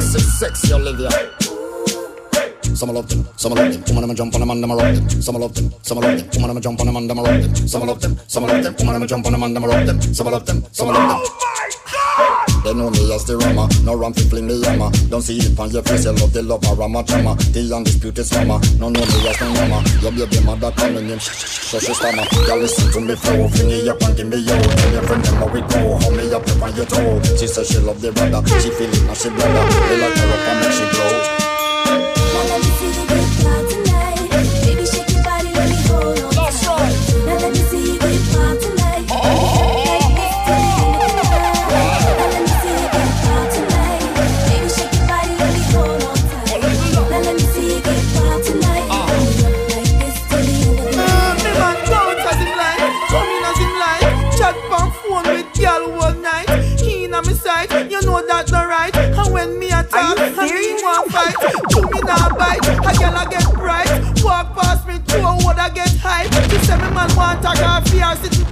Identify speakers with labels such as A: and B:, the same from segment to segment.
A: sexy Olivia. Some love them, some love them. Woman, I'ma jump on them and I'ma rock them. Some love them, some love them. Woman, I'ma jump on them and I'ma rock them. Some love them, some love them. Woman, I'ma jump on them and I'ma rock them. Some love them, some love them. They know me as the Rama, no ram fi fling me hammer. Don't see it on your face, you love the love a Rama drama. The undisputed slammer, no know me as no Rama. Your baby mother calling him, so she stammer. Girl, listen to me flow, fling it up and give me yo. Tell your friend them how we go, hold me up on your toe. She says she love the brother, she feel it now she brother. They like her up and make she blow.
B: Let me see you get wild tonight. Baby, shake your body, let me hold on tight. Now let me see you get wild tonight. Like this till the end of the night. Now let me see you get wild tonight. Baby, shake your body, let me hold on tight. Now let me see you get wild tonight. Like this till the end of the night.
C: Me Uh-huh. man throw it as him like, throw me as him like. Chat on phone with girl all night. He inna me sight, you know that's not right. And when me attack, and he want fight. Chew me nah bite, a girl a get bright. Walk past me, two would I get hype. She say me man want a car for her sitting.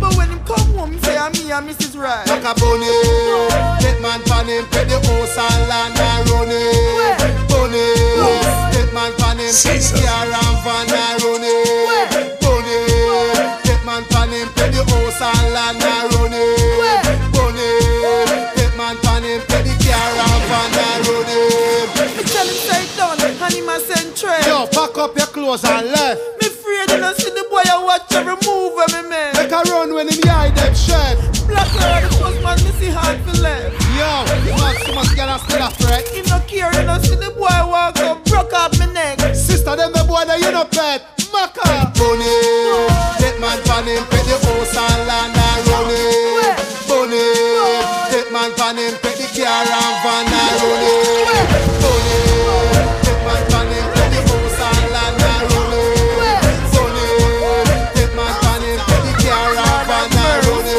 C: But when him come home, he say I'm me and Mrs. Right.
D: Like a bunny, take man pan him, pay the house and land and run it. Bunny, take man pan him, pay the car and van and run it. Bunny, take man pan him, pay the house and land and run it. Bunny, take man pan him, pay the car and van and run it.
C: Me tell him say it done, and him a send trade.
D: Yo, pack up your clothes and left.
C: Me afraid you not see the boy I watch every move when me make.
D: Make a run when him hide them shed.
C: Black Lara the first man me see hard for left.
D: Yo, Maximus get us still a threat.
C: Him no care, you not see the boy walk up, broke off me neck.
D: Sister, them the boy that you no pet. Maka. Bunny, take man pan him, pet the house and land and run it. Bunny, take man pan him, pet the car and van and run it. Bunny, take man pan him, pet the house and land and run it. Bunny, take man pan him, pet the car and van and run it.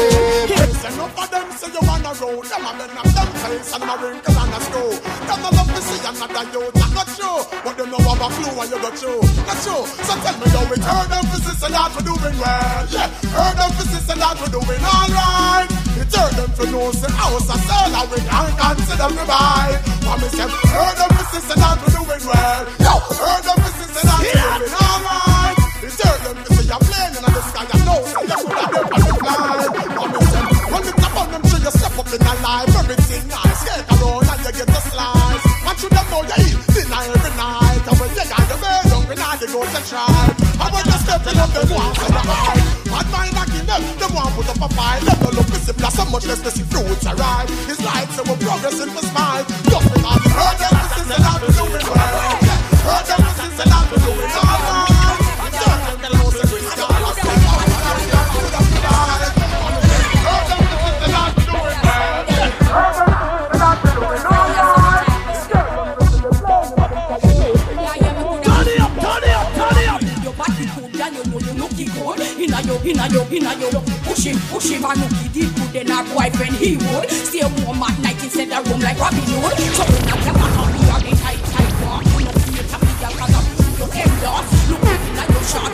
E: Say no for them, say you wanna roll Them a men of them face and my wrinkles and a screw Them no love to see another youth, I got you But them no have a clue what you got you, got you So tell me yo, it heard them for sister that we doing well Yeah, heard them for sister that we doing alright It heard them for no say house a sell And we can't consider them to buy For me say, heard them for sister that we doing well Yo, heard them for sister that we doing alright It heard them for say you're playing in the sky I know, say you should have been on the fly For me say, when me tap on them, till you step up in a life. Everything nice, get around and you get the slice. And you don't know you eat dinner every night. And when you got the bed hungry, now you go to try. And when you stepping up, them want for the high. Bad mind knocking them, them want put up a fight. Let the look missing blossom, much less missing fruits arrive. It's like so we're progressing for smile. Just because you heard them, this is not doing well. Heard them, this is not doing all right. And don't think the loss is risk, I'm not saying I'm not saying I'm not saying I'm not saying
F: Inna yo, inna yo, inna yo. Push him, push him, and look he did good. Then our boyfriend he would stay warm at night instead of room like Robin Hood. So we not have a happy or a tight, tight walk. You know, you tell me you're gonna be your end off. Look inna your shot.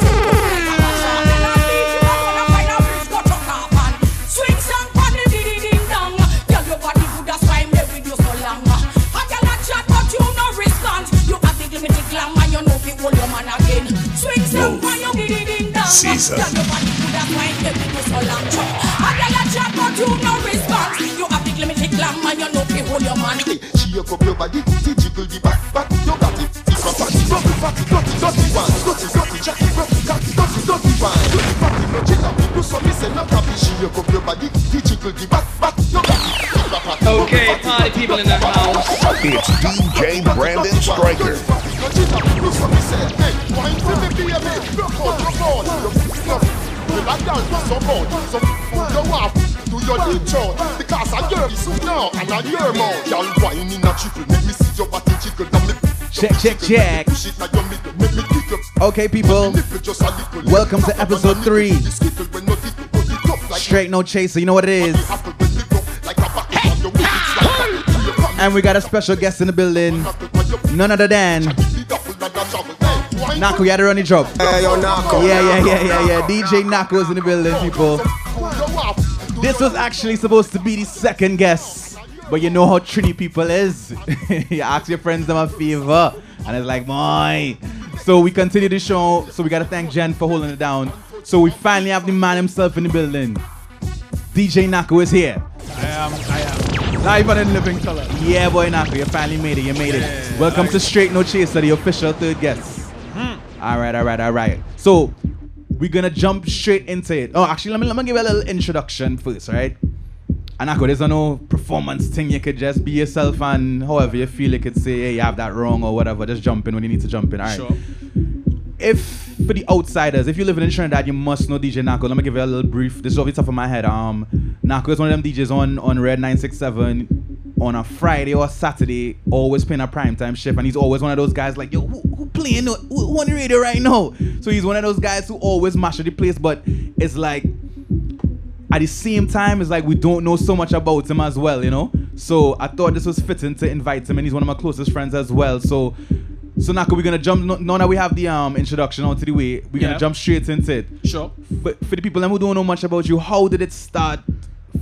F: Swings and pan the ding ding dong. Tell your body good as time they with you so long. I tell a chat but you no respond. You have the limit glam and you know fi hold your man again. Swings and pan your ding ding dong.
G: Caesar.
F: Tell your body good as time they with you so long. I tell a chat but you no respond. You have the limit glam and you know fi hold your man.
E: Shake up your body, see jiggle the back, back your body. It's a party, party, party, party, party one. Party, party, jacky, party, cocky, party, party one. Party, party, no chill out, do some missing, not happy. Shake up your body, see jiggle the back, back your body.
H: Okay, party people in the house.
G: It's DJ Brandon Stryker.
E: Because I hear you soon now, and I hear more. Y'all whining in a triple, make me see your body jiggle. now me-
I: Check, check, check.
E: Push it now your middle, make me kick up.
I: Okay, people.
E: Nipple just a little.
I: Welcome to episode three.
E: This little when you dip, put it up like
I: Straight no chaser. You know what it is.
E: apple when it up, like a bucket on your wrist, it's like a- Your pocket
I: And we got a special guest in the building.
E: apple when you
I: None other than
E: beat up with another trouble. Hey, wine
I: Nako. You had to run your job.
D: Hey, yo, Nako.
I: Yeah, yeah, yeah, yeah, yeah. DJ Nako is in the building, people.
E: cool, you up.
I: This was actually supposed to be the second guest. But you know how Trini people is. you ask your friends them a favor, and it's like, my. So we continue the show. So we gotta thank Jen for holding it down. So we finally have the man himself in the building. DJ Nako is here.
J: I am, I am. Live and in living color.
I: Yeah, boy, Nako, you finally made it. You made it.
J: Yeah, Hmm.
I: Welcome
J: like-
I: to Straight No Chaser, the official third guest. All right, all right, all right. So we're gonna jump straight into it. Oh, actually, let me let me give you a little introduction first, all right? Anako, there's no performance thing. You could just be yourself and however you feel. You could say, hey, you have that wrong or whatever. Just jump in when you need to jump in. All right.
J: Sure.
I: If for the outsiders, if you live in Trinidad, you must know DJ Nako. Let me give you a little brief. This is off the top of my head. Um, Nako is one of them DJs on on Red 967 on a Friday or Saturday, always playing a primetime shift, and he's always one of those guys like, yo, who, who playing on- who on the radio right now? So he's one of those guys who always mash the place, but it's like at the same time, it's like we don't know so much about him as well, you know. So I thought this was fitting to invite him, and he's one of my closest friends as well. So, so Naka, we're gonna jump. no- Now that we have the um introduction out to the way, we're
J: Yeah.
I: gonna jump straight into it.
J: Sure.
I: But for the people who don't know much about you, how did it start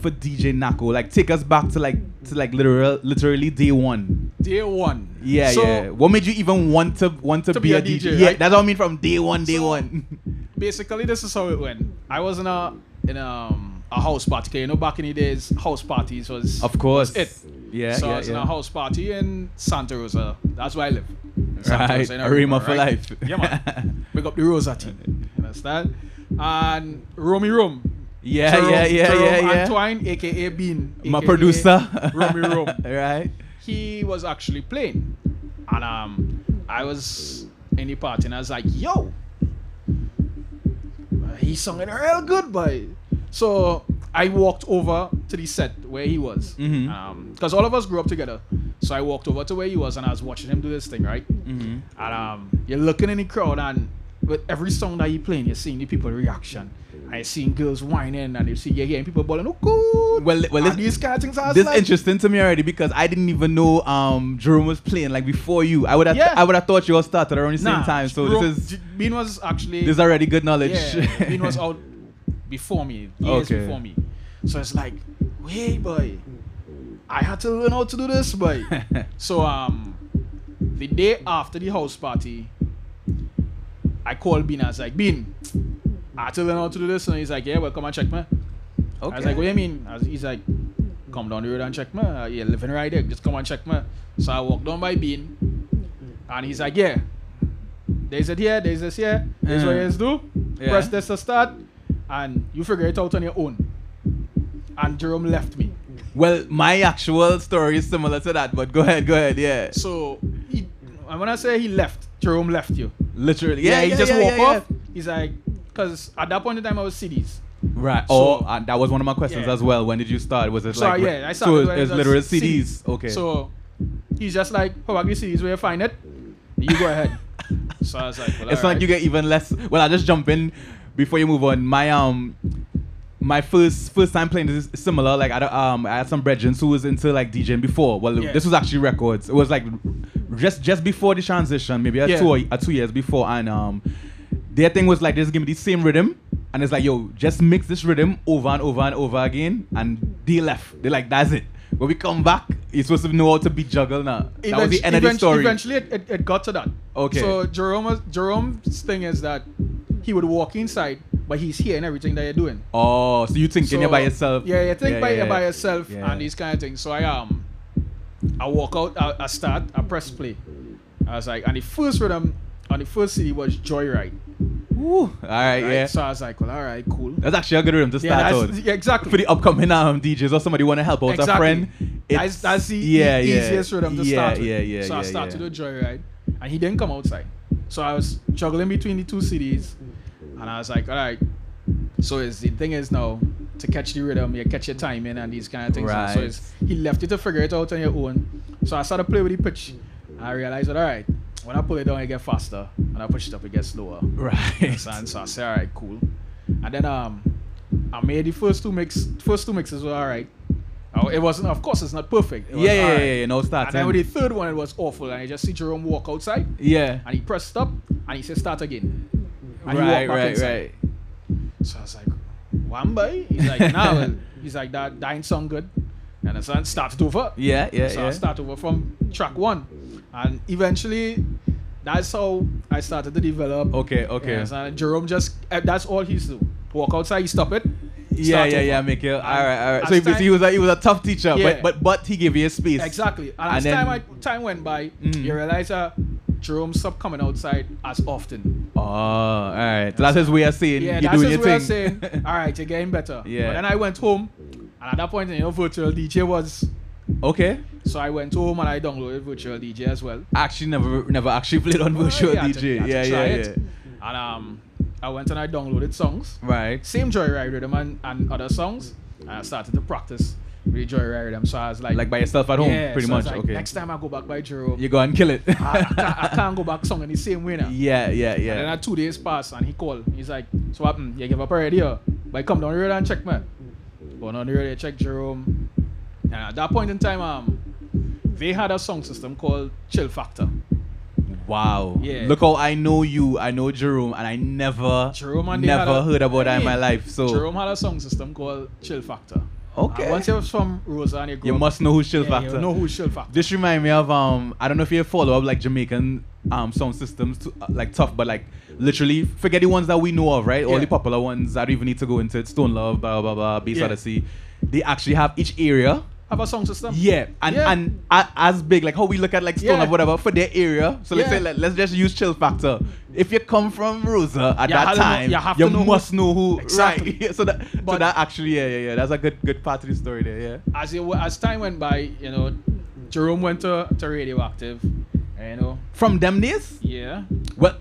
I: for DJ Nako? Like, take us back to like to like literal, literally day one.
J: Day one.
I: Yeah,
J: so,
I: yeah. What made you even want to want to, be, a, DJ? yeah,
J: right?
I: that's what I mean from day one, day
J: So-
I: one.
J: Basically, this is how it went. I was in a in um a house party. 'cause You know, back in the days, house parties was
I: of course.
J: it.
I: Yeah,
J: so
I: yeah,
J: I was in
I: yeah.
J: a house party in Santa Rosa. That's where I live. In Santa
I: Right,
J: Rosa, in
I: a Rima for life.
J: Yeah, man. Big up the Rosa team. You understand? And Romy Rom.
I: Yeah, yeah, yeah, yeah, yeah.
J: Antoine, aka Bean.
I: My
J: aka
I: producer,
J: Romy Rom.
I: right?
J: he was actually playing. And um, I was in the party and I was like, yo, uh, he sung it real good, boy. So I walked over to the set where he was. Because
I: Mhm.
J: all of us grew up together. So I walked over to where he was and I was watching him do this thing, right?
I: Mm-hmm.
J: And um, you're looking in the crowd and with every song that he playing, you're seeing the people reaction. And you're seeing girls whining and you see you're hearing people bawling, oh, good.
I: Well, well,
J: and
I: this-
J: these kind of things. I was
I: This
J: like,
I: interesting to me already because I didn't even know um Jerome was playing like before you. I would have
J: Yeah.
I: I would have thought you all started around the
J: Nah,
I: same time. So
J: Jerome-
I: this is
J: J- Bean was actually
I: this is already good knowledge.
J: yeah, Bean was out before me, years
I: Okay.
J: before me. So it's like, hey boy, I had to learn how to do this, boy. so um, the day after the house party, I called Bean. I was like, Bean, I had to learn how to do this, and he's like, yeah, well, come and check me. I was like, what do you mean? I was, he's like, come down the road and check me. Uh, yeah, living right there. Just come and check me. So I walked down by Bean, and he's like, yeah, there's it here, there's this here, there's what
I: Mm.
J: you just do.
I: Yeah.
J: Press this to start, and you figure it out on your own. And Jerome left me.
I: Well, my actual story is similar to that, but go ahead, go ahead, yeah.
J: So he, and when I say he left, Jerome left you.
I: Literally,
J: Yeah,
I: yeah,
J: he
I: yeah,
J: just
I: yeah,
J: walked
I: yeah,
J: off.
I: yeah.
J: He's like, because at that point in time I was CDs.
I: Right.
J: So-
I: oh, and that was one of my questions
J: Yeah.
I: as well. When did you start? Was it
J: So
I: like
J: yeah, I
I: so
J: started.
I: it-
J: when
I: it's
J: I was
I: literally
J: C-
I: CDs? Okay.
J: So he's just like, "How about you CDs where you find it? You go ahead." so I was like, well,
I: it's not like you get even less. Well, I just jump in before you move on. My um, my first first time playing this is similar. Like I don't- um, I had some brethren who was into like DJing before. Well,
J: Yeah.
I: this was actually records. It was like just just before the transition, maybe a
J: Yeah.
I: two a two years before, and um, their thing was like just give me the same rhythm. And it's like, yo, just mix this rhythm over and over and over again. And they left. They're like, that's it. When we come back, you're supposed to know how to beat juggle now. That was the end of the
J: Eventu-
I: story.
J: Eventually, it, it, it got to that.
I: Okay.
J: So Jerome, was- Jerome's thing is that he would walk inside, but he's hearing everything that you're doing.
I: Oh, so you thinking
J: So,
I: you're by yourself?
J: Yeah, you think by,
I: yeah.
J: by yourself
I: Yeah.
J: and these kind of things. So I um, I walk out, I, I start, I press play. I was like, and the first rhythm on the first CD was Joyride.
I: Woo. All
J: Right?
I: right, yeah.
J: So I was like, well, all right, cool.
I: That's actually a good rhythm to
J: Yeah,
I: start
J: that's,
I: out.
J: yeah, exactly.
I: For the upcoming um, DJs or somebody want to help out
J: exactly.
I: a friend.
J: That's, that's the
I: yeah,
J: e-
I: yeah,
J: easiest rhythm to
I: yeah,
J: start with.
I: Yeah, yeah,
J: so
I: yeah,
J: I started
I: yeah.
J: with Joyride, and he didn't come outside. So I was juggling between the two CDs, and I was like, all right. So it's, the thing is now to catch the rhythm, you catch your timing and these kind of things. So
I: Right.
J: it's, he left you to figure it out on your own. So I started playing with the pitch. I realized that all right, when I pull it down, it gets faster, and I push it up, it gets slower.
I: Right.
J: And so I said, all right, cool. And then um, I made the first two mix. First two mixes were all right. Uh, It wasn't, of course, it's not perfect. It was
I: Yeah, yeah,
J: all
I: yeah,
J: right.
I: yeah, yeah. No
J: And then with
I: starting.
J: the third one, it was awful. And I just see Jerome walk outside,
I: Yeah.
J: and he pressed stop, and he said, start again. And he walked back
I: Right, right,
J: inside.
I: right.
J: So I was like, one boy? He's like, nah. well, He's like, that, that ain't sound good. You understand? Start it over.
I: Yeah, yeah,
J: So
I: yeah.
J: I start over from track one, and eventually, that's how I started to develop.
I: Okay, okay.
J: You understand? Jerome just eh, that's all he's do. Walk outside, he stop it.
I: Yeah,
J: start
I: yeah,
J: over.
I: yeah, make it. All right, all right. So
J: as
I: he, so he
J: time-
I: was a, he was a tough teacher,
J: Yeah.
I: but but but he gave you a space.
J: Exactly. And,
I: And
J: as
I: then- Mm.
J: time I, time went by, you realize uh, Jerome stopped coming outside as often.
I: Oh, all right. So that's his way of saying
J: Yeah,
I: you're
J: that's
I: doing
J: his
I: your
J: way
I: thing.
J: of saying, all right, you're getting better.
I: Yeah.
J: But then I went home, and at that point, you know, virtual DJ was.
I: okay.
J: So I went home and I downloaded virtual DJ as well.
I: Actually, never never actually played on virtual
J: Oh, Yeah, I had to-
I: DJ.
J: I had to
I: yeah,
J: try
I: yeah,
J: it.
I: yeah.
J: And um, I went and I downloaded songs,
I: Right.
J: same Joyride Rhythm and, and other songs, and I started to practice with Joyride Rhythm. So I was like,
I: Like by yourself at home,
J: yeah,
I: pretty
J: so I was
I: much.
J: like,
I: okay.
J: Next time I go back by Jerome,
I: you go and kill it.
J: I, I, can't, I can't go back song in the same way now.
I: yeah, yeah,
J: And then
I: yeah.
J: uh, two days pass and he call. He's like, so what happened? You give up already? Huh? But come down the road and check, man. Going down the road, they check Jerome. And at that point in time, um, they had a song system called Chill Factor.
I: Wow.
J: Yeah.
I: Look how I know you. I know Jerome, and I never
J: Jerome and they had
I: never
J: a-
I: heard about that in
J: Yeah.
I: my life. So
J: Jerome had a song system called Chill Factor.
I: Okay.
J: And once you're from Rosa and you grow
I: you
J: up-
I: must know who's Chill
J: Yeah,
I: Factor.
J: You know who's Chill Factor.
I: This remind me of um I don't know if you follow up like Jamaican um sound systems to, uh, like tough but like literally forget the ones that we know of right all
J: Yeah.
I: the popular ones I don't even need to go into it Stone Love blah blah blah Bass
J: Yeah.
I: Odyssey they actually have each area
J: Have a song system?
I: yeah and
J: Yeah.
I: and a, as big like how we look at like Stone
J: Yeah.
I: Love whatever for their area so let's
J: Yeah.
I: say let, let's just use Chill Factor if you come from Rosa at
J: You
I: that
J: have to know-
I: time
J: you have to know who-
I: must know who
J: Exactly.
I: right Yeah, so that so
J: But-
I: that actually yeah yeah yeah that's a good good part of the story there yeah
J: As, it, wa- as time went by, you know, Jerome went to, to Radioactive. And, you know,
I: from them days
J: yeah.
I: well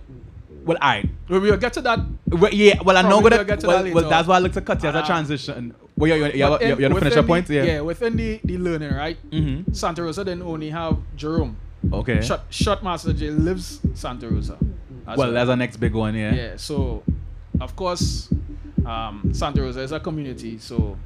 I: well I.
J: We- We'll get to that
I: Well, yeah, well, I'm not
J: Probably
I: gonna.
J: we'll get to that
I: well, well,
J: later.
I: that's why I looked at Cutty as a
J: Uh,
I: transition. Well, you Uh, you you
J: But
I: you
J: in-
I: you to finish your
J: within
I: point,
J: the-
I: yeah.
J: within the, the learning, right?
I: Mhm.
J: Santa Rosa didn't only have Jerome.
I: Okay.
J: Shot, Shotmaster J lives Santa Rosa. as
I: well, that's our next big one, yeah.
J: yeah. So, of course, um, Santa Rosa is a community, so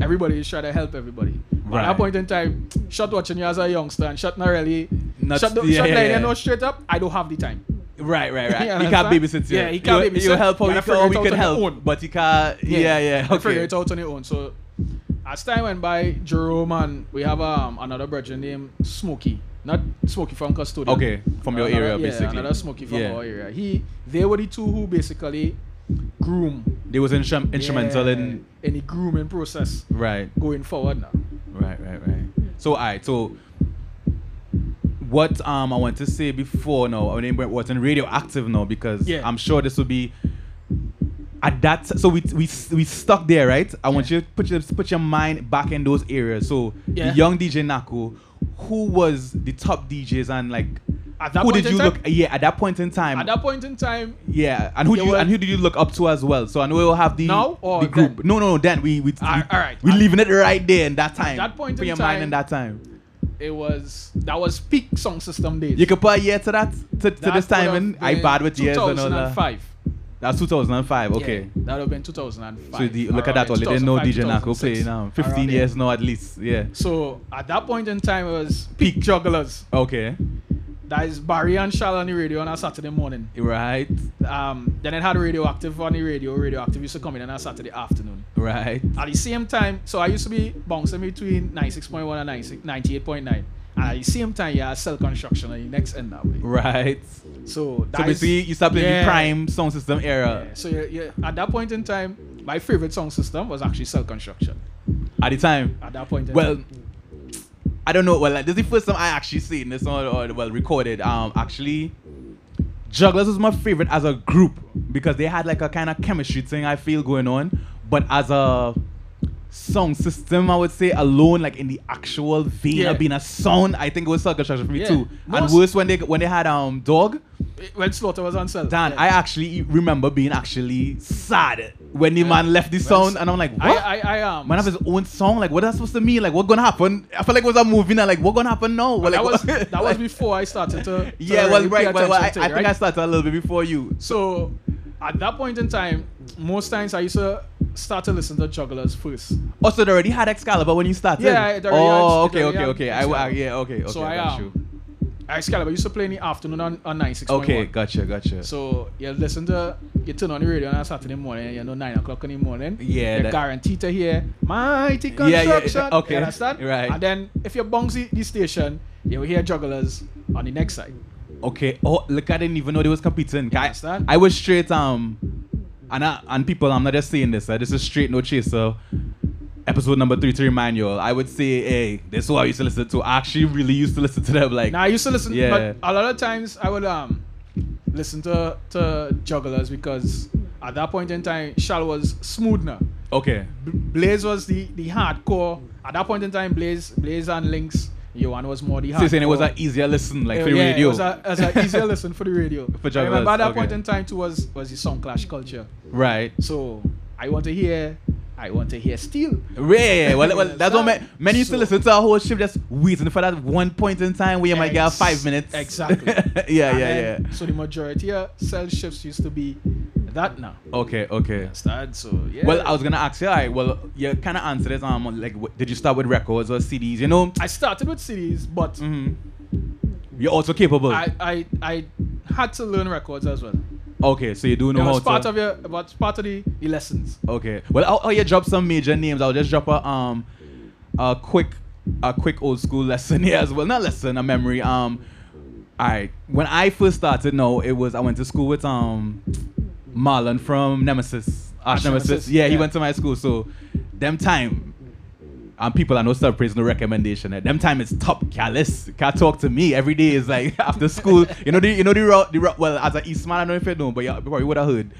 J: everybody is trying to help everybody. But At
I: Right.
J: that point in time, shot watching you as a youngster and shot not really.
I: Not-
J: shot, the-
I: yeah,
J: shot
I: yeah,
J: like,
I: yeah.
J: you know, straight up, I don't have the time.
I: Right, right, right.
J: Yeah,
I: he can't
J: understand?
I: babysit you.
J: Yeah, he can't
I: you,
J: babysit.
I: You help how
J: Gotta
I: you
J: figure
I: can,
J: it
I: we
J: out
I: can
J: on your
I: help,
J: own.
I: but he can't. Yeah, yeah.
J: They Figure
I: okay.
J: it out on your own. So, as time went by, Jerome and we have um, another brother named Smokey. Not Smokey from Custodian.
I: Okay, from your
J: Another-
I: area,
J: yeah,
I: basically.
J: Another Smokey from
I: Yeah.
J: our area. He, they were the two who basically groom.
I: They was instrum- instrumental
J: yeah,
I: in.
J: in the grooming process
I: Right,
J: going forward now.
I: right, right, right. So, alright, so what um I want to say before now, I mean, it wasn't radioactive now because
J: Yeah.
I: I'm sure this will be at that so we we we stuck there right i want you to put your put your mind back in those areas so
J: Yeah.
I: the young dj naku who was the top djs and like
J: At that
I: who
J: point
I: did
J: in
I: you
J: time?
I: look yeah at that point in time
J: At that point in time,
I: yeah and who
J: Yeah,
I: do you,
J: well-
I: and who did you look up to as well so i know we'll have the
J: Now or
I: the group
J: then?
I: no no no then we we
J: Ah,
I: we,
J: alright.
I: we
J: At-
I: leaving it right there in that time
J: that point
I: put
J: in
I: your mind
J: time-
I: in that time
J: it was that was peak song system days.
I: you could put a year to that to, to
J: That would
I: this time
J: have
I: and i
J: been
I: bad with years and all that
J: 2005.
I: that's 2005 okay
J: Yeah, that would have been 2005.
I: So the, look
J: around
I: at that, all
J: there,
I: they didn't know
J: 2005,
I: DJ Nako play
J: 2006,
I: now.
J: around
I: 15
J: there.
I: years now at least. Yeah.
J: So at that point in time, it was peak jugglers.
I: Okay.
J: That is Barry and Shal on the radio on a Saturday morning.
I: Right.
J: Um, then it had Radioactive on the radio. Radioactive used to come in on a Saturday afternoon.
I: Right.
J: At the same time, so I used to be bouncing between 96.1 and 96, 98.9. And at the same time, yeah, cell construction on the next end that way.
I: Right.
J: So that
I: So
J: is-
I: basically, you start playing
J: Yeah.
I: the prime sound system era
J: Yeah, So yeah, yeah, at that point in time, my favorite song system was actually cell construction.
I: at the time.
J: At that point in
I: Well,
J: time.
I: I don't know. Well, like, this is the first time I actually seen this or, or well recorded. Um, actually, Jugglers was my favorite as a group because they had like a kind of chemistry thing I feel going on, but as a song system, I would say alone, like in the actual vein
J: Yeah.
I: of being a sound, I think it was circle construction for me
J: Yeah.
I: too. and
J: Most- Eh,
I: worse when they when they had um dog.
J: when Slaughter was on cell.
I: Dan,
J: yeah.
I: I actually remember being actually sad when the man left the sound, and I'm like, what?
J: I, I, I um,
I: Man have his own song. Like, what is that supposed to mean? Like, what gonna happen? I feel like it was a movie now. Like, what gonna happen now? Well,
J: that
I: like,
J: was
I: what-
J: that was before I started to. to
I: yeah, well,
J: really pay
I: right. Well, well, I, I
J: attention to it,
I: think
J: right?
I: I started a little bit before you.
J: So at that point in time, most times I used to start to listen to jugglers first.
I: Oh, so they already had Excalibur when you started.
J: Yeah, it already
I: oh,
J: had- it
I: okay,
J: already
I: okay,
J: had
I: okay. I, I,
J: Excalibur.
I: yeah, okay, okay.
J: so I
I: got you.
J: um, Excalibur used to play in the afternoon on, on 96.1.
I: Okay, gotcha, gotcha.
J: So you listen to you turn on the radio on Saturday morning, you know nine o'clock in the morning.
I: Yeah,
J: You're
I: that-
J: guaranteed to hear mighty
I: Yeah, yeah, yeah,
J: construction.
I: okay,
J: You understand?
I: right.
J: And then if you bounce the, the station, you will hear jugglers on the next side.
I: Okay. Oh, look, I didn't even know they was competing. I,
J: understand?
I: I was straight. Um, and I, and people, I'm not just saying this. Uh, this is straight no chaser. Episode number three to remind you all. I would say, hey, this is who I used to listen to. I actually really used to listen to them. Like,
J: Now I used to listen,
I: Yeah.
J: but a lot of times I would um listen to to jugglers because at that point in time, Shal was smoothner.
I: okay,
J: B- Blaze was the the hardcore. At that point in time, Blaze Blaze and Links, Yohan was more the hardcore.
I: so you're saying it was an easier listen, like
J: Uh,
I: for the
J: yeah,
I: radio.
J: It was, a, it was an easier listen for the radio.
I: For
J: I remember
I: jugglers,
J: at that
I: okay.
J: point in time too was was the song clash culture.
I: right.
J: So I want to hear, I want to hear Steel.
I: Yeah, well, well that's what
J: Understand?
I: ma- men used to
J: So-
I: listen to a whole ship just waiting for that one point in time where you might get
J: Ex-
I: five minutes.
J: Exactly.
I: yeah,
J: And
I: yeah,
J: then-
I: yeah.
J: So the majority of cell shifts used to be that now.
I: Okay, okay.
J: Understand? So yeah.
I: Well, I was gonna ask you. All right, well, you kind of answered it. Um, like, wh- did you start with records or CDs? You know,
J: I started with CDs, but
I: Mhm. you're also capable.
J: I, I I had to learn records as well.
I: okay, so you do know
J: it
I: how
J: was
I: to.
J: part of your, but part of the, the lessons.
I: okay, well, I'll, I'll yeah, drop some major names. I'll just drop a um, a quick, a quick old school lesson here as well. Not lesson, a memory. Um, all right, when I first started, no, it was I went to school with um, Marlon from Nemesis, Arch
J: Arch
I: Nemesis.
J: Nemesis,
I: Yeah, he
J: yeah.
I: went to my school, so them time. and people are no surprise, no recommendation. At them time, it's top callous. Can't talk to me every day. Is like after school, you know the you know the route the route. Well, as an Eastman, I don't know if you know, but you probably would have heard.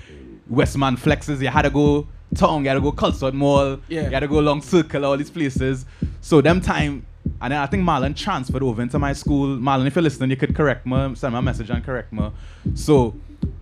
I: Westman flexes. You had to go town. You had to go Culsford Mall.
J: Yeah.
I: You had to go along Circle. All these places. So them time, and then I think Marlon transferred over into my school. Marlon, if you're listening, you could correct me. Send me a message and correct me. So.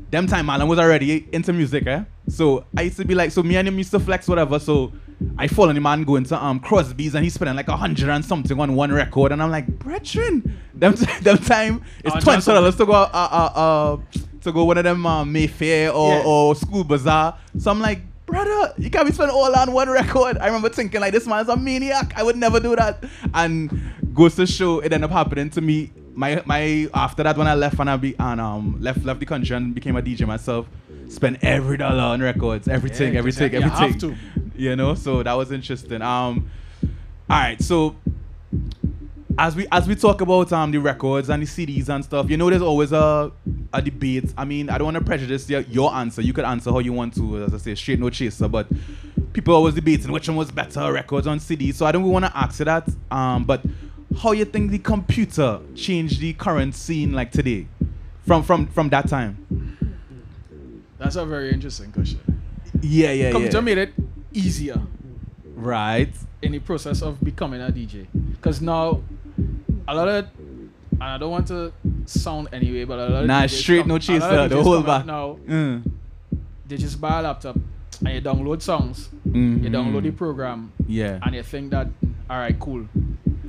I: Them time Marlon was already into music, eh? So I used to be like, so me and him used to flex whatever. So I follow the man going to um Crosby's and he's spending like a hundred and something on one record, and I'm like, brethren, them t- them time it's
J: Oh,
I: twenty
J: Johnson.
I: dollars to go uh, uh uh to go one of them uh, Mayfair or
J: Yeah.
I: or School Bazaar. So I'm like, brother, you can't be spending all on one record. I remember thinking like, this man's a maniac. I would never do that. And goes to show, it ended up happening to me. My my after that when I left and I be and um left left the country and became a DJ myself, spent every dollar on records, everything,
J: Yeah, 'cause
I: everything,
J: you have
I: everything.
J: to.
I: You know, so that was interesting. Um, all right, so as we as we talk about um the records and the CDs and stuff, you know, there's always a a debate. I mean, I don't want to prejudice your, your answer. You could answer how you want to, as I say, straight no chaser. But people always debating which one was better, records on CDs. So I don't want to ask you that. Um, but how you think the computer changed the current scene like today, from from from that time?
J: That's a very interesting question.
I: Yeah, yeah,
J: Computer
I: yeah.
J: made it easier
I: Right.
J: in the process of becoming a DJ, because now a lot of and I don't want to sound anyway, but a lot of
I: Nah,
J: DJs
I: straight
J: come-
I: no
J: a lot of
I: chaser.
J: DJs
I: The whole
J: come out
I: back.
J: now.
I: Mm.
J: They just buy a laptop and you download songs, you
I: Mhm.
J: download the program,
I: Yeah.
J: and you think that all right, cool,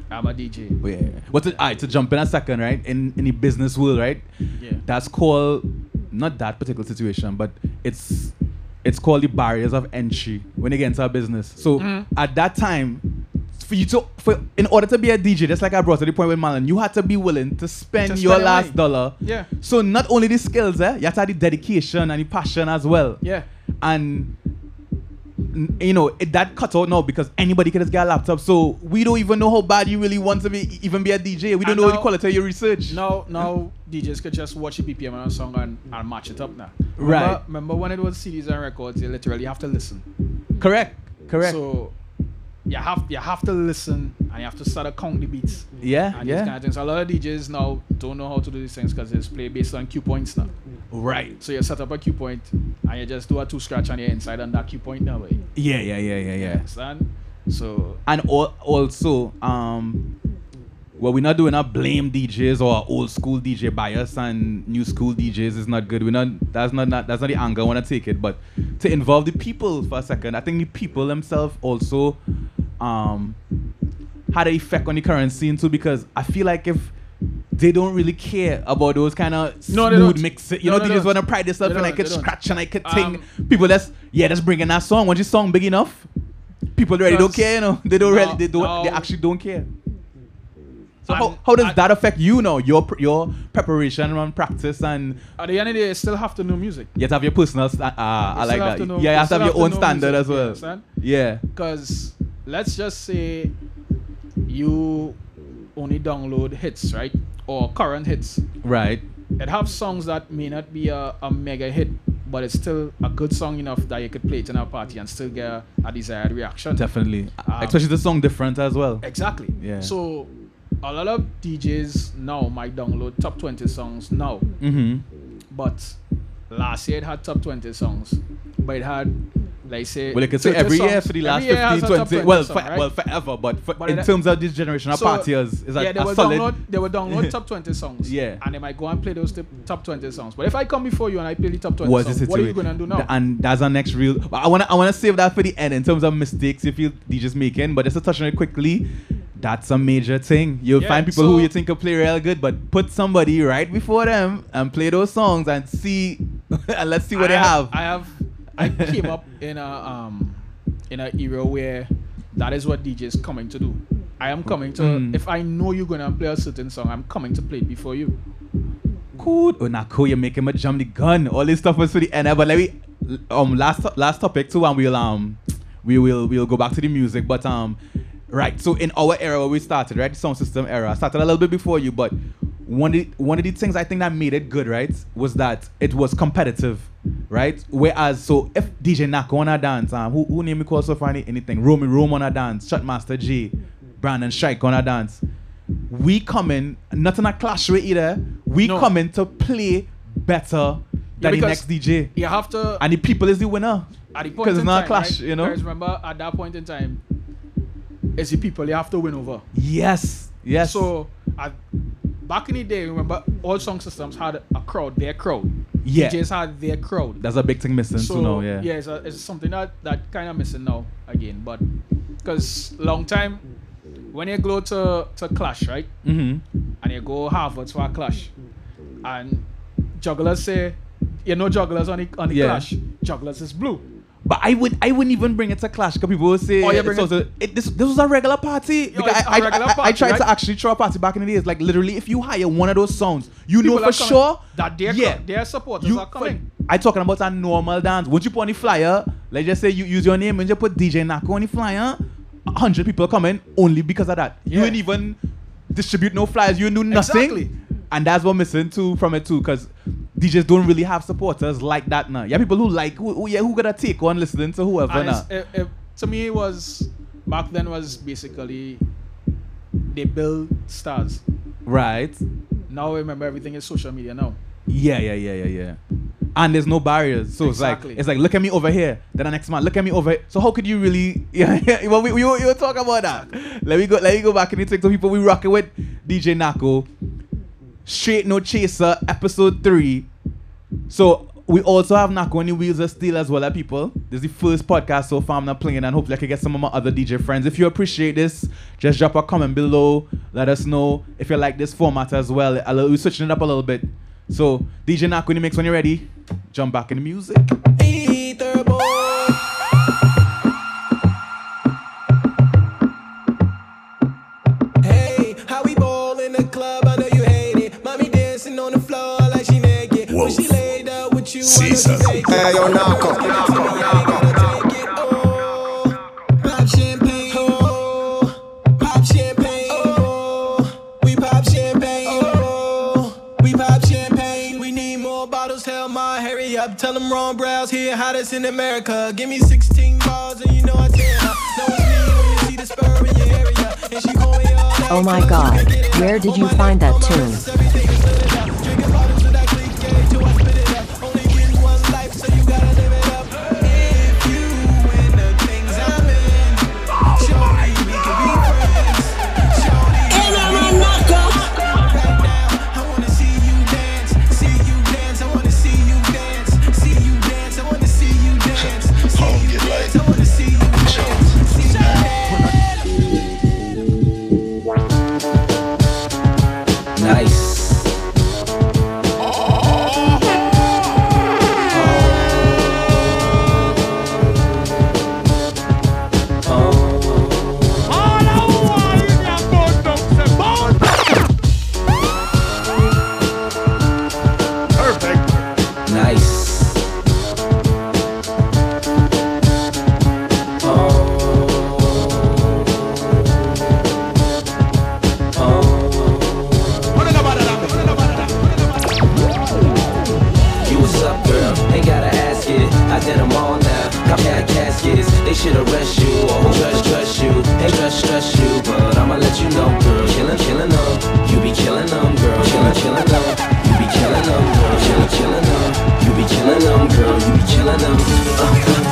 J: I'm a DJ.
I: Yeah. What's it? Alright, to jump in a second, right? In in the business world, right?
J: Yeah.
I: That's called not that particular situation, but it's it's called the barriers of entry when you get into a business. So
J: Mm-hmm.
I: at that time, for you to for in order to be a DJ, just like I brought to the point with Marlon, you had to be willing to spend
J: To
I: your
J: spend your
I: last
J: money.
I: dollar.
J: Yeah.
I: So not only the skills, eh, you had to have the dedication and the passion as well.
J: Yeah.
I: And n- you know it, that cut out now because anybody can just get a laptop. So we don't even know how bad you really want to be even be a DJ. We don't
J: And
I: know the
J: now-
I: quality of your research.
J: Now, now DJs could just watch a BPM on a song and, and match it up now. Remember,
I: Right.
J: Remember when it was CDs and records, you literally have to listen.
I: correct, correct.
J: So you have you have to listen and you have to start to count the beats.
I: yeah,
J: And these kind
I: yeah.
J: of things. A lot of DJs now don't know how to do these things because they just play based on cue points now.
I: Right.
J: So you set up a cue point and you just do a two scratch on your inside on that cue point now. eh?
I: Yeah, yeah, yeah, yeah, yeah.
J: Understand? So
I: And al- also, um, well, we're not doing a blame DJs or old school DJ bias and new school DJs is not good. We're not. That's not. not that's not the angle I want to take it. But to involve the people for a second, I think the people themselves also, um, had an effect on the current scene too because I feel like if they don't really care about those kind of
J: No, they
I: smooth
J: don't.
I: mixes. You
J: No,
I: know,
J: they
I: they just
J: don't.
I: want to pride themselves
J: They
I: and I
J: don't,
I: could
J: they don't.
I: scratch and I could
J: Um,
I: ting. People that's yeah, that's bringing that song. Once your song big enough, people already don't
J: Because-
I: care. You know, they don't really.
J: No,
I: They don't. They
J: no.
I: actually don't care. So how,
J: And
I: how does
J: I-
I: that affect you now? Your pr- your preparation and practice and
J: At the end of the day, you still have to know music.
I: yet have your personal. St- uh, I
J: You
I: like
J: still have
I: that.
J: to know-
I: yeah, you have to
J: still
I: have your own
J: know
I: standard
J: music,
I: as
J: you
I: well.
J: understand?
I: Yeah.
J: Because let's just say you only download hits, right? Or current hits.
I: Right.
J: It have songs that may not be a, a mega hit, but it's still a good song enough that you could play it in a party and still get a, a desired reaction.
I: Definitely.
J: Um,
I: Especially the song different as well.
J: Exactly.
I: Yeah.
J: So a lot of DJs now might download top 20 songs now,
I: Mm-hmm.
J: Hmm? but last year it had top 20 songs, but it had, like say,
I: Well, you can say
J: 30
I: every year
J: songs.
I: for the last
J: Every year it has
I: 15,
J: a top
I: 20. Well,
J: 20
I: for,
J: song, right?
I: well, forever. But, for,
J: But
I: in
J: it-
I: terms of this generation of
J: So,
I: party, is is a,
J: yeah, they
I: a
J: will
I: solid.
J: download they will download top 20 songs.
I: Yeah.
J: And they might go and play those t- top 20 songs. But if I come before you and I play the top 20
I: was the
J: songs, what are you going
I: situation.
J: to do now?
I: Th- And that's our next real. but I wanna I wanna save that for the end in terms of mistakes you feel DJs making, but just to touch on it quickly, that's a major thing. You'll
J: Yeah,
I: find people
J: so-
I: who you think will play real good, but put somebody right before them and play those songs and see and let's see what
J: I
I: they have.
J: I have. I came up in a um in an era where that is what DJ is coming to do. I am coming to
I: Mm.
J: if I know you're gonna play a certain song, I'm coming to play it before you.
I: Cool. Oh, nah, cool. You're making me jump the gun. All this stuff was for the end. eh, But let me um last to- last topic too, and we'll um we will we'll go back to the music. But um right. So in our era where we started, right, the sound system era, I started a little bit before you, but one of the, one of the things I think that made it good, right, was that it was competitive, right? Whereas so if DJ Nako wanna dance, um who who name me call so far any- anything, Romy Rome wanna dance, Shotmaster J, Brandon Shike wanna dance we come in, not in a clash with either. We
J: No.
I: come in to play better than the
J: because
I: next DJ.
J: You have to
I: And the people is the winner.
J: at the point
I: Because
J: in
I: it's not
J: time,
I: a clash,
J: right?
I: you know?
J: Because remember at that point in time, it's the people you have to win over.
I: Yes. Yes.
J: So I, back in the day, remember all song systems had a crowd, their crowd.
I: Yeah.
J: DJs had their crowd.
I: that's a big thing missing
J: so
I: too now, yeah.
J: it's, a, it's something that that kind of missing now again but because long time when you go to to clash right
I: Mm-hmm.
J: and you go Harvard for a clash and jugglers say you know jugglers on the, on the
I: Yeah.
J: clash jugglers is blue
I: But I would I wouldn't even bring it to clash because people would say
J: Oh, yeah,
I: it's
J: bring
I: also- it- this this was a regular party. Because
J: it's a
I: I, I,
J: regular
I: I- I
J: party,
I: tried to
J: right?
I: actually throw a party back in the days. Like literally if you hire one of those sounds, you
J: People
I: know
J: are
I: for
J: coming.
I: sure
J: that their
I: yeah,
J: yeah, their supporters
I: you
J: are coming
I: I talking about a normal dance. Once you put on the flyer, let's just say you use your name and you put DJ Nako on the flyer, a hundred people coming only because of that. You
J: Yeah.
I: ain't even distribute no flyers. You do nothing.
J: Exactly.
I: And that's what missing too from it too, because DJs don't really have supporters like that now. Yeah, people who like who, who yeah who gonna take on listening to whoever
J: and
I: now.
J: it's- it- it- to me it was back then was basically they build stars
I: Right.
J: now remember everything is social media now
I: Yeah, yeah, yeah, yeah, yeah. And there's no barriers, so
J: Exactly.
I: it's like it's like look at me over here. Then the next man, look at me over. Here. So how could you really? Yeah, yeah. Well, we, we, we were talking about that. Let me go. Let me go back and take some people we rocking with. DJ Nako, Straight No Chaser, episode three. So we also have Nako on the Wheels of Steel as well, uh, people. This is the first podcast so far I'm not playing, and hopefully I can get some of my other DJ friends. If you appreciate this, just drop a comment below. Let us know if you like this format as well. A little- We're switching it up a little bit. So DJ Nako in the mix when you're ready. Jump back in the music.
K: Hey, how we ball in the club? I know you hate it. Mommy dancing on the floor like she naked. When she laid up with you, I know she take it.
D: Hey, yo, Nako.
K: Pop champagne, oh. Pop champagne, oh. We pop champagne, oh. We pop champagne. We need more bottles. Hell, my hurry up. Tell them Ron Brown's here, hottest in America. Give me 16 balls and you know I tear up. No it's me when you see the spur in your area. And she call me up.
L: Oh my god, where did you find that tune?
G: Home get like
K: Nice.
M: I know. Uh,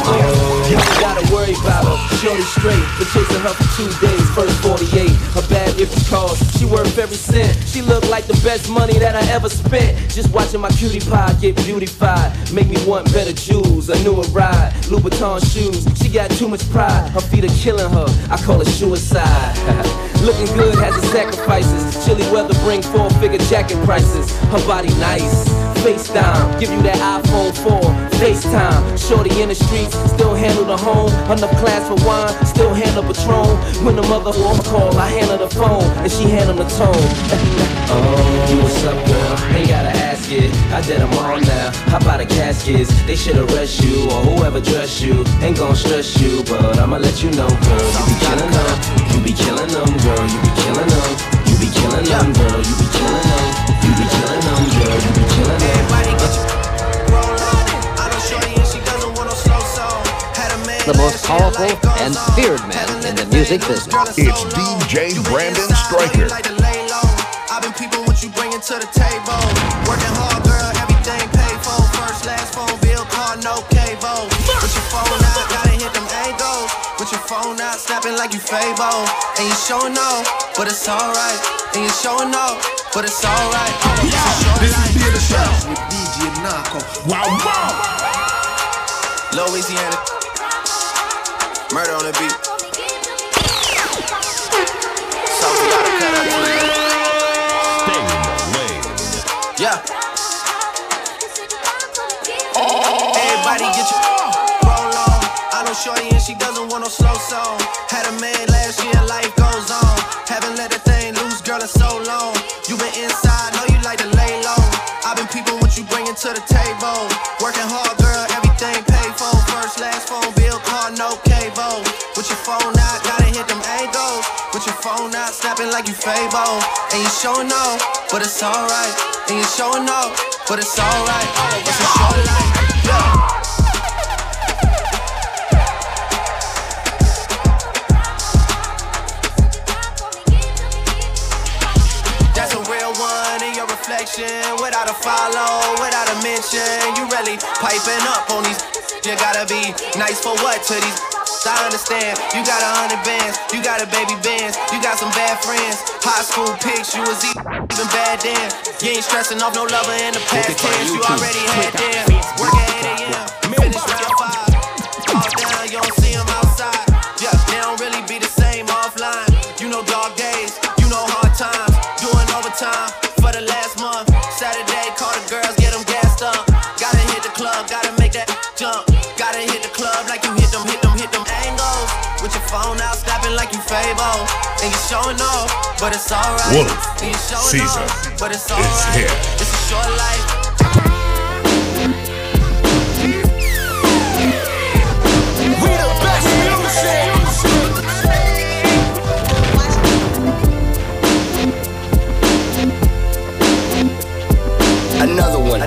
M: uh, you ain't gotta worry about her. Shorty straight, been chasing her for two days. First 48, her bad if you calls. She worth every cent. She look like the best money that I ever spent. Just watching my cutie pie get beautified. Make me want better jewels, a newer ride, Louboutin shoes. She got too much pride. Her feet are killing her. I call it suicide. Looking good has its sacrifices. Chilly weather bring four-figure jacket prices. Her body nice. FaceTime, give you that iPhone 4. FaceTime, shorty in the streets, still handle the home. Enough class for wine, still handle Patron. When the mother who I'm call, I handle the phone, and she handle the tone. oh, you what's up, girl? Ain't gotta ask it. I did 'em all now. How about the caskets? They should arrest you, or whoever dressed you. Ain't gonna stress you, but I'ma let you know, girl. You be killing them, you be killing them, girl. You be killing them, you be killing them, girl. You be killing them, you be killing them, girl. You be killing them.
N: The most powerful and feared man in the music business.
G: It's DJ Brandon Stryker.
O: I've been people what you bringing to the table. Working hard, girl, everything paid for. First, last phone bill, car, no cable. With your phone out, gotta hit them angles. With your phone out, snapping like you Fabo. And you showing off, but it's alright. And you showing off, but it's alright. This is Peter Show with DJ Nako. Wow, wow. Louisiana. Murder on the beat. So we gotta cut up to it. Yeah.
P: Everybody get your
O: roll on. I know Shorty and she doesn't want no slow song. Had a man last year, life goes on. Haven't let that thing loose, girl, in so long. You been inside, know you like to lay low. I've been people what you bringing to the table. Working hard, girl, everything paid for. First, last phone bill, car, no cable. With your phone out, gotta hit them angles. With your phone out, snapping like you Fabo. And you showing off, but it's alright. And you showing off, but it's alright. It's a short life. Yeah. That's a real one in your reflection. Without a follow, without a mention. You really piping up on these. You gotta be nice for what to these. I understand. You got a hundred bands, you got a baby bands, you got some bad friends. High school pics, you was e- even bad then. You ain't stressing off no lover in the past tense. You already had them. Work at 8 a.m. Finish around 5. All down, you don't see 'em outside. Yeah, they don't really be the same offline. You know dog days, you know hard times. Doing overtime for the last month. Saturday, call the girls, get them gassed up. Gotta hit the club, gotta make that jump. Gotta hit the club like you hit them, hit them, hit them angles. With your phone out, snapping like you Fabo. And you showing off, but it's alright.
G: Wolf
O: And you showing
G: Caesar
O: off, but it's
G: is
O: alright.
G: here.
O: It's a short life.
P: We the best music.
N: Another one.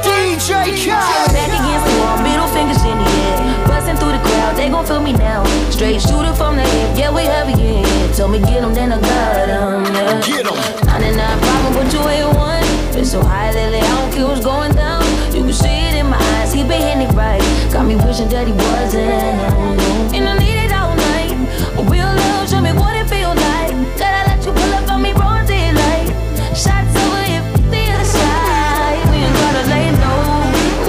P: DJ
Q: Back against the wall, middle fingers in the air. Busting through the crowd, they gon' feel me now. Straight shooter from the hip, yeah, we have it, yeah. Tell me get 'em, then I got 'em, yeah. Get em. I did not problem, but you ain't one. Been so high lately, I don't care what's going down. You can see it in my eyes, he been hitting it right. Got me wishing that he wasn't. And I need it all night. A real love, show me what it feel like. Gotta let you pull up on me, wrong daylight. Shots over here, the other side. We ain't gotta lay low,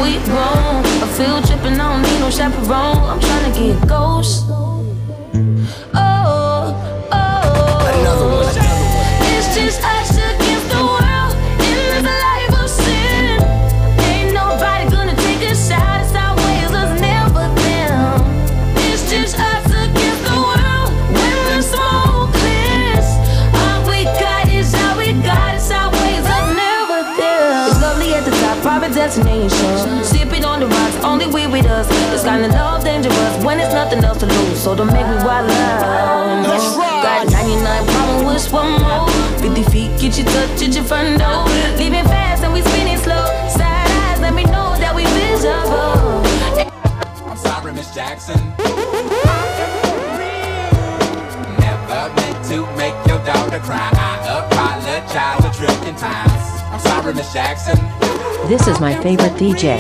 Q: we grown. A field trip and I don't need no chaperone. I'm tryna get ghost. Oh, oh. Another one. It's just us against the world. It is a life of sin. Ain't nobody gonna take a shot. It's our ways, us never them. It's just us against the world. When the smoke clears, all we got is all we got. It's our ways, us never them. It's lovely at the top, private destination. Sip it on the rocks, only we with us. This kind of love dangerous when it's nothing else to lose. So don't make me wild out.
P: Let's ride.
Q: Got 99 problem, what's one more? 50 feet, get you touch at your front door. Leaving fast and we spinning slow. Side eyes, let me know that we visible.
M: I'm sorry, Miss Jackson. Never meant to make your daughter cry. I apologize a trillion times.
R: I'm sorry, Miss Jackson.
L: This is my favorite DJ.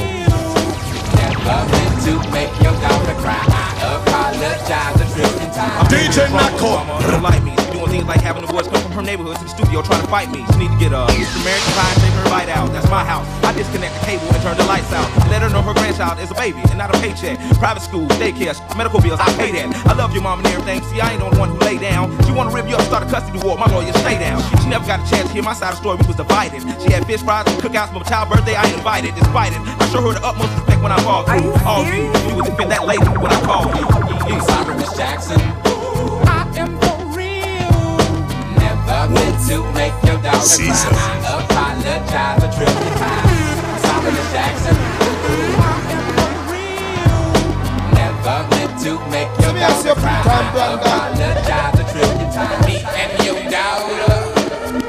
R: Never meant to make your daughter cry. I apologize a trillion times.
S: DJ Knocko. Like me, She doing things like having the boys come from her neighborhood to the studio trying to fight me. She need to get a Mr. American Pie and take her bite out. That's my house. I disconnect the cable and turn the lights out. Let her know her grandchild is a baby and not a paycheck. Private school, daycare, sh- medical bills, I pay that. I love your mom and everything. See, I ain't the only one who lay down. She wanna rip you up, start a custody war. My lawyer, stay down. She never got a chance to hear my side of the story. We was divided. She had fish fries and cookouts, but my child's birthday, I ain't invited. Despite it, I show her the utmost respect when I fall through. All you, you would defend that lady when I call you.
R: I'm sorry, Miss Jackson.
P: I am for real.
R: Never meant to make your daughter cry. I apologize a trillion times. I'm sorry, Miss Jackson. Never meant to make your daughter cry. I apologize a trillion times.
O: Me and your daughter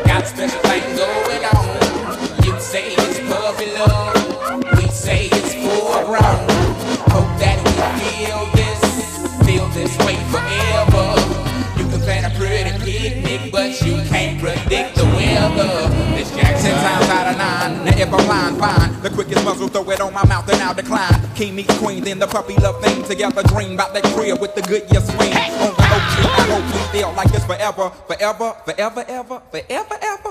O: got special things going on. You say it's puppy love, we say it's foreground. Hope that we feel this, feel this way forever. You can plan a pretty picnic, but you can't predict the weather. Miss Jackson,
E: Ten times out of nine. Now if I'm lying, fine. The quickest muzzle, throw it on my mouth and I'll decline. King meets queen, then the puppy love thing. Together dream about that crib with the good year swing. On the oak tree, I hope we feel like this forever, forever, forever, ever, forever, ever,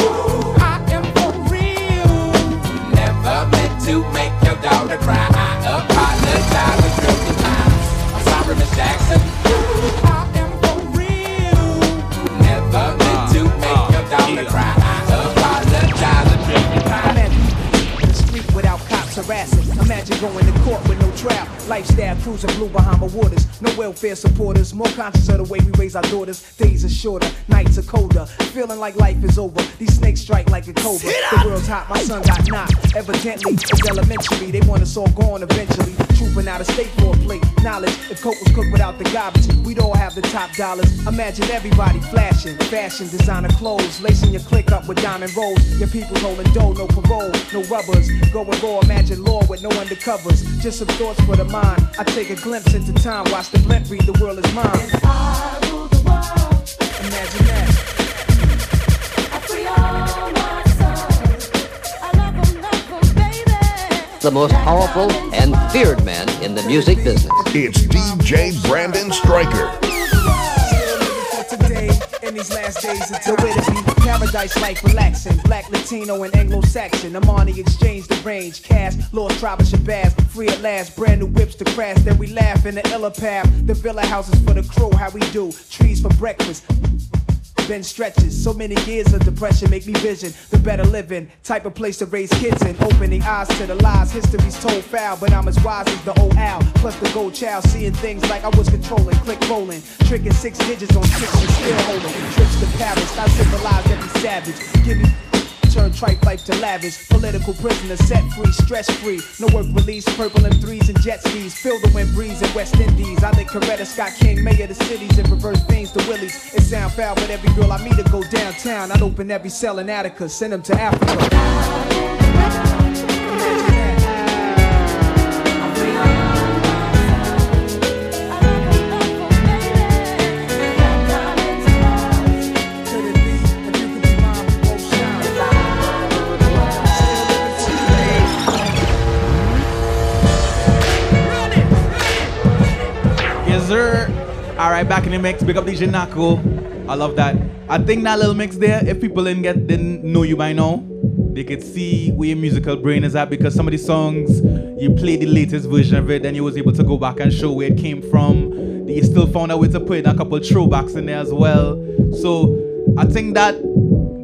P: I am for real.
R: Never meant to make your daughter cry. I apologize a trillion times. I'm sorry, Miss Jackson. Never meant to make your daughter cry. I apologize a trillion times.
T: Imagine the street without cops harassing. Imagine going to court with no trial. Lifestyle cruising blue Bahama waters. No welfare supporters. More conscious of the way we raise our daughters. Days are shorter, nights are colder. Feeling like life is over. These snakes strike like a cobra. The world's hot, my son got knocked. Evidently, it's elementary. They want us all gone eventually. Trooping out of state for a plate. Knowledge, if Coke was cooked without the garbage, we'd all have the top dollars. Imagine everybody flashing. Fashion, designer clothes. Lacing your click up with diamond rolls. Your people rolling dough, no parole, no rubbers. Going raw, imagine law with no undercovers. Just some thoughts for the mind. I take a glimpse into time, watch the blimp read the world is mine. Imagine that.
N: The most powerful and feared man in the music business.
G: It's DJ Brandon Stryker.
T: today in these last days until it be paradise like relaxing black latino and anglo-saxon amani exchange the range cash lost tribe of shabazz free at last brand new whips to crash then we laugh in the illa path the villa houses for the crew how we do trees for breakfast been stretches. So many years of depression make me vision the better living type of place to raise kids in. Opening eyes to the lies, history's told foul, but I'm as wise as the old owl. Plus the gold child, seeing things like I was controlling, click rolling, tricking six digits on six and still holding. Trips to Paris, I civilized every savage. Give me turn tripe life to lavish. Political prisoner set free, stress free. No work release, purple and threes and jet skis. Feel the wind breeze in West Indies. I think Coretta Scott King, mayor of the cities, and reverse things to Willies. It sound foul, but every girl I meet to go downtown. I'd open every cell in Attica, send them to Africa.
I: Yes, sir. All right, back in the mix. Big up DJ Nako. I love that. I think that little mix there, if people didn't get didn't know you by now, they could see where your musical brain is at because some of these songs you play the latest version of it, then you was able to go back and show where it came from. You still found a way to put in a couple throwbacks in there as well. So I think that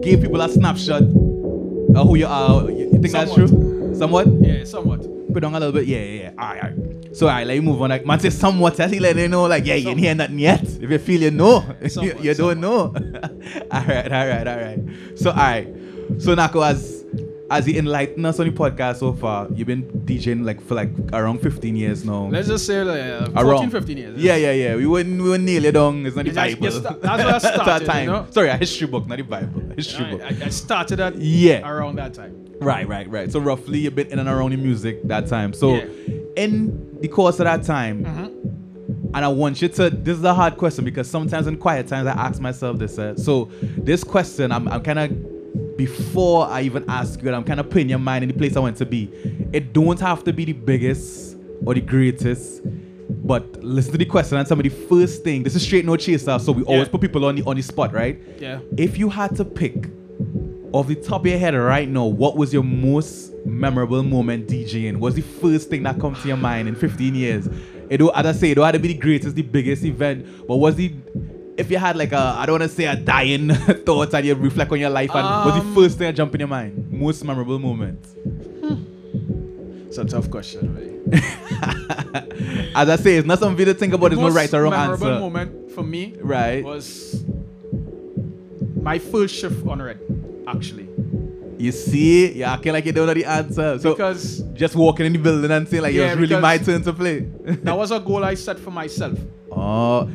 I: gave people a snapshot of who you are. You think that's true? Somewhat? Yeah, somewhat. Put on a little bit. Yeah, yeah, yeah. All right, all right. So I let you move on. Like, man, say somewhat. Tell you let you know, like, yeah, you ain't hear nothing yet. If you feel you know, you, you don't know. all right, all right, all right. So, all right. So, Nako, as as he enlightened us on the podcast so far, you've been DJing like for like around 15 years now.
J: Let's just say like, uh, 14,
I: Around.
J: 15 years.
I: Yeah, yeah, yeah. We weren't we were nearly done. It's not the
J: Yeah, that's- that's-
I: Bible.
J: that's where I
I: It's our
J: started, you
I: time.
J: know?
I: Sorry, a history book, not the Bible. A history book.
J: I, I started at
I: Yeah.
J: around that time.
I: Right, right, right. So roughly a bit in and around the music that time. So
J: Yeah.
I: in the course of that time,
J: Mhm.
I: and I want you to this is a hard question because sometimes in quiet times I ask myself this. uh, so this question I'm I'm kinda before I even ask you, it, I'm kinda putting your mind in the place I want to be. It don't have to be the biggest or the greatest. But listen to the question and some of the first thing. This is straight no chaser, so we always put people on the on the spot, right?
J: Yeah.
I: If you had to pick off the top of your head right now, what was your most memorable moment DJing? What's the first thing that comes to your mind in 15 years? It don't, as I say, it don't have to be the greatest, the biggest event, but was the if you had like a I don't want to say a dying thought and you reflect on your life and what's the
J: Um,
I: first thing that jump in your mind? Most memorable moment.
J: Hmm. It's a tough question, really.
I: As I say, it's not something to think about. There's no
J: most
I: right or wrong
J: memorable
I: answer.
J: moment for me
I: Right.
J: was my first shift on red, actually.
I: You see, you're acting like you don't know the answer. So
J: Because-
I: just walking in the building and saying like
J: Yeah,
I: it was really
J: because-
I: my turn to play.
J: that was a goal I set for myself.
I: Oh,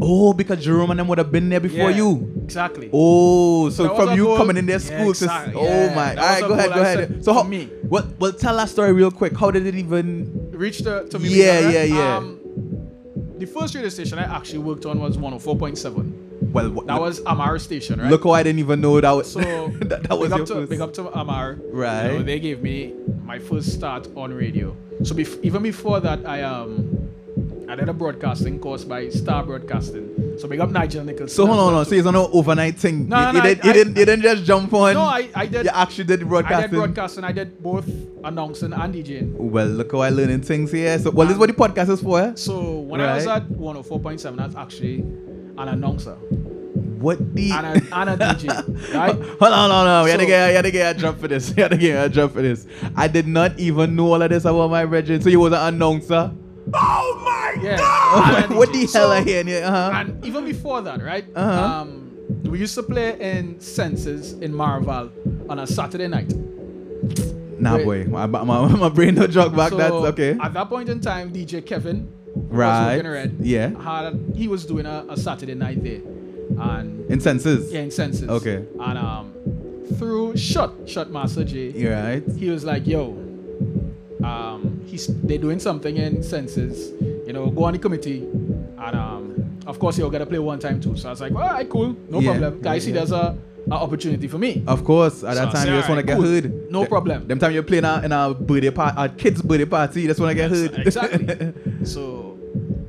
I: oh, because Jerome and them would have been there before
J: Yeah,
I: you.
J: Exactly.
I: Oh, so
J: That was
I: from
J: a
I: you
J: goal-
I: coming in their
J: Yeah,
I: school to
J: exactly,
I: oh
J: yeah.
I: my.
J: That
I: All right,
J: was a
I: go ahead,
J: goal
I: go
J: I
I: ahead.
J: set
I: So
J: for
I: how,
J: me.
I: well, well, tell that story real quick. How did it even?
J: Reached the, to me.
I: Yeah,
J: Red,
I: yeah, yeah.
J: Um, the first radio station I actually worked on was 104.7.
I: Well, wha-
J: That was Amara Station, right?
I: look how I didn't even know that was
J: So
I: that, that
J: big,
I: was your
J: up to,
I: first.
J: big up to Amar. You
I: Right.
J: know, they gave me my first start on radio. So bef- even before that, I um I did a broadcasting course by Star Broadcasting. So big up Nigel Nichols.
I: So hold on, hold on. So it's not an overnight thing.
J: No,
I: you,
J: no,
I: you
J: no, I-
I: didn't, you
J: I-
I: didn't, you didn't just jump on.
J: No, I, I did.
I: You actually did broadcasting.
J: I did broadcasting. I did both announcing and DJing.
I: Well, look how I learning things here. So, well, this is what the podcast is for. eh?
J: So when I was
I: Right.
J: at 104.7, that's actually an announcer
I: what the?
J: and a, and a DJ, right?
I: Hold on, hold on, hold on. We had to
J: So-
I: get, we had to get a job for this. We had to get a job for this. I did not even know all of this about my regiment. So you was an announcer.
J: Yeah.
I: Oh what the hell I hear? here? Uh-huh.
J: And even before that, right?
I: Uh-huh.
J: Um, we used to play in Senses in Marval on a Saturday night.
I: Nah, boy, my, my, my my brain no jog back.
J: So,
I: That's okay.
J: At that point in time, DJ Kevin, who was
I: Right.
J: working red,
I: Yeah.
J: had, he was doing a, a Saturday night there, and
I: In senses?
J: yeah, in Senses,
I: Okay.
J: and um, through Shot Shot Master J,
I: You right?
J: he was like, yo, um, he's they're doing something in senses, you know, go on the committee, and um, of course you're gonna play one time too. So I was like, all right, cool, no
I: Yeah,
J: problem, guys.
I: yeah,
J: See,
I: yeah.
J: there's a, a opportunity for me.
I: Of course, at that
J: So I
I: time
J: say,
I: you just want to
J: "Alright,
I: get
J: cool.
I: heard.
J: No problem.
I: Them time you're playing out in a birthday party, a kid's birthday party, you just want to get heard.
J: Exactly. so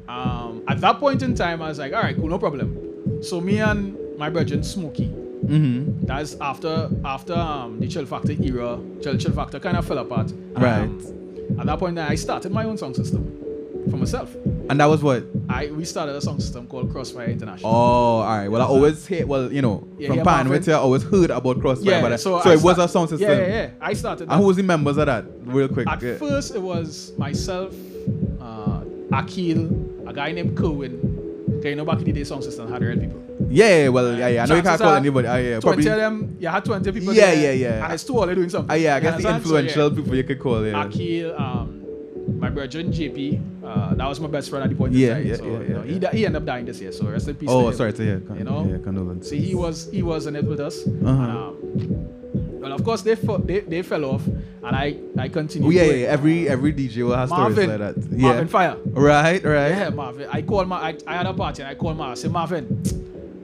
J: um, at that point in time, I was like, all right, cool, no problem. So me and my brethren Smokey,
I: mm-hmm.
J: that's after after um, the Chill Factor era, Chill Chill Factor kind of fell apart. And,
I: Right.
J: um, at that point, I started my own song system for myself.
I: And that was what?
J: I we started a song system called Crossfire International.
I: Oh, all right. Well, I always hear, well, you know,
J: Yeah,
I: from
J: yeah,
I: Pan,
J: Marvin.
I: which I always heard about Crossfire.
J: Yeah,
I: but I-
J: so
I: so,
J: I
I: it was a
J: start-
I: sound
J: yeah,
I: system.
J: yeah, yeah. I started
I: And
J: that.
I: who was the members of that, real quick?
J: At
I: yeah.
J: first, it was myself, uh, Akil, a guy named Kerwin. Okay, you know, back in the day, sound system had real people.
I: yeah, yeah, well, yeah, yeah. I know you can't
J: Chances
I: call
J: are
I: anybody. Ah, yeah,
J: 20
I: probably.
J: of them, you had 20 people.
I: Yeah,
J: there,
I: yeah, yeah.
J: And it's two already doing something.
I: Ah, yeah, I
J: You
I: guess the
J: understand? So, yeah.
I: influential people you could call, yeah.
J: Akil, um, my brother JP, uh, that was my best friend at the point in
I: Yeah,
J: time.
I: yeah,
J: so,
I: yeah,
J: you
I: yeah,
J: know, He,
I: yeah.
J: di- he ended up dying this year, so rest in peace.
I: Oh,
J: him.
I: sorry to hear.
J: You know,
I: Yeah, Uh-huh. condolence.
J: so he was he was in it with us. And, uh, um, well, of course they, fo- they they fell off, and I I continued.
I: Oh, yeah, yeah,
J: doing-
I: yeah. Every, every DJ will have
J: Marvin,
I: stories like that. Yeah.
J: Marvin Fire.
I: Right, right.
J: Yeah, Marvin. I called my I, I had a party and I called my I said Marvin.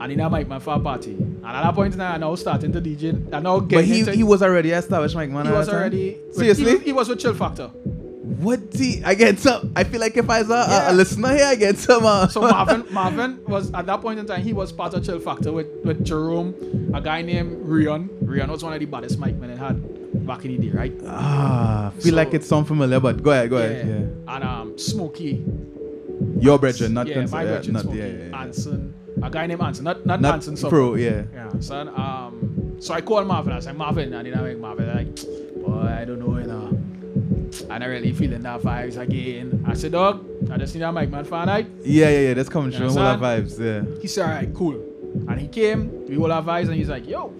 J: I did not make my fire party. And at that point in time, I now starting to DJ. I now
I: But
J: getting
I: he,
J: into-
I: he was already established, Mike, man.
J: he
I: at
J: was
I: that time?
J: already
I: Seriously?
J: He, he was with Chill Factor.
I: What the? I get some. I feel like if I was a, a- a listener here, I get some. Uh,
J: So Marvin Marvin was at that point in time he was part of Chill Factor with, with Jerome, a guy named Rion. Rion was one of the baddest mic men it had back in the day, right?
I: ah, feel like it's sound familiar, but go ahead, go ahead. Yeah.
J: And um Smokey.
I: Your brethren, not
J: yeah,
I: cons-
J: my
I: yeah,
J: brethren
I: not,
J: Smokey,
I: yeah, yeah, yeah.
J: Anson, a guy named Anson, not not,
I: Not
J: Anson.
I: Pro, yeah.
J: Yeah, son. Um, so I called Marvin. I said, Marvin, and then I make Marvin like, boy, I don't know, you know. I'm not really feeling that vibes again. I said, dog, I just need a mic man for a night.
I: Yeah, yeah, yeah. That's coming
J: You
I: true. All our
J: understand?
I: vibes. Yeah.
J: He said, all right, cool. And he came, we all our vibes, and he's like, yo,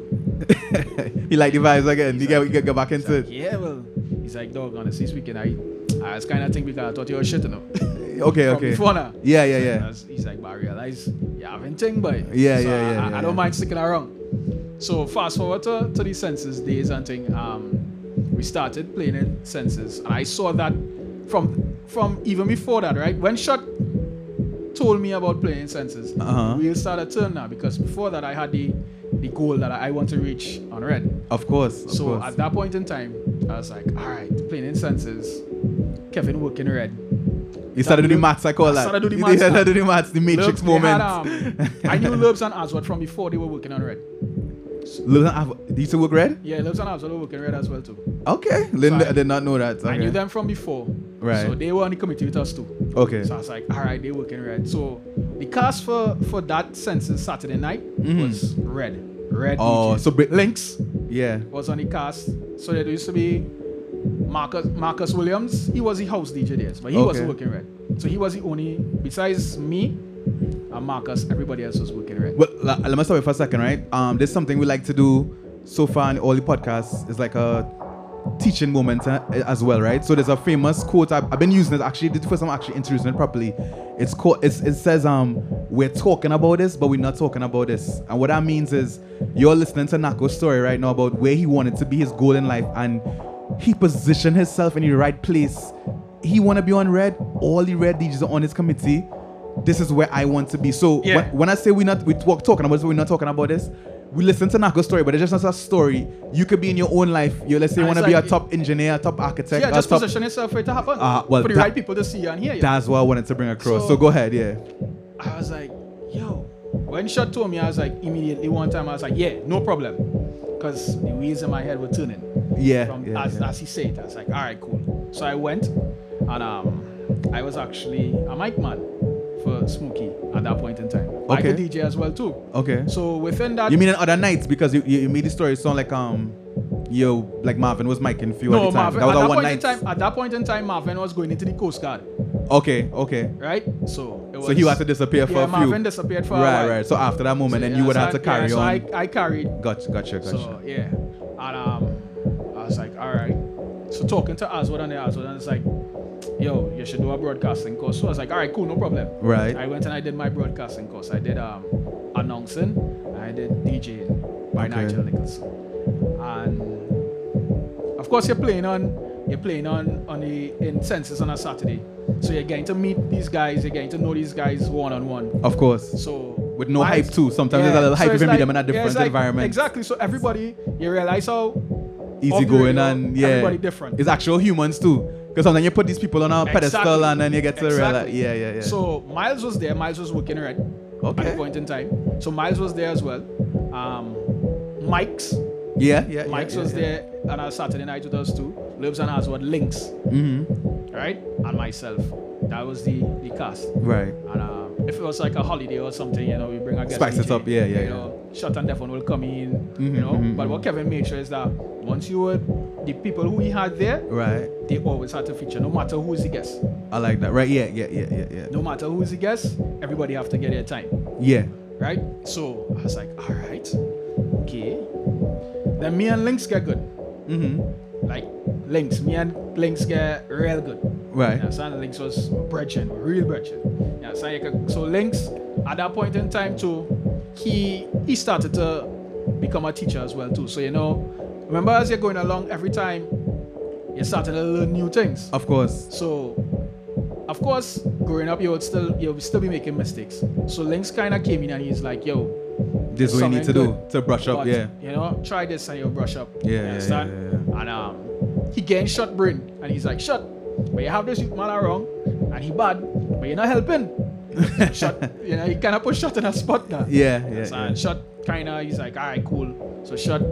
I: he like the vibes again. He got, he got, got back into it.
J: Yeah, well, he's like, dog, on this weekend, I, I was kind of thinking because I thought you were shitting him.
I: Okay,
J: From
I: okay.
J: Before now.
I: Yeah, yeah, yeah.
J: And I was- He's like, but I realize you haven't thing, but so
I: Yeah, yeah,
J: I,
I: yeah,
J: I,
I: yeah,
J: I
I: yeah.
J: don't mind sticking around. So fast forward to, to the census days and thing. Um, we started playing in census, and I saw that from from even before that, right? When Shot told me about playing census,
I: Uh-huh.
J: we'll start a turn now because before that I had the the goal that I want to reach on red.
I: Of course. Of
J: So
I: course.
J: at that point in time, I was like, all right, playing in senses. Kevin working red.
I: You started doing the maths, I call that.
J: started doing
I: You
J: the maths.
I: started doing the maths, the matrix
J: Lobes, they had,
I: moment.
J: um, I knew Lobes and Aswad from before they were working on red.
I: Lil Nas- have- they used to work red?
J: Yeah, Lobes and Aswad were working red as well too.
I: Okay. Lil- I did not know that. Okay.
J: I knew them from before.
I: Right.
J: So they were on the committee with us too.
I: Okay.
J: So I was like, all right, they working red. So the cast for for that census Saturday night
I: Mhm.
J: was red. Red. E
I: Oh,
J: DJ.
I: so Brit Links. Yeah.
J: was on the cast. So there used to be Marcus Marcus Williams. He was the house DJ there, but he
I: Okay.
J: wasn't working red. So he was the only besides me and Marcus. Everybody else was working red.
I: Well, la- let me stop it for a second, right? Um, there's something we like to do so far in all the podcasts. It's like a teaching moment uh, as well, right? So there's a famous quote I've, I've been using it actually. This is the first time I'm actually introducing it properly. It's called. It's, it says, um, we're talking about this, but we're not talking about this. And what that means is, you're listening to Nako's story right now about where he wanted to be, his goal in life, and he positioned himself in the right place. He want to be on red. All the red DJs are on his committee this is where I want to be. So
J: Yeah.
I: when, when I say we're not we talk, talking about this, we're not talking about this. We listen to Nako's story, but it's just not a story. You could be in your own life. You let's say you
J: And
I: want to
J: it's
I: be a
J: like-
I: top engineer, a top architect.
J: yeah,
I: a
J: just
I: top-
J: position yourself for it to happen.
I: Ah, well,
J: for the
I: that-
J: right people to see you and hear you.
I: That's what I wanted to bring across. So,
J: So-
I: go ahead, yeah.
J: I was like, yo. When Shot told me, I was like, immediately one time, I was like, yeah, no problem. Because the wheels in my head were turning.
I: Yeah,
J: From,
I: yeah,
J: as,
I: yeah.
J: as he said, I was like, all right, cool. So I went and um, I was actually a mic man for Smokey at that point in time. I could
I: Okay.
J: DJ as well, too.
I: Okay.
J: So within that.
I: You mean on other nights because you, you, you made the story sound like um yo like Marvin was micing for you
J: no,
I: at the time.
J: Marvin,
I: that was
J: at, that
I: our one
J: point in
I: night.
J: time, at that point in time, Marvin was going into the Coast Guard,
I: Okay, okay.
J: right? So it was,
I: So he had to disappear for
J: yeah,
I: a few.
J: Marvin disappeared for a
I: right,
J: while.
I: right. So after that moment,
J: So,
I: then
J: yeah,
I: you would
J: so
I: have
J: I-
I: to carry
J: yeah,
I: on.
J: So I, I carried
I: gotcha, gotcha, gotcha.
J: So yeah, and um, I was like, all right. So talking to Aswad and the Aswad, and it's like, yo, you should do a broadcasting course. So I was like, all right, cool, no problem.
I: Right.
J: I went and I did my broadcasting course. I did um, announcing, and I did DJing by
I: Okay.
J: Nigel Nicholson, and of course you're playing on you're playing on on the in census on a Saturday. So you're getting to meet these guys, you're getting to know these guys one on one.
I: Of course.
J: So
I: with no
J: my-
I: hype too. Sometimes there's a little hype
J: it's
I: even be them in a
J: yeah, it's
I: different environment.
J: Exactly. So everybody, you realize how
I: easy
J: off
I: going
J: radio,
I: and yeah,
J: everybody different.
I: It's actual humans too, because sometimes you put these people on a pedestal
J: Exactly.
I: and then you get to realize,
J: Exactly.
I: yeah, yeah, yeah.
J: So Miles was there. Miles was working right at
I: Okay.
J: a point in time. So Miles was there as well. Um, Mike's.
I: Yeah, yeah, yeah,
J: Mike's
I: yeah,
J: was
I: yeah.
J: there on a Saturday night with us too. Libs and Aswad Links,
I: mm-hmm.
J: right? And myself. That was the the cast.
I: Right.
J: And um, if it was like a holiday or something, you know, we bring a guest
I: Spice it
J: DJ,
I: up, yeah, yeah,
J: You
I: yeah.
J: know, shut and Defon will come in,
I: Mhm,
J: you know.
I: mhm,
J: But
I: mhm.
J: what Kevin made sure is that once you were the people who he had there,
I: Right.
J: they always had to feature, no matter who is the guest.
I: I like that. Right. Yeah. Yeah. Yeah. Yeah. Yeah.
J: No matter who is the guest, everybody have to get their time,
I: Yeah.
J: right? So I was like, all right, okay. Then me and Links get good.
I: Mm-hmm.
J: Like Links, me and Links get real good.
I: Right.
J: You know, so Links was brethren, real brethren. You know, so, you can- so Links, at that point in time too, he he started to become a teacher as well too. So you know, remember as you're going along, every time you started to learn new things.
I: Of course.
J: So, of course, growing up, you would still you would still be making mistakes. So Links kind of came in and he's like, "Yo,
I: This is what you need to
J: something
I: do
J: good,
I: to brush up.
J: but,
I: Yeah.
J: you know, try this and you'll brush up.
I: Yeah,
J: You
I: yeah, yeah,
J: understand? And um, he getting shot brain and he's like, "Shut, but you have this youth man around and he bad, but you're not helping." shot, you know, he kind of put shot in a spot now.
I: Yeah,
J: You
I: yeah,
J: understand?
I: yeah.
J: Shot kind of he's like, "All right, cool." So shot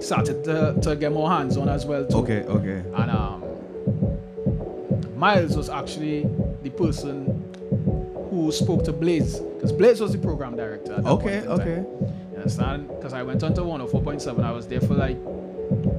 J: started to, to get more hands on as well too.
I: Okay. Okay.
J: And um, Miles was actually the person who spoke to Blaze because Blaze was the program director. At that
I: Okay,
J: point in time.
I: okay.
J: oh You understand? Because I went on to 104.7, I was there for like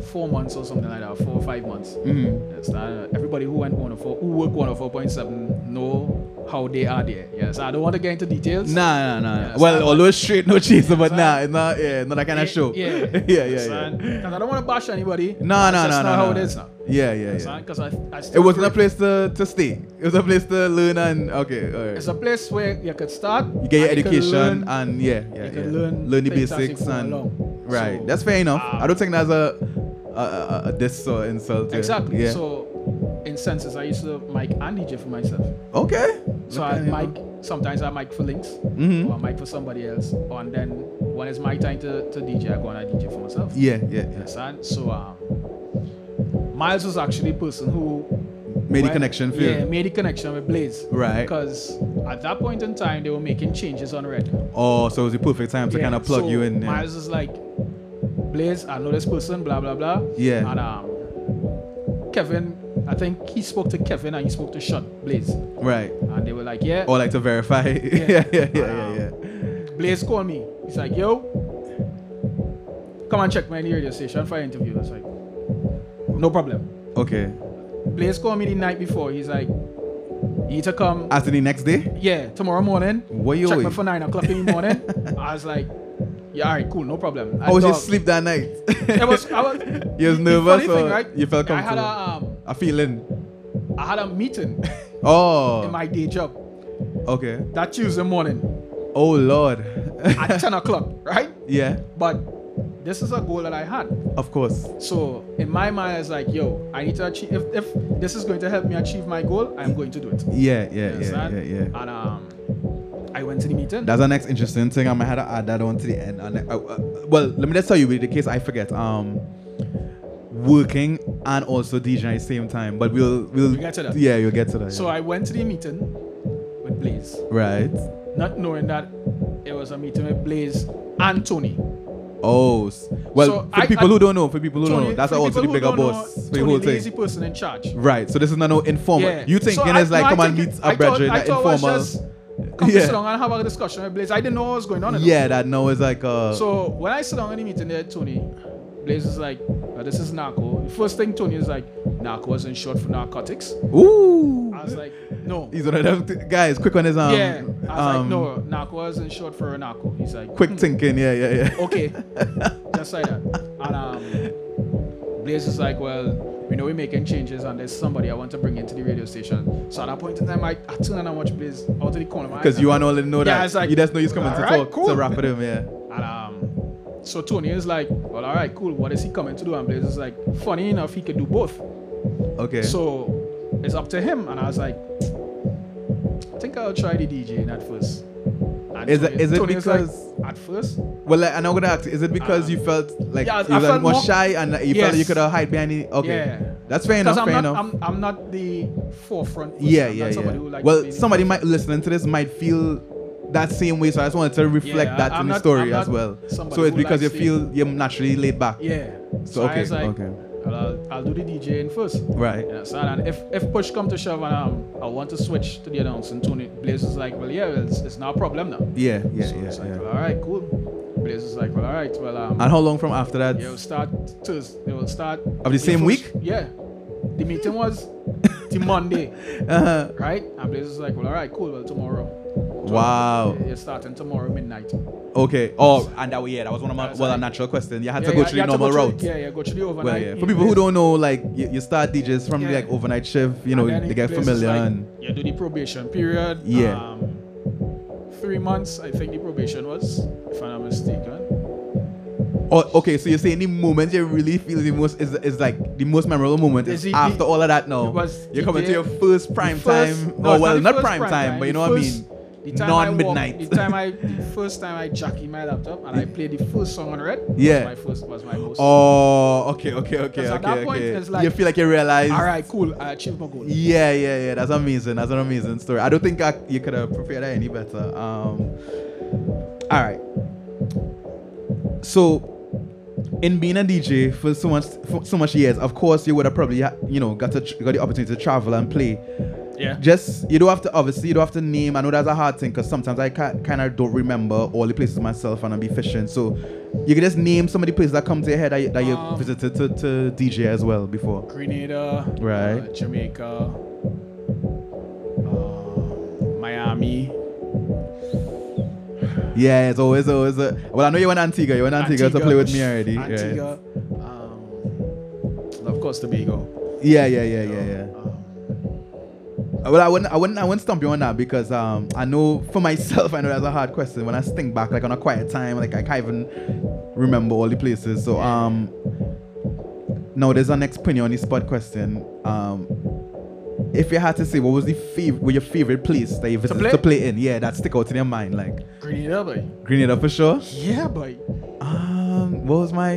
J: four months or something like that, four or five months.
I: Mhm.
J: Yes, that- everybody who went 104, who worked 104.7 know how they are there. Yes, I don't want to get into details.
I: Nah, nah, nah.
J: Yes,
I: well,
J: I-
I: although it's straight, no chaser, but nah, it's not, yeah, not that kind of
J: Yeah,
I: show.
J: Yeah,
I: yeah, yeah. yeah.
J: Understand? 'Cause I don't want to bash anybody.
I: No,
J: That's
I: no,
J: just not
I: no, no,
J: how
I: no.
J: it is now.
I: Yeah, yeah, yeah.
J: Because I, I
I: It
J: still
I: wasn't a
J: feel-
I: place to, to stay. It was a place to learn and okay, all right.
J: It's a place where you could start.
I: You get your
J: and could
I: education
J: learn-
I: and yeah, yeah,
J: you
I: yeah.
J: could learn
I: the
J: things as you
I: basics
J: go
I: and
J: along.
I: right. That's fair enough.
J: uh,
I: I don't think that's a a, a, a diss or insult. to-
J: Exactly.
I: Yeah.
J: So, in senses, I used to mic and DJ for myself.
I: okay.
J: So
I: Look
J: I
I: at you.
J: mic sometimes I mic for links,
I: Mhm.
J: or I mic for somebody else, or, and then when it's my time to, to DJ, I go and I DJ for myself.
I: Yeah, yeah, yeah.
J: Understand? So um, Miles was actually a person who
I: Made the
J: went-
I: connection for you.
J: Yeah, made the connection with Blaze.
I: Right.
J: Because at that point in time, they were making changes on Red.
I: Oh, so it was the perfect time to
J: Yeah,
I: kind of plug
J: so
I: you in. Yeah.
J: Miles is like, Blaze, I know this person, blah blah blah.
I: Yeah.
J: And um, Kevin, I think he spoke to Kevin and he spoke to Shot Blaze.
I: Right.
J: And they were like, yeah. um,
I: Or like to verify. Yeah, yeah, yeah, yeah, yeah.
J: Blaze called me. He's like, yo, come and check my radio station for an interview. I was like, no problem.
I: Okay.
J: Blaze called me the night before. He's like, you need to come.
I: After the next day?
J: Yeah, tomorrow morning.
I: What you
J: Check me
I: always-
J: for nine o'clock in the morning. I was like, yeah, all right, cool, no problem. I
I: How was your
J: thought-
I: sleep that night?
J: It was, I was,
I: You was
J: the
I: nervous
J: funny
I: or
J: thing, right?
I: you felt
J: I had
I: comfortable?
J: a, um,
I: a feeling.
J: I had a meeting
I: Oh.
J: in my day job
I: okay.
J: that Tuesday morning
I: Oh Lord.
J: at 10 o'clock, right?
I: Yeah.
J: But this is a goal that I had.
I: Of course.
J: So in my mind, it's like, yo, I need to achieve. If, if this is going to help me achieve my goal, I'm going to do it.
I: Yeah, yeah,
J: You
I: yeah,
J: understand?
I: yeah, yeah.
J: And um, I went to the meeting.
I: That's the next interesting thing. I might have to add that on to the end. And, uh, uh, well, let me just tell you, in the case I forget, um, working and also DJing at the same time. But we'll we'll
J: We'll get to that.
I: Yeah, you'll get to that.
J: So I went to the meeting with Blaze,
I: yeah. right.
J: not knowing that it was a meeting with Blaze and Tony.
I: Oh, s- well,
J: So
I: for
J: I-
I: the people
J: I-
I: who don't know, for the people who don't know,
J: Tony-
I: that's
J: for
I: also the
J: people who
I: bigger
J: don't know,
I: boss. for the
J: Tony,
I: whole
J: the
I: thing.
J: easy person in charge.
I: Right. So this is not no informal.
J: Yeah.
I: You thinking
J: So I-
I: it's like
J: no, I
I: come and
J: think
I: meet
J: it-
I: a
J: I thought-
I: brethren,
J: I
I: that
J: thought it was
I: informal.
J: just Come
I: Yeah.
J: sit down and have a discussion with Blaze. I didn't know what was going on. in
I: Yeah, that now is like uh.
J: So when I sit down in the meeting there, Tony, Blaze is like, "Uh, this is narco. The first thing Tony is like, narco isn't short for narcotics.
I: Ooh.
J: I was like, no.
I: He's one of them th- guys. Quick on his um.
J: yeah. I was
I: um,
J: like, no, narco isn't short for a narco. He's like,
I: Quick
J: "Hmm,
I: thinking. Yeah, yeah, yeah.
J: Okay. Just like that. And um, Blaze is like, well, we know we're making changes and there's somebody I want to bring into the radio station. So at that point in time, I, I turn and I watch Blaze out of the corner. of my eye.
I: Because you and all know
J: Yeah,
I: that.
J: it's like,
I: you just know he's coming to
J: alright,
I: talk
J: cool.
I: to rap with him, yeah.
J: And um, so Tony is like, well, all right, cool. What is he coming to do? And Blaze is like, funny enough, he could do both.
I: Okay.
J: So it's up to him. And I was like, I think I'll try the DJing at first. And
I: Is it- is it
J: like,
I: because-
J: at first?
I: well, like, and I'm gonna ask, is it because you felt like
J: yeah, I-
I: you
J: I
I: were
J: felt
I: more,
J: more-
I: shy and that you felt like you
J: Yes.
I: could have hide behind it? Okay,
J: Yeah.
I: that's fair
J: Because
I: enough.
J: I'm
I: fair
J: not,
I: enough.
J: I'm, I'm not the forefront. person.
I: yeah,
J: I'm
I: yeah,
J: not
I: yeah.
J: somebody who likes
I: well,
J: being in
I: somebody might listening to this might feel that same way, so I just wanted to reflect
J: Yeah,
I: that
J: I'm
I: in the
J: not-
I: story
J: I'm
I: as
J: not
I: well.
J: somebody
I: So it's
J: who
I: because you
J: likes the-
I: feel you're naturally laid back.
J: Yeah.
I: So,
J: I
I: okay,
J: was like,
I: okay.
J: "Well, I'll, I'll do the DJing first.
I: Right.
J: Yeah, so, and if, if push come to shove and um, I want to switch to the announcing, Tony Blaze is like, well, yeah, it's, it's not a problem now.
I: Yeah, yeah,
J: So
I: yeah,
J: it's like,
I: yeah.
J: well, all right, cool. Blaze is like, well, all right, well, um.
I: And how long from after that?
J: It'll start Thursday. It'll start.
I: Of the same week?
J: Yeah. The meeting was the Monday,
I: Uh-huh.
J: right? And Blaze is like, well, all right, cool. Well, tomorrow.
I: Wow.
J: You're starting tomorrow midnight.
I: Okay. Oh, and that way, yeah, that was one of my well, a natural question. You had to go through the
J: you had to
I: normal
J: go through-
I: route.
J: Yeah, yeah, go through the overnight.
I: Well, yeah. For people who don't know, like you, you start DJs from the, like overnight shift, you know,
J: And then
I: they
J: in
I: get
J: places
I: familiar
J: like,
I: and
J: you do the probation period.
I: Yeah.
J: Um, three months, I think the probation was, if I'm not mistaken.
I: oh, okay. So you're saying the moment you really feel the most is is like the most memorable moment
J: Is
I: is
J: it the-
I: after all of that. Now
J: was
I: you're
J: the
I: coming
J: day-
I: to your first prime
J: First-
I: time.
J: no,
I: oh
J: it's
I: well,
J: the
I: not
J: first
I: prime time, but you
J: the
I: know what I
J: first-
I: mean.
J: The time I
I: Non
J: walked-
I: midnight.
J: The time I, the first time I jockey my laptop and I played the first song on red.
I: Yeah.
J: Was my first was my most.
I: Oh, okay, okay, okay,
J: Because at that
I: okay,
J: point,
I: okay.
J: it's like,
I: you feel like you realize.
J: All right, cool. I achieved my goal.
I: Yeah, yeah, yeah. That's amazing. That's an amazing story. I don't think I, you could have prepared that any better. Um, all right. So, in being a DJ for so much, for so much years, of course, you would have probably, ha- you know, got to tr- got the opportunity to travel and play.
J: Yeah.
I: Just you don't have to obviously you don't have to name. I know that's a hard thing because sometimes I kind of don't remember all the places myself and I be fishing. So you can just name some of the places that come to your head that you, that you
J: Um,
I: visited to, to DJ as well before.
J: Grenada,
I: Right.
J: uh, Jamaica, uh, Miami.
I: Yeah, it's always always. A, well, I know you went Antigua. You went Antigua, to play with me already. right.
J: Antigua, um, of course Tobago.
I: Yeah, yeah, yeah, yeah, yeah. Well, I wouldn't, I wouldn't, I wouldn't stump you on that because um, I know for myself, I know that's a hard question. When I think back, like on a quiet time, like I can't even remember all the places. So um, no, there's an opinion on the spot question. Um, if you had to say, what was the fav- what your favorite place that you visited
J: play?
I: to play in? Yeah, that stick out in your mind, like
J: Grenada, boy.
I: Grenada for sure.
J: Yeah, boy.
I: Um, what was my?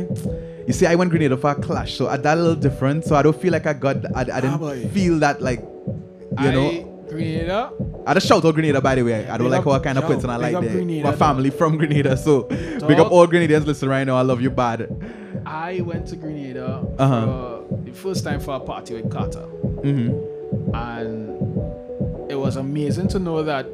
I: You see, I went Grenada for a clash, so I did a little different. So I don't feel like I got, I, I
J: Ah,
I: didn't feel that like, you know.
J: Grenada.
I: I just shout out Grenada by the way. I don't
J: Big
I: like
J: up-
I: what kind of
J: yo,
I: person I
J: big
I: like
J: up
I: there.
J: Grenada,
I: My
J: dog.
I: family from Grenada, so big up
J: Dog.
I: all Grenadians listening right now. I love you bad.
J: I went to Grenada
I: Uh-huh.
J: for the first time for a party with Carter.
I: Mm-hmm.
J: and it was amazing to know that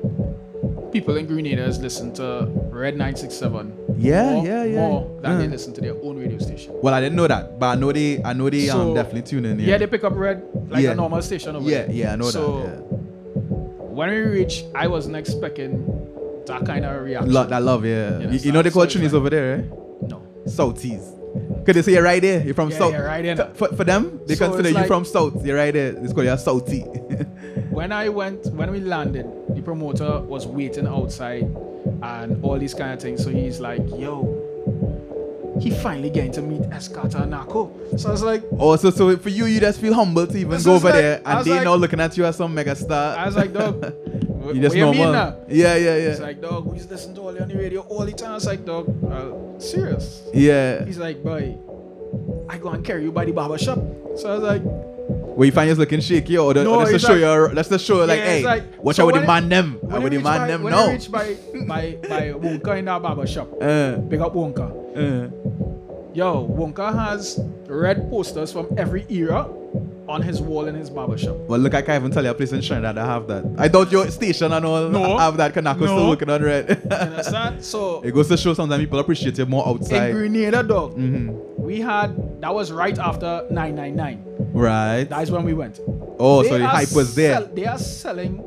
J: people in Grenaders listen to Red 967
I: Yeah,
J: more,
I: yeah, yeah.
J: more than they
I: Uh-huh.
J: listen to their own radio station.
I: Well, I didn't know that, but I know they, I know they um
J: So,
I: definitely tune in.
J: Yeah. they pick up Red like
I: Yeah.
J: a normal station over
I: Yeah,
J: there.
I: yeah, I know that,
J: so when we reached, I wasn't expecting that kind of reaction.
I: Lo- that love, yeah.
J: Yeah,
I: you, you know they call Trinis over there, eh?
J: No.
I: Souties. Because they say you're right there. You're from
J: Yeah,
I: South.
J: yeah, right there.
I: For, for them, they
J: So
I: consider
J: it's
I: you
J: like-
I: from South. You're right there. It's called you're Southie.
J: when I went, when we landed, the promoter was waiting outside and all these kind of things. So he's like, yo, he finally getting to meet Escata and Nako. So I was like,
I: oh, so, so for you, you just feel humble to even
J: This
I: go
J: is
I: over
J: like-
I: there
J: I
I: and
J: was
I: they
J: like-
I: now looking at you as some megastar.
J: I was like, dog,
I: you just
J: what you mean
I: normal.
J: now?
I: yeah, yeah, yeah.
J: He's like, dog, we just listen to all on the radio all the time. I was like, dog, uh, serious.
I: Yeah.
J: He's like, boy, I go and carry you by the barber shop. So I was like,
I: Where you find us looking shaky, or the,
J: No,
I: that's the
J: it's
I: show
J: like-
I: you're, that's the show, like,
J: Yeah,
I: hey,
J: it's
I: watch
J: so
I: out with the
J: when
I: man
J: it-
I: them.
J: when
I: I
J: it
I: with the
J: reach
I: man
J: by-
I: them
J: when
I: now.
J: it reach by by by Wonka in that barber shop.
I: Uh.
J: Big up Wonka.
I: Uh.
J: Yo, Wonka has red posters from every era on his wall in his barber shop.
I: Well, look, I can't even tell you a place in Trinidad that have that. I thought your station and all
J: No.
I: have that. Kanako still
J: No.
I: looking on red.
J: You understand? So
I: It goes to show sometimes people appreciate you more outside.
J: in Grenada, dog,
I: hmm
J: we had that was right after 999.
I: Right.
J: That's when we went.
I: Oh, so
J: They
I: the
J: are
I: hype was there.
J: sell- they are selling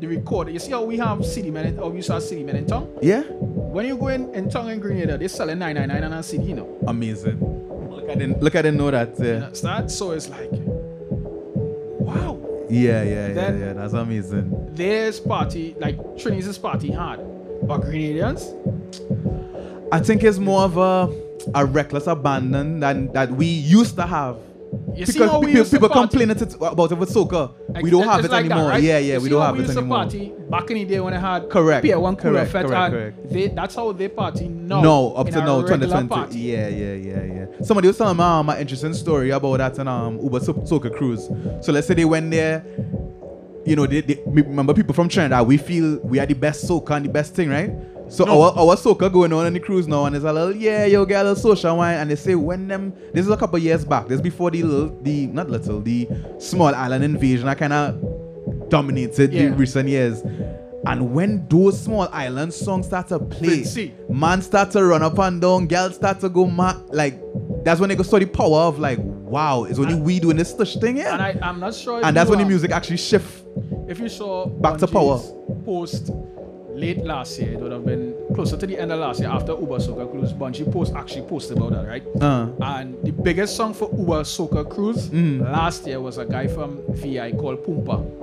J: the recorder. You see how we have CD men, in- how you saw CD men in town.
I: yeah.
J: When you go in in town in Grenada, they're selling 999 and a CD, you know.
I: Amazing. Look, I didn't. Look, I didn't know that. Yeah.
J: Understand? So it's like,
I: Yeah, yeah, yeah,
J: Then-
I: yeah. That's amazing.
J: this party, like Trinity's party hard, but Grenadians,
I: I think it's more of a a reckless abandon than that we used to have.
J: You
I: because
J: see how we
I: people,
J: used to
I: people
J: party?
I: complain it- it- about it with soccer. we
J: Like,
I: don't
J: it-
I: have
J: it's
I: it
J: like that,
I: anymore.
J: right?
I: Yeah, yeah,
J: You
I: we
J: see
I: don't
J: how
I: have
J: we
I: it
J: used to
I: anymore.
J: party back in the day when I had
I: Correct,
J: Pier One Cooler
I: correct,
J: Fett
I: correct,
J: had-
I: correct.
J: They, that's how they party now.
I: No, up
J: in
I: to
J: a
I: now,
J: regular
I: 2020.
J: party.
I: Yeah, yeah, yeah, yeah. Somebody was telling me um, an interesting story about that and um, Uber so- Soca Cruise. So let's say they went there, you know, they, they me- remember people from Trinidad, we feel we are the best soca and the best thing, right? So
J: No.
I: our, our soca going on on the cruise now, and it's a little, yeah, yo, get a little social wine. And they say, when them, this is a couple years back, this is before the little, the, not little, the small island invasion, I kind of dominated
J: Yeah.
I: the recent years. And when those small island songs start to play,
J: Princey.
I: man start to run up and down, girls start to go mad. Like that's when they go saw the power of like, wow, it's only we doing this such thing, yeah.
J: And I, I'm not sure. if
I: And that's
J: you,
I: when the
J: um,
I: music actually shift.
J: If you saw
I: Back to
J: Bungee's
I: power.
J: post late last year, it would have been closer to the end of last year after Uber Soca Cruise. Bungie post actually posted about that, right?
I: Uh.
J: And the biggest song for Uber Soca Cruise
I: Mm.
J: last year was a guy from VI called Pumpa.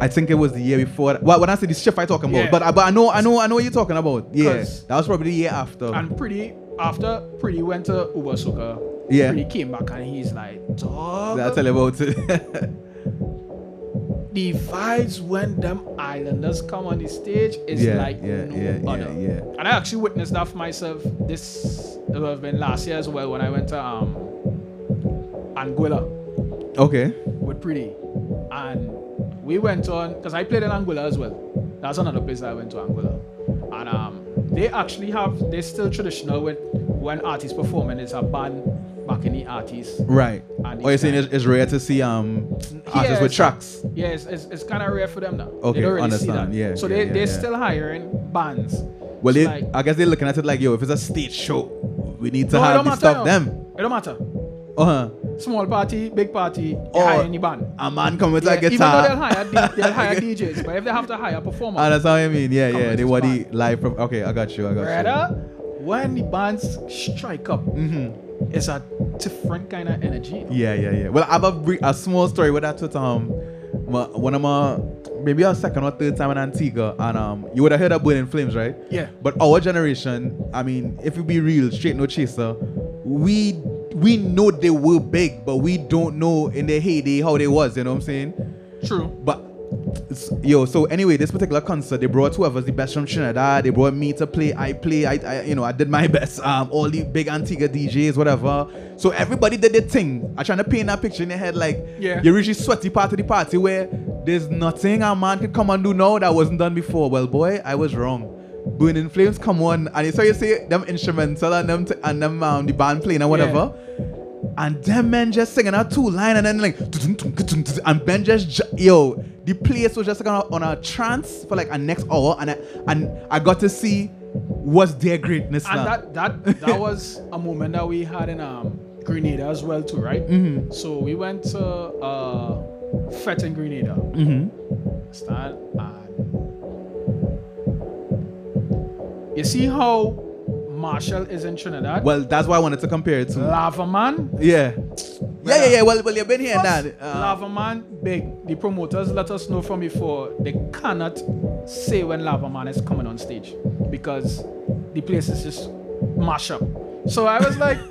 I: I think it was the year before. Well, when I say the shift, I talking about.
J: Yeah.
I: But I- but I know I know I know what you're talking about. Yeah,
J: 'Cause-
I: that was probably the year after.
J: And pretty after pretty went to Uber Soca.
I: Yeah.
J: Pretty came back and he's like, dog.
I: I'll tell you about it.
J: the vibes when them islanders come on the stage is
I: yeah,
J: like
I: yeah,
J: no
I: yeah,
J: other.
I: yeah, yeah.
J: And I actually witnessed that for myself this it would have been last year as well when I went to um Anguilla
I: Okay.
J: with Pretty. And we went on because I played in Anguilla as well. That's another place that I went to Anguilla. And um they actually have they're still traditional with when artists perform and it's a band back in the artists.
I: Right.
J: And
I: Or Oh, you're
J: it's
I: saying
J: like-
I: it's, it's rare to see um artists with tracks.
J: Yeah, it's, it's, it's kind of rare for them now. they
I: Okay,
J: don't really
I: understand.
J: See that.
I: Yeah,
J: So
I: yeah,
J: they
I: yeah,
J: they're
I: yeah.
J: still hiring bands.
I: Well,
J: It's
I: they, I guess they're looking at it like, yo, if it's a stage show, we need to
J: No, it
I: have
J: don't
I: the
J: matter,
I: stuff
J: yo.
I: them.
J: It don't matter.
I: Uh huh.
J: Small party, big party, they
I: Or
J: hire any band.
I: a man come with a
J: Even though
I: Oh. guitar.
J: they'll hire, D- they'll hire DJs, but if they have to hire a performer,
I: Ah, that's how I mean. Yeah,
J: Come
I: yeah.
J: with
I: They
J: this
I: want the live. Pro- okay, I got you. I got
J: Brother, when the bands strike up, it's a different kind of energy.
I: you. Yeah, yeah, yeah. Well, I have a, bri- a small story with that with um, my, one of my maybe our second or third time in Antigua, and um, you would have heard of Burning Flames, right?
J: Yeah.
I: But our generation, I mean, if you be real, straight no chaser, we we know they were big, but we don't know in their heyday how they was. You know what I'm saying?
J: True.
I: But s- yo, so anyway, this particular concert, they brought whoever's the best from Trinidad. They brought me to play. I play. I, I you know, I did my best. Um, all the big Antigua DJs, whatever. So everybody did their thing. I trying to paint that picture in their head, like
J: Yeah.
I: you reach the sweaty part of the party where there's nothing a man could come and do now that wasn't done before. Well, boy, I was wrong. Burning Flames come on, and it's how you see them instrumental and them t- and them um, the band playing and whatever. And them men just singing a two line and then like and Ben just ju- yo the place was just like on a, on a trance for like a next hour and I, and I got to see what's their greatness now.
J: And that that that was a moment that we had in um Grenada as well too, right?
I: Mhm.
J: So we went to uh Fete in Grenada.
I: Mhm.
J: Stand and you see how Marshall is in Trinidad.
I: well, that's why I wanted to compare it to.
J: Lava Man.
I: Yeah. Yeah, yeah, yeah. Well, well, you've been here Uh, now.
J: First, Lava Man big. The promoters let us know from before they cannot say when Lava Man is coming on stage because the place is just mash up. So I was like,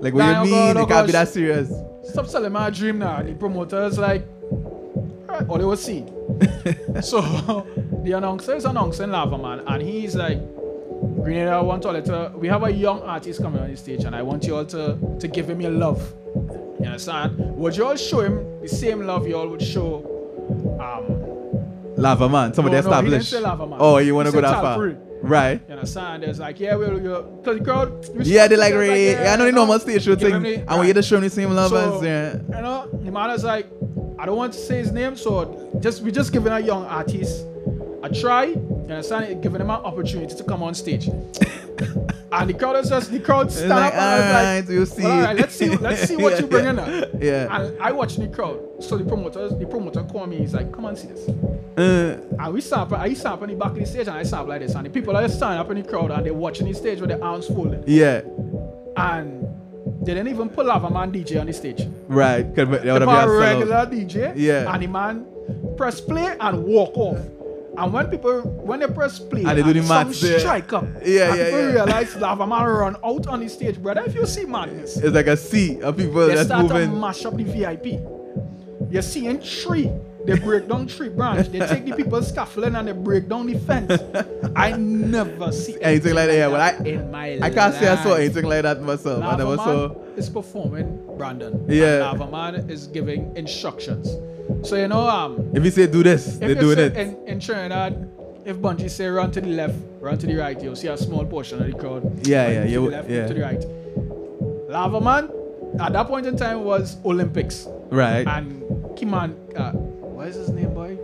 I: Like what
J: Nah,
I: you
J: oh
I: mean?
J: God, oh
I: it can't
J: gosh.
I: be that serious.
J: stop selling my dream now. The promoters like, "Alright, all they will see. so the announcer is announcing Lava Man, and he's like, Grenada, I want all to. We have a young artist coming on the stage, and I want you all to to give him your love. You understand? Would you all show him the same love you all would show? Um,
I: Lava man, some of
J: no,
I: the
J: no, he didn't
I: established.
J: say Lava Man.
I: Oh, you want
J: He
I: to go
J: said
I: that far?
J: Talfree.
I: Right.
J: you understand? There's like, yeah, we'll go. Cause the crowd.
I: Yeah, they like,
J: responds,
I: Ray.
J: yeah,
I: I know the
J: no.
I: normal stage show
J: Give
I: thing.
J: him
I: And
J: the-
I: when you just showing the same love
J: so,
I: as yeah.
J: You know, the man is like, I don't want to say his name, so just we just giving a young artist a try. You understand? Giving him an opportunity to come on stage. and the crowd is just the crowd
I: It's
J: stand up
I: like,
J: and I was
I: alright,
J: like,
I: we'll see.
J: "Well, alright, let's see, let's see what
I: Yeah,
J: you bring in
I: yeah.
J: up.
I: Yeah.
J: And I watch the crowd. So the promoter, the promoter called me. He's like, come and see this.
I: Uh,
J: And Ah, we sample, I sample in the back of the stage and I sample like this. And the people are standing up in the crowd and they're watching the stage with their arms folded.
I: yeah.
J: And they didn't even pull Lava Man DJ on the stage.
I: Right. 'cause that
J: They
I: would've
J: put a
I: been a
J: regular
I: sellout.
J: DJ.
I: Yeah.
J: And the man press play and walk off. And when people when they press play
I: And they do the
J: some
I: maths there.
J: strike up.
I: Yeah,
J: and
I: yeah,
J: people
I: yeah.
J: realize Lava Man run out on the stage, brother. If you see madness,
I: It's like a sea of people
J: they
I: that's
J: start to
I: moving.
J: mash up the VIP. You're seeing tree. They break down tree branch. They take the people's scaffolding and they break down the fence. I never see
I: anything like that. Yeah, well, I
J: in my
I: I can't say I saw
J: life.
I: anything like that myself. I
J: Lava
I: never saw.
J: Man is performing Brandon.
I: Yeah.
J: And Lava Man is giving instructions. So you know, um,
I: If you say do this, they're
J: if
I: doing
J: say,
I: it.
J: in, in Trinidad, if Bungie say run to the left, run to the right, you'll see a small portion of the crowd.
I: Yeah,
J: running
I: yeah,
J: to
I: you
J: the
I: would-
J: left,
I: yeah.
J: to the right. Lava Man, at that point in time, was Olympics.
I: Right.
J: And Kiman, uh, what is his name, boy?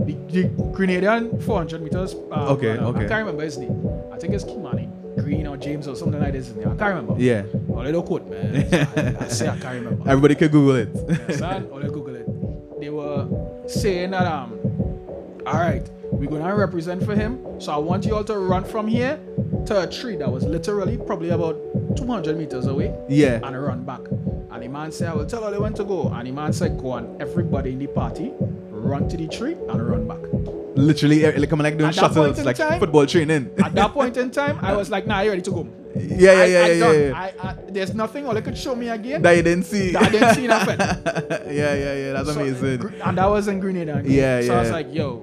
J: The, the Grenadian 400 meters. Uh,
I: Okay,
J: runner.
I: okay.
J: I can't remember his name. I think it's Kimani Green or James or something like this. His name. I can't remember.
I: Yeah.
J: Or little quote, man. I, I say I can't remember.
I: Everybody can Google it.
J: Son, or they Google it. They were saying that um, all right, we're gonna represent for him. So I want you all to run from here to a tree that was literally probably about 200 meters away.
I: Yeah.
J: And run back. And the man said, I will tell all they went to go. And the man said, go on, everybody in the party, run to the tree and run back.
I: Literally, eh, like coming like doing
J: At that point
I: shuttles,
J: in
I: like
J: time-
I: football training.
J: At that point in time, I was like, nah, you ready to go.
I: Yeah, yeah,
J: I-
I: yeah,
J: I
I: yeah,
J: done.
I: yeah, yeah.
J: I, I, there's nothing all they could show me again.
I: That you didn't see.
J: That I didn't see nothing.
I: yeah, yeah, yeah. That's
J: So,
I: amazing.
J: Gr- And that was in Grenada. I mean.
I: Yeah,
J: so I was
I: yeah.
J: like, yo,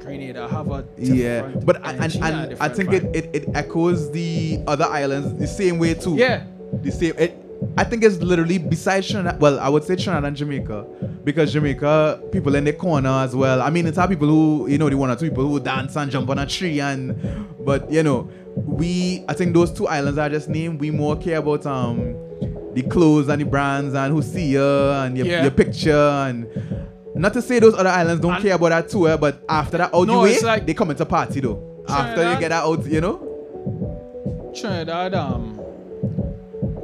J: Grenada, have a
I: Yeah,
J: different
I: but I, and,
J: energy, a
I: and I
J: different
I: think
J: vibe.
I: it, it, it echoes the other islands the same way too.
J: Yeah.
I: The same. It, I think it's literally besides Trinidad. Well, I would say Trinidad and Jamaica because Jamaica people in the corner as well. I mean, it's our people who you know the one or two people who dance and jump on a tree and, but you know, we I think those two islands I just named we more care about um the clothes and the brands and who see you and your,
J: Yeah.
I: your picture and not to say those other islands don't care about that tour, but after that out
J: No,
I: the way,
J: it's like-
I: they come into party though. After you
J: Trinidad-
I: get that out, you know.
J: Trinidad, um,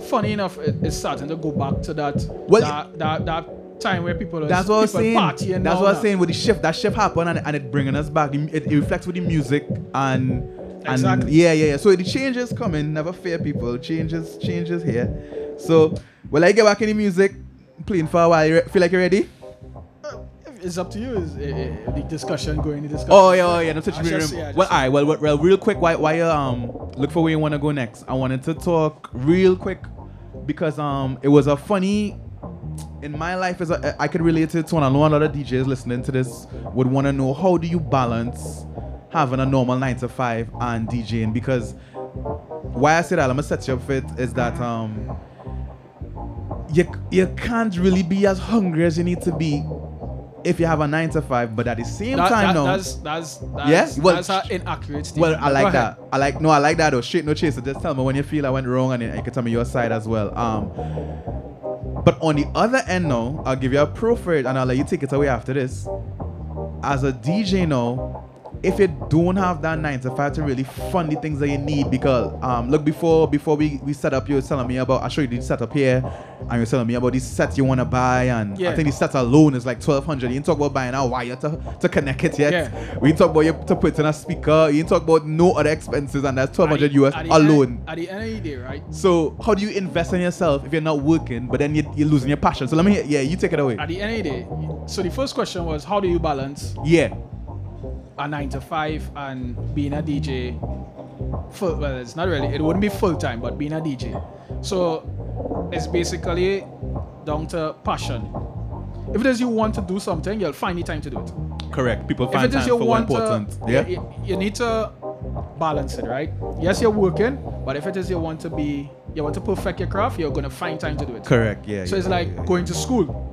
J: funny enough, it, it's starting to go back to that
I: Well,
J: that, that that time where people are
I: That's what I was
J: people
I: saying.
J: partying
I: That's
J: now
I: what
J: now.
I: I was saying with the shift. That shift happened and, and it bringing us back. The- It, it reflects with the music and and
J: Exactly.
I: yeah, yeah, yeah. So the changes coming. Never fear, people. Changes, changes here. So will I get back in the music? Playing for a while. You re- feel like you're ready?
J: It's up to you. Is eh, eh, the discussion going? The discussion.
I: Oh yeah, oh yeah. No touch
J: I
I: me.
J: just-
I: room.
J: yeah, I
I: well,
J: just-
I: alright. Well, well, well, real quick. Why, why you um look for where you want to go next? I wanted to talk real quick because um it was a funny in my life is a, I could relate it to, and I know a lot of DJs listening to this would want to know how do you balance having a normal nine to five and DJing because why I say that I'm gonna set you up for it is that um you you can't really be as hungry as you need to be if you have a nine to five, but at the same
J: That-
I: time
J: that-
I: now
J: That's that's that's,
I: Yeah? Well,
J: that's an inaccurate.
I: well,
J: statement.
I: I
J: Go
I: like
J: ahead.
I: that. I like no, I like that though. Straight no chaser. Just tell me when you feel I went wrong, and then you can tell me your side as well. Um, but on the other end now, I'll give you a pro for it, and I'll let you take it away after this. As a DJ now, if you don't have that nine to five to really fund the things that you need, because um, look before before we we set up, you were telling me about I show you the setup here, and you're telling me about these sets you want to buy, and I
J: Yeah.
I: think the sets alone is like twelve hundred. You didn't talk about buying a wire to, to connect it yet. We didn't talk about you to put in a speaker. You didn't talk about no other expenses, and that's twelve hundred US
J: At the end-
I: alone.
J: at the end of the day, right?
I: So how do you invest in yourself if you're not working, but then you, you're losing your passion? So let me, hear, yeah, you take it away.
J: At the end of the day, so the first question was how do you balance
I: Yeah,
J: a nine to five and being a DJ? Full, well, it's not really. It wouldn't be full time, but being a DJ. So it's basically down to passion. If it is you want to do something, you'll find the time to do it.
I: correct. People find
J: if it
I: time
J: is you
I: for
J: want
I: what's important.
J: to,
I: yeah,
J: you- you, you need to balance it, right? Yes, you're working, but if it is you want to be, you want to perfect your craft, you're gonna find time to do it.
I: Correct, yeah,
J: So
I: yeah,
J: it's like going to school.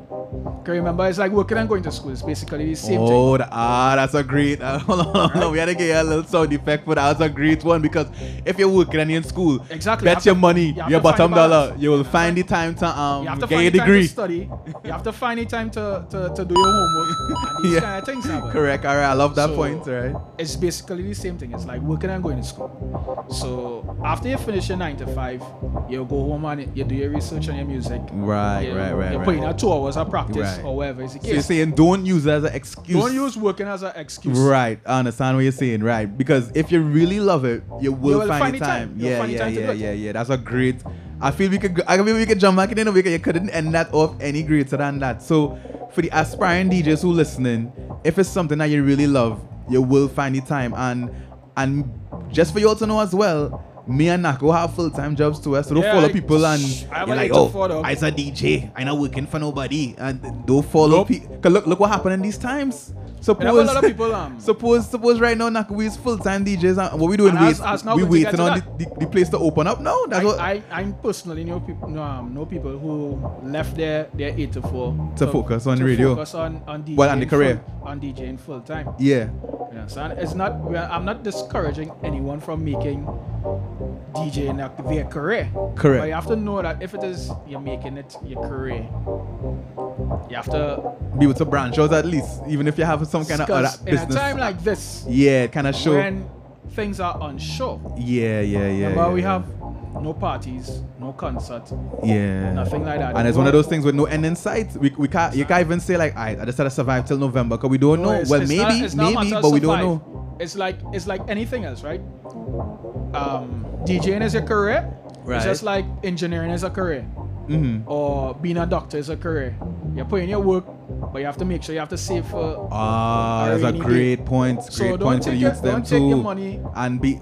J: Can you remember? It's like working and going to school. It's basically the same thing.
I: oh, th- ah, that's a great. Uh, hold on, hold on. We had to get you a little sound effect for that. That's a great one because if you're working and you're in school,
J: Exactly.
I: bet
J: You
I: your
J: have to-
I: money,
J: you have
I: your
J: to find
I: bottom
J: the balance.
I: dollar. You will find the time to um
J: You have to
I: get your
J: find the time
I: degree.
J: to study. You have to find the time to, to, to do your homework. And these
I: Yeah.
J: kind of things happen.
I: Correct. All right, I love that
J: So,
I: point. Right.
J: It's basically the same thing. It's like working and going to school. So after you finish your nine to five, you go home and you do your research on your music.
I: Right,
J: you,
I: right, right,
J: You
I: right.
J: put in a two hours of practice
I: Right.
J: or whatever is the
I: So you're
J: case.
I: saying don't use it as an excuse.
J: Don't use working as an excuse.
I: Right, I understand what you're saying. Right, because if you really love it, you will,
J: will
I: find,
J: find
I: the
J: the
I: time.
J: time. You'll
I: Yeah,
J: find the
I: yeah,
J: time to
I: yeah,
J: do it.
I: yeah, yeah. That's a great. I feel we could. I feel we could jump back in in a week. and You couldn't end that off any greater than that. So, for the aspiring DJs who listening, if it's something that you really love, you will find the time. And and just for you all to know as well, me and Nako have full time jobs too. eh, So don't
J: Yeah,
I: follow
J: I-
I: people and
J: I have
I: you're
J: a
I: like,
J: little
I: oh,
J: photo."
I: I'm a DJ. I'm not working for nobody. And don't follow people. Look, look what happened in these times.
J: And I have a
I: Suppose
J: lot of people um
I: Suppose, suppose right now, Naku is full time DJs, and what we doing?
J: And I
I: Wait,
J: was- I was not
I: we
J: going to get
I: waiting
J: to
I: on the, the, the place to open up now. That's
J: I,
I: what
J: I, I'm personally know people no, um, know people who left their their eight to four
I: To focus on radio.
J: focus on on DJing
I: Well, and the career.
J: full, on DJing full time.
I: Yeah.
J: you know, so it's not well, I'm not discouraging anyone from making DJing like their career.
I: Correct.
J: But you have to know that if it is you're making it your career, you have to
I: be able to branch out at least, even if you have some kind of other
J: discuss in a
I: business.
J: time like this.
I: yeah, it kind of show.
J: when things are unsure.
I: yeah, yeah, yeah.
J: Remember,
I: yeah,
J: we
I: yeah.
J: have no parties, no concert.
I: Yeah.
J: Nothing like that.
I: And it's one of those things with no end in sight. We, we can't you can't even say like I I just gotta survive till November because we don't know.
J: it's-
I: well
J: it's
I: maybe,
J: not- it's not
I: maybe,
J: matter of
I: but we don't
J: survive.
I: know.
J: It's like it's like anything else, right? Um, DJing is a career.
I: Right.
J: It's just like engineering is a career,
I: Mm-hmm.
J: or being a doctor is a career. You're putting your work, but you have to make sure you have to save for.
I: Ah,
J: a
I: that's a
J: rainy day.
I: great point. Great
J: So don't
I: point for the
J: take your-
I: youths them
J: don't take your
I: too.
J: money.
I: And be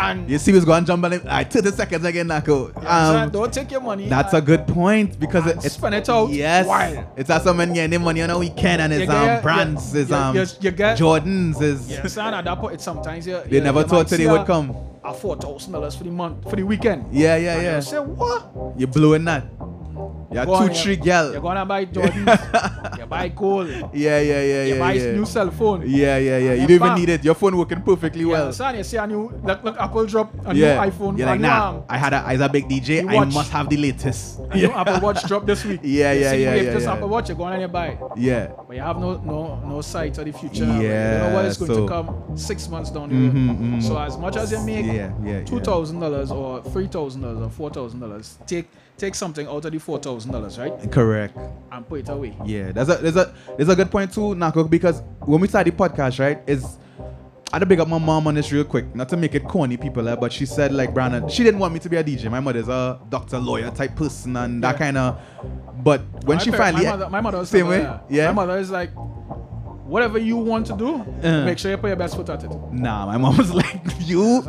J: and
I: you see who's going to jump on it. I took the seconds again, Nako.
J: So
I: Um,
J: don't take your money.
I: That's a good point because it, it's
J: spend it out
I: Yes,
J: wild.
I: it's also men getting money on a weekend and it's
J: You get your-
I: um brands,
J: you-
I: it's
J: you-
I: um
J: you- you get-
I: Jordans, is
J: You understand? At that point, it's sometimes you,
I: They
J: you-
I: never
J: you
I: thought
J: might
I: today
J: see
I: would
J: a-
I: come.
J: A four thousand dollars for the month for the weekend.
I: yeah, yeah,
J: And
I: yeah.
J: you say what?
I: You're blowing that. Yeah,
J: Go on,
I: two, three
J: you-
I: gal.
J: You're gonna buy Jordans. you buy gold.
I: Yeah, yeah, yeah,
J: You
I: yeah.
J: buy
I: yeah.
J: new cell phone.
I: Yeah, yeah, yeah.
J: And
I: You
J: then
I: don't even
J: bam.
I: need it. Your phone working perfectly
J: You
I: well.
J: understand? You see a new look, look Apple drop a
I: yeah.
J: new iPhone.
I: You're
J: a
I: like,
J: new
I: nah.
J: arm,
I: I had a, I was a big DJ.
J: You
I: I
J: watch.
I: must have the latest.
J: a new Apple Watch drop this week.
I: Yeah,
J: You
I: yeah,
J: see
I: yeah,
J: the
I: yeah,
J: latest
I: yeah.
J: Apple Watch. You're going and you buy. it.
I: Yeah.
J: But you have no no no sight of the future. you
I: Yeah,
J: don't know what is going
I: so-
J: to come six months down the
I: Mhm,
J: road.
I: mhm.
J: So as much as you make
I: Yeah, yeah, yeah.
J: two thousand dollars or three thousand dollars or four thousand dollars, take take something out of the four thousand dollars, right?
I: Correct.
J: And put it away.
I: Yeah, that's a there's a there's a good point too, Nako, because when we started the podcast, right, is I had to big up my mom on this real quick, not to make it corny, people, eh, but she said like Brandon, she didn't want me to be a DJ. My mother's a doctor, lawyer type person, and that kind of. But when
J: My
I: she
J: par-
I: finally,
J: my mother, my mother was
I: same
J: like,
I: way,
J: uh,
I: yeah.
J: My mother is like, whatever you want to do,
I: Uh.
J: make sure you put your best foot at it.
I: Nah, my mom was like, you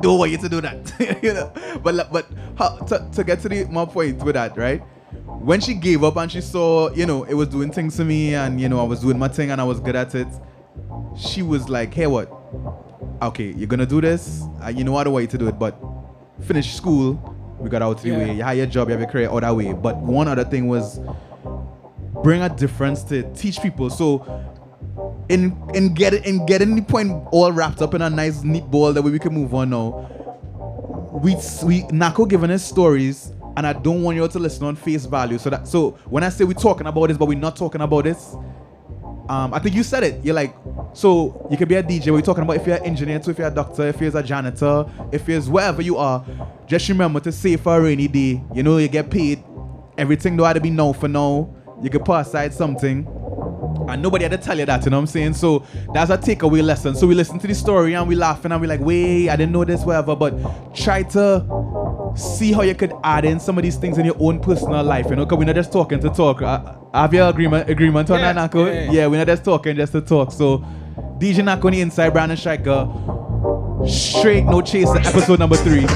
I: don't want you to do that, you know. But like, but how, to, to get to the my point with that, right? When she gave up and she saw, you know, it was doing things to me, and you know, I was doing my thing and I was good at it. She was like, hey, what? Okay, you're gonna do this. Uh, you know, I don't want you to do it, but finish school. We got out of the
J: Yeah.
I: way. You had your job, you have your career, all that way. But one other thing was bring a difference to teach people. So in in get in getting the point all wrapped up in a nice neat ball that way we can move on now. We we Nako giving us stories and I don't want you all to listen on face value. So that so when I say we're talking about this but we're not talking about this, um I think you said it. You're like so you could be a DJ, we're talking about if you're an engineer too, if you're a doctor, if you're a janitor, if you're wherever you are, just remember to save for a rainy day. You know you get paid. Everything don't have to be now for now. You could put aside something and nobody had to tell you that, you know what I'm saying? So that's a takeaway lesson. So we listen to the story and we laughing and we like, wait, I didn't know this, whatever. But try to see how you could add in some of these things in your own personal life, you know? Because we're not just talking to talk. Uh, have your agreement agreement on
J: Yeah,
I: that, Nako?
J: yeah, yeah.
I: Yeah, we're not just talking just to talk. So DJ Nako on the inside, Brandon Striker. Straight no chaser, episode number three.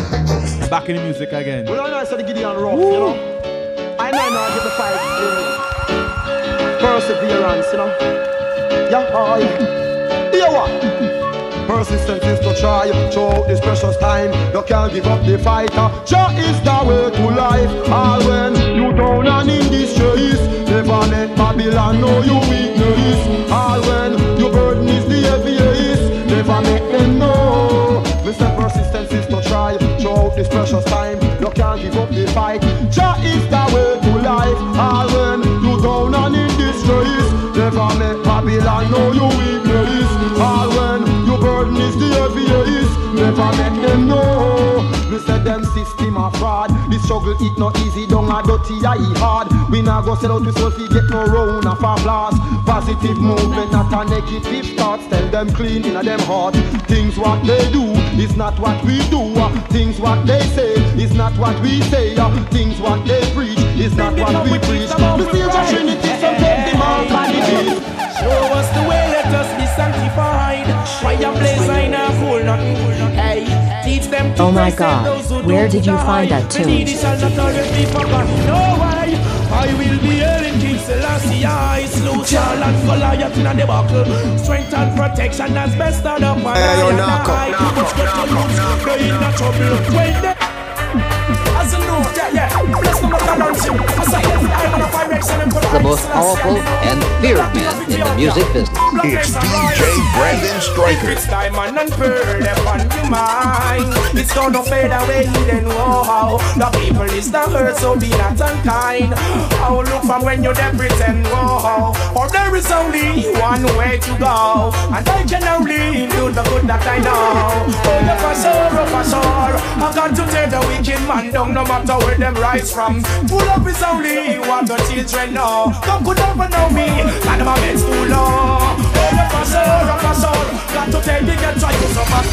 I: Back in the music again.
U: We don't know it's the Gideon rough, you know. I know now give the fight in perseverance, you know. Yeah, I hear what? Persistence is to try throughout this precious time. You can't give up the fight. uh. Joy is the way to life. All when you down and in distress, never let Babylon know you weakness. All when your burden is the heaviest, never make them know. Mr. Persistence is to try throughout this precious time. You can't give up the fight. Joy is the way to life. All when you down and in distress, never let Babylon know you weakness. All when your burden is the heaviest, never let them know. We said them system a fraud. The struggle it not easy, down a dirty I hard. We now go sell out to soul fi get no round of a blast. Positive movement, not a negative thoughts. Tell them clean inna them heart. Things what they do is not what we do. Things what they say is not what we say. Things what they preach is not what we preach. The same Trinity sometimes demand vanity.
V: Show us the way, let us be sanctified. Fire blaze, I know, cool, nothing, cool, hey. Teach them to
L: Oh my
V: praise them, those who
L: God, where
V: don't
L: did you
V: die.
L: find that
V: The
L: tune?
V: needy shall not always be forgotten. No, I, I will be hailing King Selassie. I slew Saul and Goliath in a debacle. Strength and protection as best on up. I and I, what's got to lose? They're in a trouble. When they- As a note, yeah, yeah. Bless the mother dancing. I say, I'm gonna find Rex and I'm gonna
N: The most powerful and feared man in the music business.
W: It's DJ Brandon Stryker.
V: It's diamond and pearl upon your mind. It's gonna fade away, then wow. The people is the hurt, so be not unkind. Oh, look from when you then pretend wow. For there is only one way to go, and I can only do the good that I know. Oh, yeah, for sure, oh, for sure. I got to take the wicked man down, no matter where them rise from. Pull up is only what the children know. Don't put up and know me, and my bed's too low. Oh, yeah, for sure, oh, for sure. Got to take the get try to survive.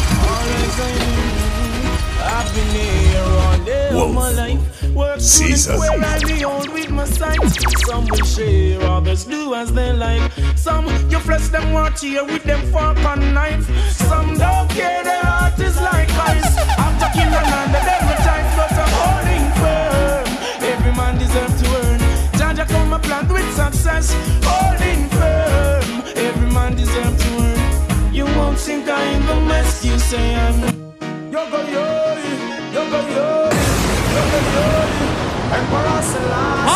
V: I've been here all day of my life. Work
D: Caesar.
V: Well, I behold with my sight. Some will share, others do as they like. Some you flesh them watch here with them fork and knife. Some don't care, their heart is like ice. I'm talking another every time, but I'm holding firm. Every man deserves to earn. Jaja come a plan with success, holding firm. Every man deserves to earn. You won't think I'm the mess you say I'm. Yo go yo, yo go yo, yo go yo. Emperor Selassie.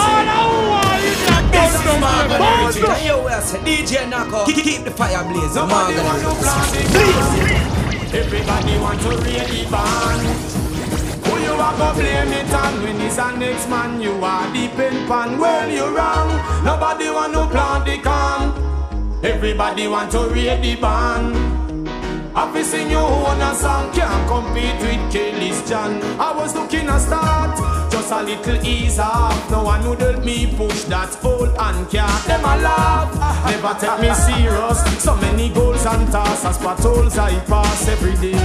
M: Bounce, bro. Hear what I say. DJ Knockout. Keep, keep the fire blazing.
X: Nobody
M: Margaret.
X: want to blast it. Everybody want to read the band. Who you are go blame it on when it's the next man you are deep in pan. Well you wrong. Nobody want to plant the corn. Everybody want to read the band. I've been sing your own a song, can't compete with Kelly's John. I was looking a start, just a little ease off. No one would help me push that old and can't. Them a laugh, never take me serious. So many goals and tasks, as patrols I pass every day.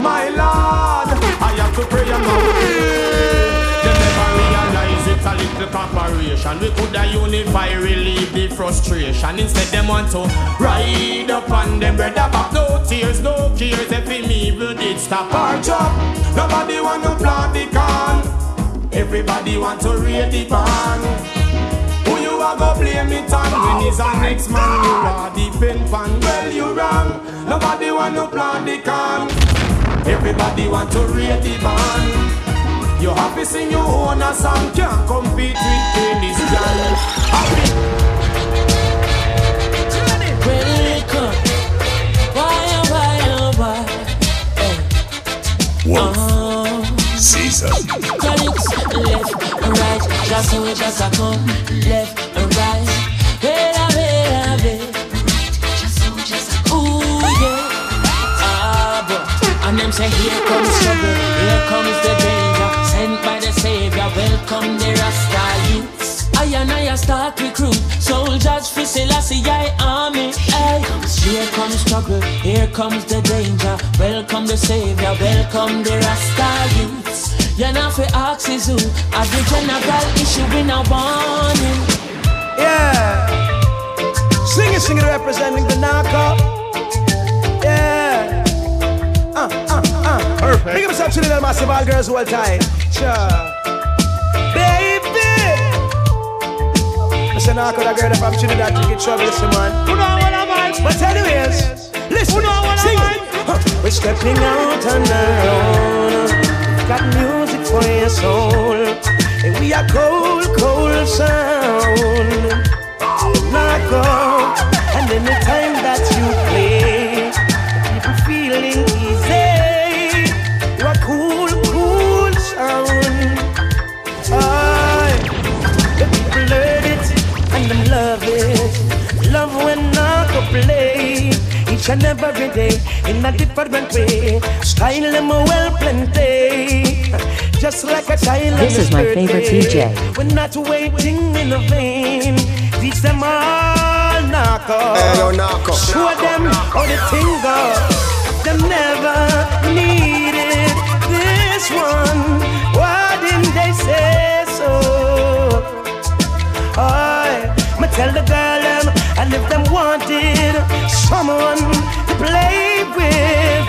X: My lord, I have to pray and pray. They never realize it's a little corporation. We could have unify, relieve the frustration. Instead, them want to ride up on them brother back. No tears, no cares. If him evil did stop our job, nobody want to plant the corn. Everybody want to read the band. Who you are go blame it on? When is our next man? You are the pen pan. Well, you wrong. Nobody want to plant the corn. Everybody want to read the band. You happy sing your own a song, can't compete with Kenny's girl. Happy.
G: Wolf. Caesar.
A: left and right, just so we just a come left and right. Bella, bella, bella. Ooh yeah, ah but and them say here comes trouble, here comes the danger, sent by the savior. Welcome the Rasta youths. I and I a start recruit soldiers for Selassie I army. Ay. Here comes trouble, here comes the danger. Welcome the savior, welcome the Rasta youths. You're not for oxys who As the general issue we now warning
V: Yeah. Singing, singing, representing the knockout. Yeah. Uh, uh, uh. Perfect. Big ups up to the little massive all girls all time. Sure. Baby. Listen, knockout, I girl from Trinidad to get trouble, listen, man. Who know what I'm But anyways, listen. Who know what I'm We're stepping out on our own. Got music for your soul. And we are cold, cold sound knock out. And anytime that you play, people feeling easy. You are cool, cool sound. Aye. The people learn it and them love it. Love when knock out play. Each and every day in a different way. Style them well plenty. Just like a child. on
L: This
V: his
L: is my favorite
V: birthday.
L: DJ.
V: We're not waiting in the vain. Teach them all knock off.
D: Hey, yo, knock off.
V: Show them how the thing goes. Them never needed this one. Why didn't they say so? I, me tell the girl them, and if them wanted someone to play with,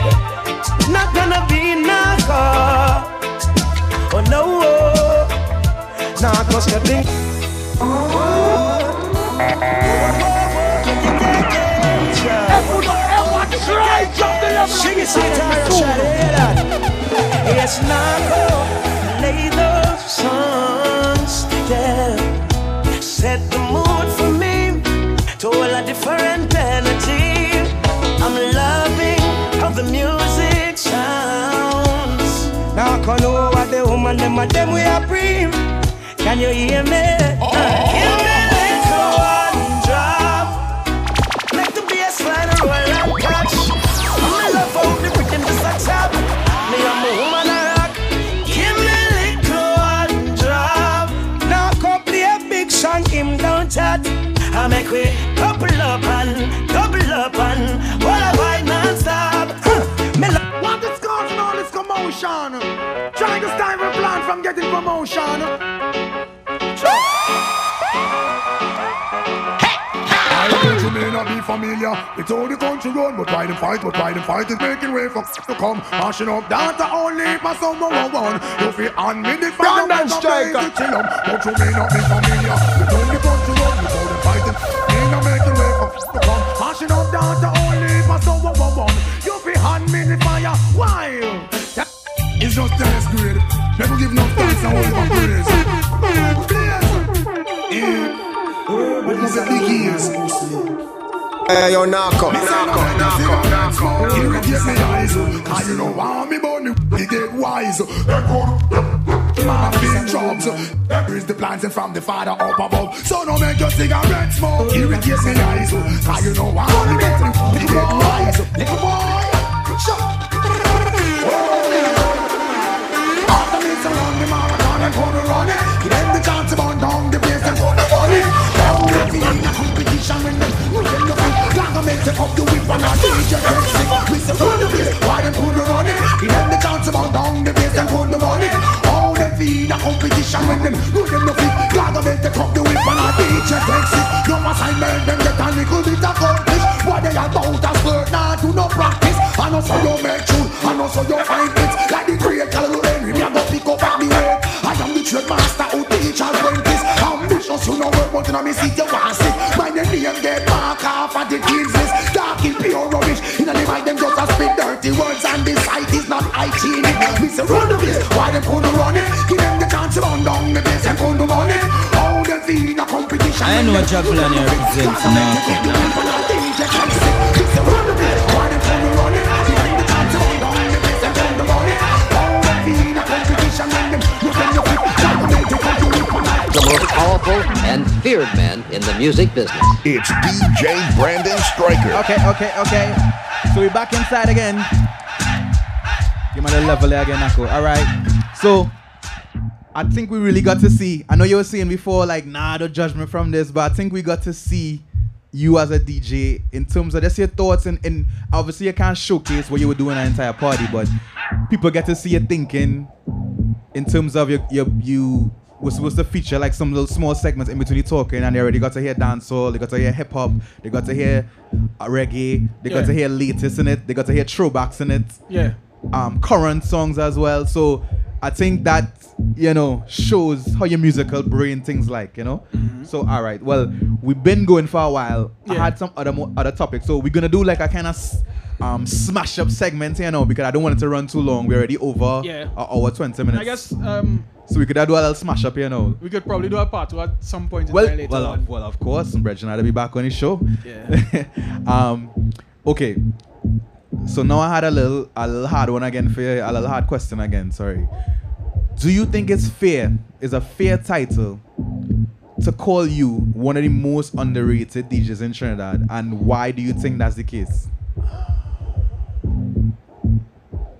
V: not gonna be knock off. Oh no, knock off stepping. It's not go lay those songs down. Set the mood for me to a different energy. I'm loving how the music sounds. Now I can know what the woman them and them we are bring. Can you hear me? Oh. Hear me little one drop. Make the bass line roll and catch. I'm in love how the rhythm just a tap. Me I'm a woman I rock. Give me little one drop. Now come play a big song, him down chat. I make we couple up and double up and what a wine non-stop. Huh. Me love
X: What is causing all this commotion? Trying to stymie a plan from getting promotion.
B: My country may not be familiar with all the country run, but why them fight, but why them fight is making way for to come. Mashing up data only for someone who won. You feel on me the fire,
D: Brandon Striker.
B: But you may not be familiar with all the country run, with all them fighting. May not making way for to come. Mashing up data only for someone who won. You feel on me the fire, why? It's just the last grade. Never give no thanks and only for praise. Please. Yeah. Oh, But you
D: Hey, yo, knock
B: Me say no make you see no next man. Irritate me eyes. Cause you know want me bunny. He get wise. My big jobs. There is the planting from the father up above. So no make your cigarette smoke. Irritate me eyes. Cause you know want me bunny. He get wise. Little boy. Shut. After me surround the marathon and gonna run it. Give them the chance to burn down the place and gonna burn it. Now we be in a competition when them we them the food. Gonna make them up the whip and I DJ Rex sing. We surround the place, why them gonna run it? Give them the chance to burn down the place and gonna burn it. All them be in a competition when them we them the food. Gonna make them up the whip and I DJ Rex sing. No assignment them get a little bit accomplished. What they about a squirt now do no practice. I know so you make tune, I know so you find it. Like the great Calhoun Henry, me I go pick up at me way. I am the trade master who teach and apprentice. Ambitious, you know work, but you know me see you want it. My name get mark off at the kids list. Talking pure rubbish, in the mind them just a spit dirty words and this site is not hygienic. Me say run the place, why them couldn't run it? Give them the chance to run down the place and couldn't run it. All them feel in a competition.
C: I know a chaplain here represents Narco.
N: The most powerful and feared man in the music business. It's DJ Brandon Stryker.
I: Okay, okay, okay. So we're back inside again. Give me the level there again, Nako. All right. So I think we really got to see. I know you were saying before, like, nah, don't judge me from this, but I think we got to see you as a DJ in terms of just your thoughts and, and obviously you can't showcase what you were doing at an entire party, but people get to see your thinking in terms of your your you was supposed to feature like some little small segments in between you talking and they already got to hear dancehall, they got to hear hip hop, they got to hear uh, reggae, they got
J: Yeah.
I: to hear latest in it, they got to hear throwbacks in it
J: Yeah.
I: um, current songs as well. So I think that you know shows how your musical brain things like you know.
J: Mm-hmm.
I: So all right, well we've been going for a while. I had some other mo- other topics, so we're gonna do like a kind of s- um, smash up segment you know because I don't want it to run too long. We're already over
J: Yeah.
I: a hour twenty minutes.
J: I guess um,
I: so we could uh, do a little smash up you know.
J: we could probably do a part two at some point in
I: Well,
J: time later
I: well,
J: on.
I: of, well, of course, Reginald will be back on his show.
J: Yeah.
I: um, okay. So now I had a little, a little hard one again for you, a little hard question again. Sorry. Do you think it's fair? Is a fair title to call you one of the most underrated DJs in Trinidad, and why do you think that's the case?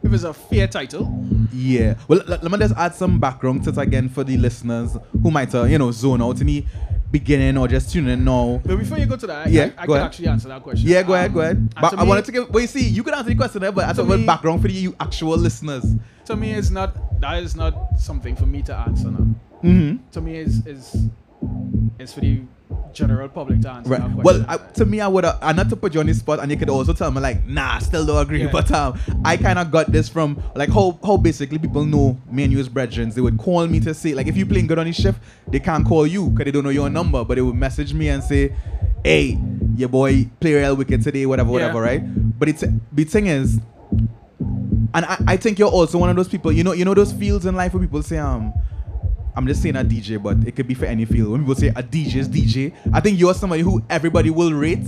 J: If it's a fair title,
I: Yeah. Well, let, let me just add some background to it again for the listeners who might, uh, you know, zone out in the beginning or just tune in now.
J: but before you go to that, I,
I: Yeah,
J: I, I can
I: go ahead.
J: actually answer that question. Um,
I: Yeah, go ahead, go ahead. But
J: to
I: I
J: me-
I: wanted to give. Well, you see, you could answer the question there, but I
J: To
I: thought about
J: me-
I: background for the you actual listeners.
J: To me, it's not that is not something for me to answer now.
I: Mhm.
J: To me, is is is for the general public to answer.
I: Right.
J: That question.
I: Well, I, to me, I would. Uh, and not to put you on the spot, and you could also tell me like, nah, I still don't agree.
J: Yeah.
I: But um, I kind of got this from like how how basically people know me and you as brethren. They would call me to say like, if you playing good on the shift, they can't call you because they don't know your number, but they would message me and say, hey, your boy play real wicked today, whatever, whatever, right? But it's the thing is, and I, I think you're also one of those people. You know, you know those fields in life where people say, um, I'm just saying a DJ, but it could be for any field. When people say a DJ is DJ, I think you're somebody who everybody will rate.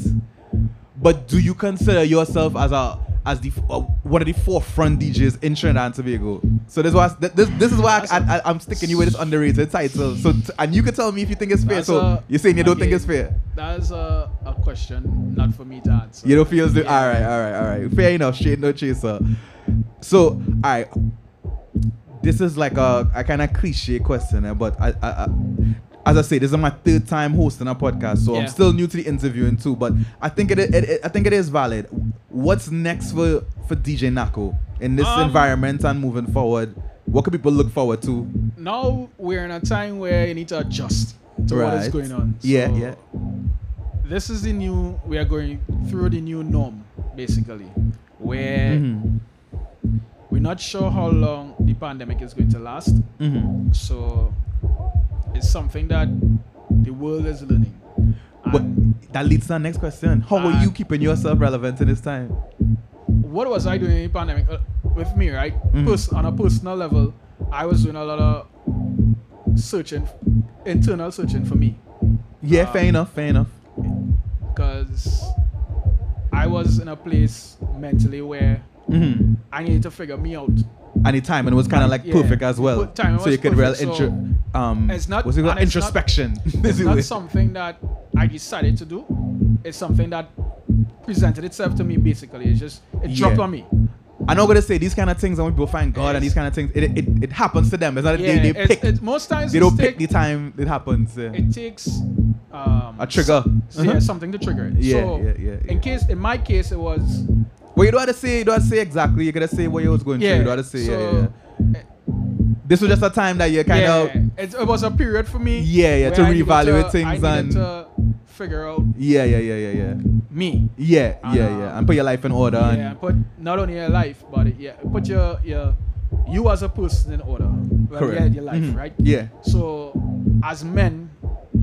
I: But do you consider yourself as a as the uh, one of the forefront DJs in Trinidad and Tobago? So this was this this is why I, I, I'm sticking you with this underrated title. So t- and you can tell me if you think it's fair.
J: That's
I: So
J: a-
I: you're saying you don't think
J: again,
I: it's fair.
J: That's a, a question not for me to answer.
I: You don't feel as though- all right, all right, all right. Fair enough. Shit, no chaser. So, all right. This is like a, a kind of cliche question, eh, but I, I, I, as I say, this is my third time hosting a podcast, so I'm
J: Yeah.
I: still new to the interviewing too. But I think it, it, it- I think it is valid. What's next for for DJ Nako in this
J: Um,
I: environment and moving forward? What can people look forward to?
J: Now we're in a time where you need to adjust to what is
I: Right.
J: going on.
I: Yeah,
J: So
I: yeah.
J: This is the new. We are going through the new norm, basically, where
I: Mhm.
J: we're not sure how long the pandemic is going to last.
I: Mhm.
J: So it's something that the world is learning.
I: But that leads to the next question. How are you keeping yourself relevant in this time?
J: what was I doing in the pandemic uh, with me, right?
I: Mhm.
J: Pers- on a personal level, I was doing a lot of searching, internal searching for me.
I: Yeah, fair enough, fair enough.
J: Because I was in a place mentally where
I: Mhm.
J: I needed to figure me out.
I: And the timing was kind of like
J: Yeah.
I: perfect as well.
J: Good timing
I: so
J: was
I: you could
J: perfect,
I: really
J: so
I: intro. um,
J: it's not
I: what's it called?
J: and it's not-
I: introspection.
J: It's
I: Basically.
J: not something that I decided to do. It's something that presented itself to me. Basically, it's just it dropped
I: Yeah.
J: on me.
I: I know what to say. These kind of things, and when people find God and these kind of things, it, it, it happens to them. It's not that
J: Yeah,
I: they, they
J: it's-
I: pick.
J: it's- most times
I: they don't
J: it's
I: pick the time it happens. yeah.
J: It takes um,
I: A trigger.
J: s- yeah,
I: Uh-huh.
J: something to trigger it.
I: Yeah,
J: so
I: yeah, yeah,
J: In case, in my case, it was
I: Well, you don't have to say. You don't have to say exactly. You gotta say what you was going
J: Yeah,
I: through. You don't have to say. yeah,
J: so-
I: yeah, yeah. This was just a time that you kind
J: yeah,
I: of.
J: It, it was a period for me.
I: Yeah, yeah,
J: where
I: to
J: I needed
I: reevaluate
J: to-
I: things
J: I
I: and-
J: needed to figure out
I: Yeah, yeah, yeah, yeah, yeah.
J: Me.
I: Yeah, yeah, yeah. And put your life in order.
J: Uh-huh. Yeah, put not only your life, but yeah, put your your you as a person in order. Well,
I: Correct.
J: Yeah, your life,
I: Mhm.
J: right?
I: Yeah.
J: So as men,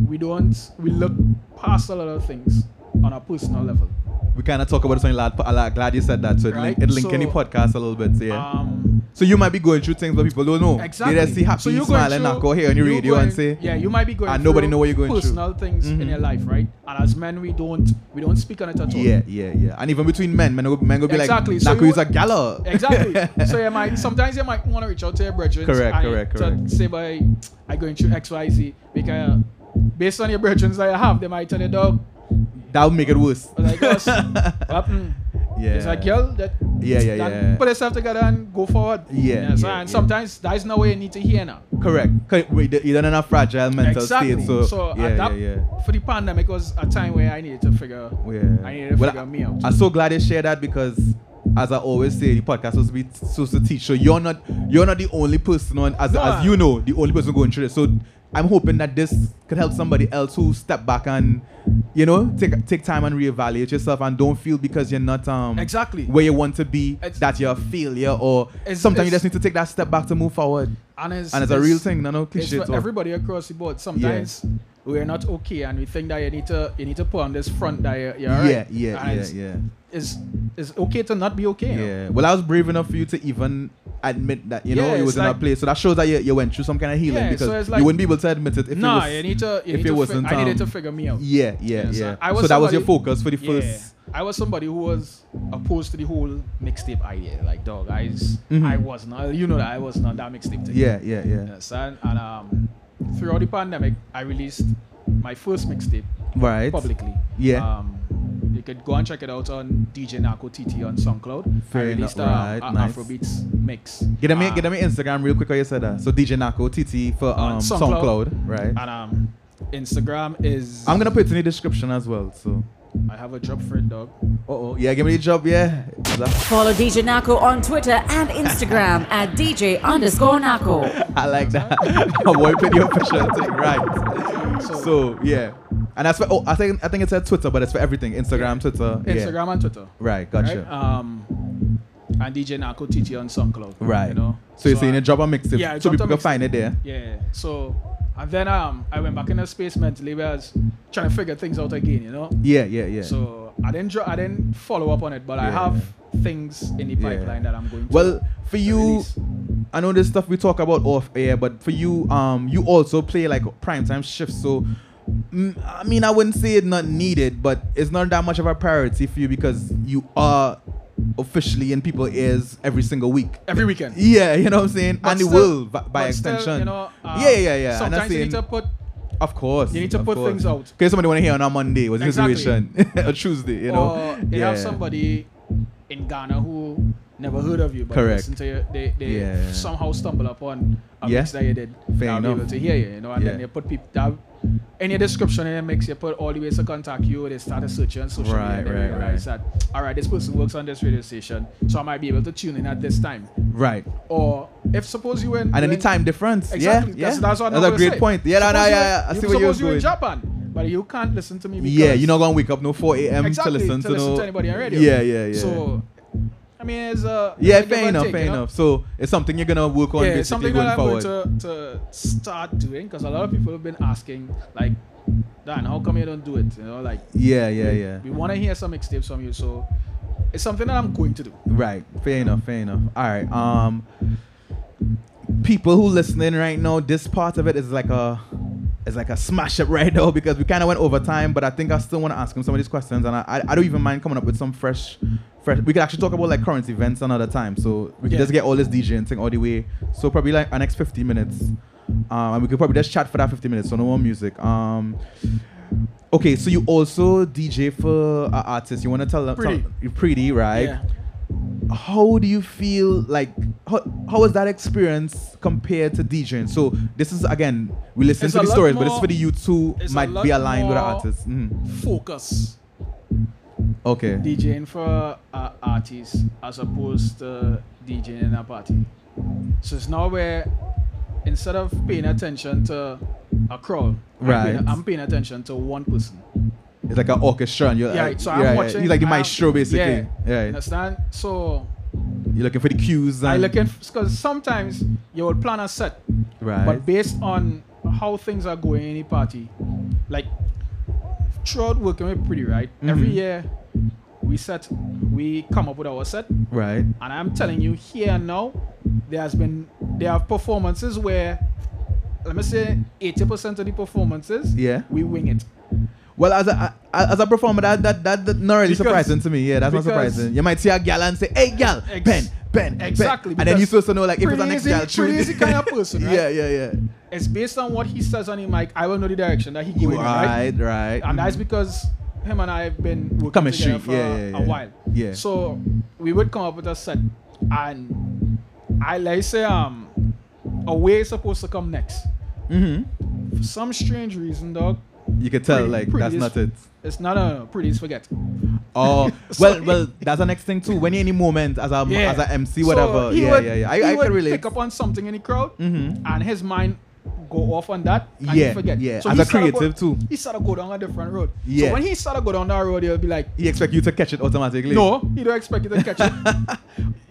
J: we don't we look past a lot of things on a personal level.
I: And we kind of talk about something. Lad, but I'm like, glad you said that. So it link,
J: Right,
I: it link in the
J: so, um,
I: podcast a little bit. so Yeah. so you might be going through things, but people don't know. They just see happy,
J: you're going
I: smiling,
J: through-
I: knock out here on the
J: you're
I: radio and
J: going-
I: say,
J: yeah, you might be going
I: and nobody
J: through
I: know what you're going through. Mm-hmm.
J: personal things in your life, right? And as men, we don't we don't speak on it at all.
I: Yeah, yeah, yeah. And even between men, men go, men go be
J: Exactly,
I: like,
J: so
I: Naku
J: you-
I: is a gala.
J: Exactly. so you might sometimes you might want to reach out to your brethren.
I: Correct,
J: and
I: correct,
J: to
I: correct.
J: Say by I going through X Y Z because based on your brethren that you have, they might tell you dog
I: that would make it worse.
J: like us. what happened?
I: Yeah.
J: It's like girl that.
I: Yeah, yeah,
J: that
I: yeah.
J: Put yourself together and go forward.
I: Yeah,
J: so-
I: yeah,
J: and
I: yeah.
J: sometimes that is not what you need to hear now.
I: Correct. Correct. We- You don't have a fragile mental
J: exactly.
I: state. So,
J: at
I: yeah,
J: that-
I: yeah, yeah.
J: for the pandemic was a time where I needed to figure.
I: Yeah.
J: I needed to
I: Well,
J: figure me out.
I: I'm so glad they shared that because, as I always say, the podcast was to be supposed to teach. So you're not you're not the only person on as
J: No.
I: as you know the only person going through this. So I'm hoping that this could help somebody else who step back and you know take take time and reevaluate yourself and don't feel because you're not um
J: Exactly.
I: where you want to be that you're a failure or
J: It's-
I: sometimes you
J: it's-
I: just need to take that step back to move forward.
J: And it's,
I: and it's, a real thing, no no
J: it's
I: cliche.
J: for everybody across the board. Sometimes we're not okay, and we think that you need to you need to put on this front that you're, you're
I: Yeah,
J: alright.
I: yeah,
J: And
I: yeah,
J: it's,
I: yeah.
J: It's it's okay to not be okay. you know?
I: Yeah. Well, I was brave enough for you to even admit that you know
J: Yeah,
I: you
J: it's
I: was in
J: like-
I: that place. So that shows that you, you went through some kind of healing
J: Yeah,
I: because
J: so it's like-
I: you wouldn't be able to admit it if
J: Nah,
I: it was.
J: you need to. You
I: if
J: need
I: it
J: to fi-
I: wasn't,
J: I needed to
I: um,
J: figure me out.
I: Yeah, yeah,
J: so
I: yeah.
J: I was
I: So that was your
J: somebody-
I: focus for the
J: yeah.
I: first-
J: I was somebody who was opposed to the whole mixtape idea. Like, dog, I, s-
I: Mhm.
J: I was not. You know that I was not that mixtape. thing.
I: Yeah, yeah, yeah.
J: Yes, and, and um, throughout the pandemic, I released my first mixtape.
I: Right.
J: Publicly.
I: Yeah.
J: Um, you could go and check it out on DJ Narco TT on SoundCloud.
I: Fair
J: I
I: enough,
J: released
I: right,
J: a, a
I: nice.
J: Afrobeats mix.
I: Get on me,
J: Um,
I: get on me Instagram real quick. How you said that? So DJ Nako TT for
J: on
I: um, SoundCloud, right?
J: And um, Instagram is.
I: I'm gonna put it in the description as well. So,
J: I have a drop for it, dog.
I: oh yeah, give me the job, yeah.
F: Follow DJ Nako on Twitter and Instagram at DJ underscore Nako.
I: I like that. My boy played the official thing, right? So, yeah, and that's for oh, I think I think it's at Twitter, but it's for everything: Instagram, Twitter, yeah.
J: Instagram and Twitter.
I: Right, gotcha.
J: Right? Um, and DJ Nako TT on SoundCloud.
I: Right.
J: You know.
I: So you're saying you drop a mixtape,
J: Yeah, I
I: so
J: dropped a
I: people can
J: mixtape.
I: find it there.
J: Yeah. So and then um, I went back in the space mentally, where I was trying to figure things out again. You know.
I: Yeah, yeah, yeah.
J: So I didn't dro- I didn't follow up on it, but I
I: Yeah.
J: have things in the pipeline that I'm going to.
I: Well, for you, I know this stuff we talk about off air, but for you, um, you also play like prime time shifts. So, mm, I mean, I wouldn't say it's not needed, but it's not that much of a priority for you because you are officially in people's ears every single week.
J: Every weekend.
I: Yeah, you know what I'm saying?
J: But
I: and it
J: still-
I: will by, by
J: but still,
I: extension.
J: you know, um,
I: yeah, yeah, yeah. And I'm
J: Sometimes you need
I: saying-
J: to put.
I: of course.
J: You need to
I: of
J: put
I: course.
J: things out.
I: Because somebody want to hear on a Monday was the
J: Exactly.
I: situation. or Tuesday, you know?
J: Or they have somebody in Ghana who never heard of you, but
I: Correct.
J: listen to you. They, they
I: Yeah.
J: somehow stumble upon a
I: Yeah.
J: mix that you did.
I: Fair
J: They'll be
I: enough.
J: able to hear you, you know, and then they
I: Yeah.
J: put people that in your description in your mix, you put all the ways to contact you. They start a search you on social media.
I: Right,
J: and They
I: right,
J: realize that, all right, this person works on this radio station, so I might be able to tune in at this time.
I: Right.
J: Or if suppose you were in
I: And any
J: were in-
I: time difference. Yeah,
J: Exactly.
I: yeah.
J: That's, that's what
I: That's
J: I'm
I: a
J: gonna
I: great
J: say.
I: point. Yeah, no, no,
J: Suppose
I: yeah, yeah. I
J: you-
I: see where you're
J: Suppose you in
I: going.
J: Japan, but you can't listen to me. Because
I: Yeah, you're not gonna wake up no 4 a.m.
J: exactly,
I: to listen to, no.
J: anybody on radio.
I: Yeah, yeah, yeah.
J: So, I mean, it's a
I: yeah,
J: it's a give
I: fair
J: and
I: enough,
J: take,
I: fair
J: you know?
I: enough. So it's something you're gonna work on
J: yeah,
I: basically
J: it's something
I: going
J: that I'm
I: forward.
J: going to, to start doing because a lot of people have been asking, like, Dan, how come you don't do it? You know, like,
I: Yeah, yeah,
J: we-
I: yeah.
J: We want to hear some mixtapes from you, so it's something that I'm going to do.
I: Right. Fair enough. Fair enough. All right. Um, people who listening right now, this part of it is like a, it's like a smash up right now because we kind of went over time, but I think I still want to ask him some of these questions, and I, I, I don't even mind coming up with some fresh, fresh. We could actually talk about like current events another time, so we can
J: Yeah.
I: just get all this DJ and thing all the way. So probably like our next 15 minutes, um, and we could probably just chat for that 15 minutes. So no more music. Um, okay, so you also DJ for an artist. You want to tell them
J: Pretty.
I: tell, pretty right?
J: Yeah.
I: how do you feel like how, how was that experience compared to DJing? So this is again we listen
J: It's
I: to
J: a
I: the
J: lot
I: stories, but it's
J: more-
I: for the youths who
J: it's a
I: might
J: lot
I: be aligned with the
J: more
I: artists. Mhm.
J: Focus.
I: Okay.
J: DJing for uh, artists as opposed to DJing in a party. So it's now where instead of paying attention to a crowd, I'm
I: Right.
J: paying- I'm paying attention to one person.
I: It's like an orchestra. And you're,
J: yeah,
I: like,
J: so
I: yeah,
J: I'm
I: yeah.
J: watching.
I: He's like the
J: I'm-
I: maestro,
J: Yeah,
I: basically. Yeah.
J: Understand? So
I: You're looking for the cues. And,
J: I look at because sometimes you will plan a set,
I: Right.
J: But based on how things are going in a party, like throughout working with Pretty Right, every
I: Mhm.
J: year we set, we come up with our set,
I: Right.
J: and I'm telling you here and now, there has been there are performances where, let me say, eighty percent of the performances,
I: Yeah.
J: we wing it.
I: Well, as a a- as a performer, that that that, that not really
J: Because-
I: surprising to me. Yeah, that's
J: because-
I: not surprising. You might see a gal and say, "Hey, gal, pen, pen,
J: Exactly,
I: pen. And then
J: because
I: you supposed to know like if it's
J: pretty
I: an next
J: easy-
I: gal.
J: pretty easy kind of person, right?
I: Yeah, yeah, yeah.
J: It's based on what he says on the mic. I will know the direction that he giving me,
I: Right, right.
J: And that's because him and I have been working
I: Chemistry,
J: together for
I: yeah, yeah,
J: a
I: yeah.
J: while.
I: Yeah.
J: So we would come up with a set, and I like say um, away is supposed to come next.
I: Mm-hmm.
J: For some strange reason, dog.
I: You could tell
J: Pretty-
I: like
J: Pretty
I: that's
J: is-
I: not it.
J: It's not a pretty. It's forget.
I: Oh well,
J: Sorry.
I: well, that's the next thing too. When you're in the moment as a
J: Yeah.
I: as a MC,
J: So
I: whatever.
J: he
I: yeah,
J: would-
I: yeah, yeah.
J: he
I: I, I
J: would
I: can relate.
J: Pick up on something in the crowd,
I: Mhm.
J: and his mind go off on that. And
I: Yeah,
J: he forget.
I: yeah.
J: So
I: As
J: he
I: a
J: started
I: creative
J: go,
I: too.
J: He started go down a different road.
I: Yeah.
J: So when he started go down that road, he'll be like,
I: He expect you to catch it automatically.
J: no, he don't expect you to catch it.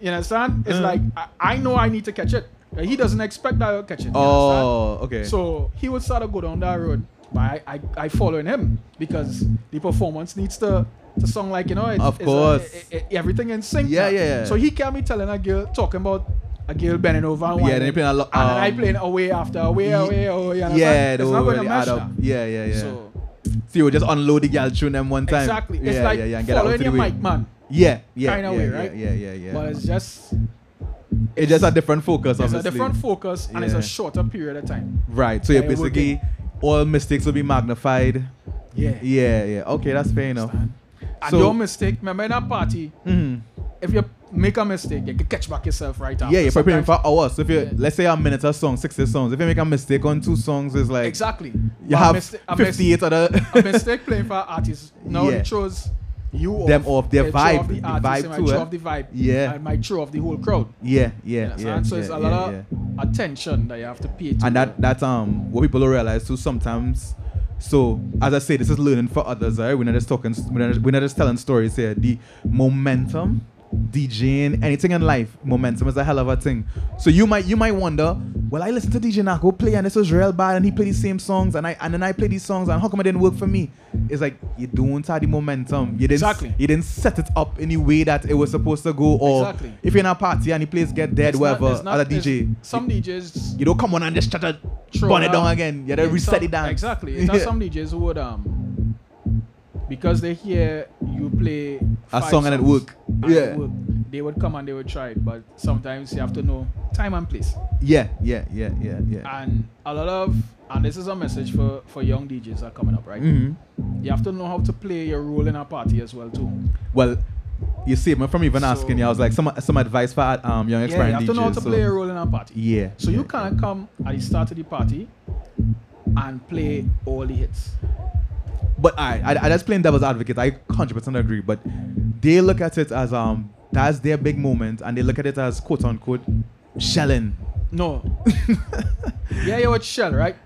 J: you understand? It's
I: Uh.
J: like I, I know I need to catch it. but He doesn't expect that I'll catch it. you
I: Oh, okay.
J: so he would sort of go down that road, but I, I, I following him because the performance needs to to sound like you know it's,
I: Of
J: it's a-
I: course.
J: i- i- everything in sync.
I: Yeah,
J: now.
I: yeah, yeah.
J: So he can't be telling a girl talking about a girl bending over. And
I: Yeah, then
J: whining,
I: he playing a lot.
J: and then I playing away after away, away, away. and it's like,
I: yeah,
J: it's
I: the
J: not going to
I: the
J: match
I: add up.
J: now.
I: Yeah, yeah, yeah.
J: So-
I: So, you would just unload the gal tune them one time.
J: Exactly.
I: Yeah,
J: it's like
I: yeah, yeah, and get it out
J: following
I: to
J: your
I: the way.
J: mic, man.
I: Yeah, yeah,
J: Kind of
I: yeah,
J: way,
I: yeah,
J: right?
I: yeah, yeah, yeah.
J: But it's just
I: It's just a different focus.
J: it's a
I: obviously.
J: different focus and it's
I: Yeah.
J: a shorter period of time.
I: Right. So you're
J: That it would
I: basically all mistakes will be magnified.
J: Yeah.
I: Yeah, yeah. Okay, that's fair enough.
J: And
I: So-
J: your mistake, remember in a party,
I: Mhm.
J: if you make a mistake, you can catch back yourself right after.
I: Yeah, you're preparing for
J: Sometimes-
I: hours. So if you let's say a minute a song, sixty songs. If you make a mistake on two songs, it's like
J: Exactly.
I: You
J: But
I: have
J: mista- a
I: 58
J: mis-
I: other-
J: a mistake playing for artists. Now
I: Yeah.
J: it shows you
I: Them
J: off,
I: off their
J: it throw off
I: vibe,
J: the
I: the
J: artist,
I: vibe
J: it might
I: too,
J: throw
I: eh?
J: off the vibe.
I: Yeah.
J: and might throw off the whole crowd.
I: Yeah, yeah,
J: You
I: yeah.
J: understand? so
I: yeah,
J: it's a
I: yeah,
J: lot
I: yeah.
J: of attention that you have to pay. To
I: and
J: the-
I: that that's um what people don't realize too sometimes. So as I say, this is learning for others. Right? We're not just talking. We're not, we're not just telling stories here. The momentum, DJing, anything in life, momentum is a hell of a thing. So you might you might wonder, well, I listened to DJ Nako play and this was real bad, and he played these same songs, and I and then I played these songs, and how come it didn't work for me? It's like you don't have the momentum. You didn't
J: Exactly.
I: You didn't set it up in the way that it was supposed to go. Or
J: Exactly.
I: if you're in a party and he plays Get Dead,
J: It's not-
I: whatever,
J: it's not-
I: other DJ,
J: it's- Some DJs
I: you don't come on and just try to
J: throw
I: burn it
J: down.
I: down again. You don't
J: It's
I: reset
J: some-
I: it down.
J: Um, Exactly. It's not some DJs who would um because they hear you play
I: A
J: five
I: song and it
J: songs
I: work.
J: and
I: Yeah.
J: it work, they would come and they would try it, but sometimes you have to know time and place.
I: Yeah, yeah, yeah, yeah, yeah.
J: And a lot of and this is a message for for young DJs that are coming up, right?
I: Mhm.
J: You have to know how to play your role in a party as well too.
I: Well, you see, man, from even asking you, I was like, some some advice for um young
J: Yeah, you
I: experienced
J: have to know how
I: DJs,
J: to
I: so-
J: play a role in a party.
I: Yeah.
J: So you can't come at the start of the party and play all the hits.
I: But I, I, I just playing devil's advocate. I 100% agree. But they look at it as um that's their big moment, and they look at it as quote unquote shelling.
J: No. yeah, you would shell, right?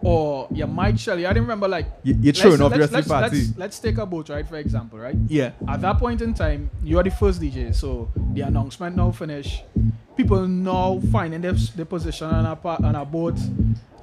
J: Or you might shell. I didn't remember, like.
I: You- you're
J: let's-
I: throwing off the
J: let's-
I: rest of the
J: let's-
I: party.
J: Let's, let's take a boat, right? For example, right?
I: Yeah.
J: At that point in time, you are the first DJ, so the announcement now finished. People now finding their, their position on a, pa- on a boat.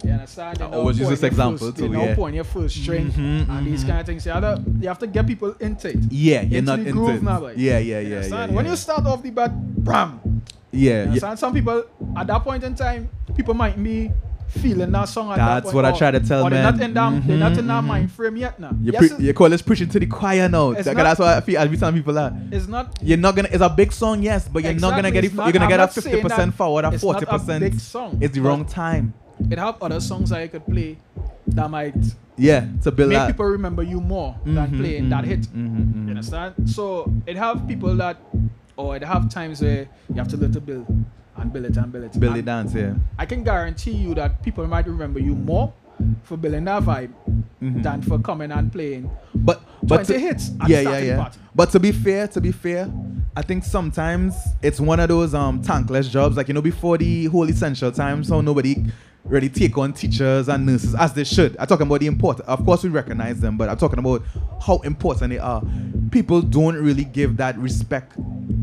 J: You understand? They
I: I
J: now
I: always use
J: point
I: this
J: their
I: example
J: first,
I: too,
J: They now
I: yeah.
J: point your first string
I: Mhm,
J: and these
I: mhm.
J: kind of things. You have, to, you have to get people into it.
I: Yeah, you're
J: into
I: not
J: the
I: into
J: groove
I: it.
J: now, like.
I: Yeah, yeah,
J: You
I: yeah,
J: understand?
I: yeah,
J: When
I: yeah.
J: you start off the bat, bam,
I: Yeah,
J: you
I: yeah.
J: understand? Some people at that point in time, people might be feeling that song. At
I: That's
J: that point.
I: what I try to tell
J: or They're
I: men.
J: not in that, they're not in that
I: Mhm,
J: mind frame yet now.
I: You,
J: Yes,
I: pre-
J: it's-
I: you call this preaching to the choir now.
J: It's
I: That-
J: not-
I: that's what I feel. I be telling people that
J: It's not-
I: You're not gonna. It's a big song, yes, but you're not gonna
J: Exactly,
I: get it.
J: it's not-
I: you're gonna
J: I'm
I: get a
J: not saying
I: fifty percent
J: that
I: forward, a
J: it's not
I: forty
J: big
I: percent.
J: song,
I: It's the
J: but-
I: wrong time.
J: It have other songs that you could play that might
I: Yeah, to build
J: make
I: that.
J: people remember you more than
I: Mhm,
J: playing that
I: mhm,
J: hit.
I: mhm, mhm.
J: You understand? So it have people that, or it have times where you have to learn to build and build it and build it.
I: Build
J: And
I: it dance, yeah.
J: I can guarantee you that people might remember you more for building that vibe
I: Mhm.
J: than for coming and playing.
I: But but
J: 20
I: to-
J: hits at
I: Yeah,
J: the
I: yeah,
J: starting
I: yeah.
J: party.
I: But to be fair, to be fair, I think sometimes it's one of those um tankless jobs. Like you know, before the whole essential times, so nobody really take on teachers and nurses as they should. I'm talking about the important. Of course, we recognize them, but I'm talking about how important they are. People don't really give that respect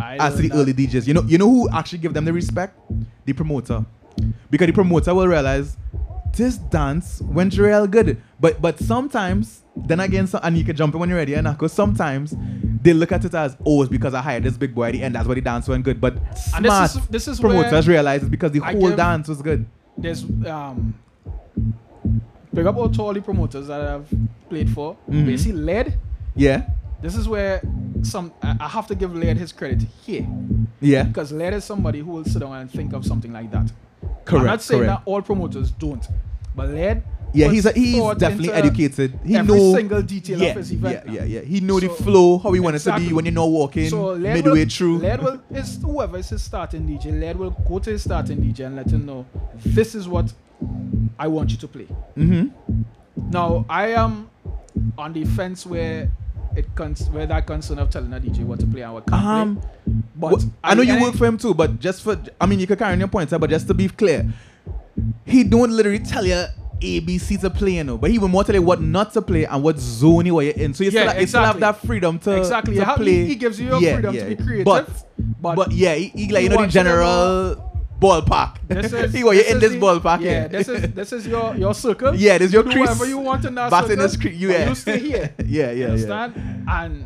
J: I
I: as to the
J: learned
I: early DJs. You know, you know who actually give them the respect? The promoter, because the promoter will realize this dance went real good. But but sometimes, then again, so, and you can jump in when you're ready, and because sometimes they look at it as oh, it's because I hired this big boy at the end, that's why the dance went good. But
J: And this
I: smart
J: is- this is
I: promoters
J: where
I: realize it's because the
J: I
I: whole
J: give-
I: dance was good.
J: There's um big up all to all the promoters that I've played for.
I: Mhm.
J: Basically led.
I: Yeah,
J: This is where some I I have to give Laird his credit here.
I: Yeah.
J: Because Laird is somebody who will sit down and think of something like that. I'm not
I: Correct,
J: saying
I: correct.
J: that all promoters don't, but Laird.
I: yeah.
J: puts
I: He's a, he's
J: thought
I: definitely
J: into
I: educated. He
J: every
I: know
J: single detail
I: yeah,
J: of his event.
I: Yeah,
J: now.
I: yeah, yeah. He know the
J: So-
I: flow, how he want it to
J: Exactly.
I: be when you're not walking
J: So Laird
I: midway
J: will,
I: through.
J: Laird will, it's whoever is his starting DJ, Laird will go to his starting DJ and let him know this is what I want you to play.
I: Mhm.
J: Now I am on the fence where it cons- where that concern of telling a DJ what to play and what can't
I: Um,
J: play. But
I: Well, I know you
J: and
I: work for him too, but just for I mean you could carry on your points, huh, but just to be clear, he don't literally tell you A B C to play, you know, but he will more tell you what not to play and what zone you are in. So you, still,
J: Yeah,
I: you still have
J: exactly.
I: that freedom to
J: Exactly.
I: to
J: How- he-
I: play.
J: he gives you your freedom to be creative,
I: But but,
J: but
I: yeah, he, he like
J: he
I: you know the
J: wants you to
I: general ballpark.
J: This is,
I: he want you
J: this
I: in
J: is
I: this
J: the-
I: ballpark.
J: Yeah,
I: Yeah,
J: this is this is your your circle.
I: Yeah, this is your
J: you do
I: crease.
J: whatever you want in that
I: Bat in
J: circle.
I: this cre- you-
J: but
I: yeah.
J: you stay here.
I: Yeah, yeah, yeah.
J: Understand? And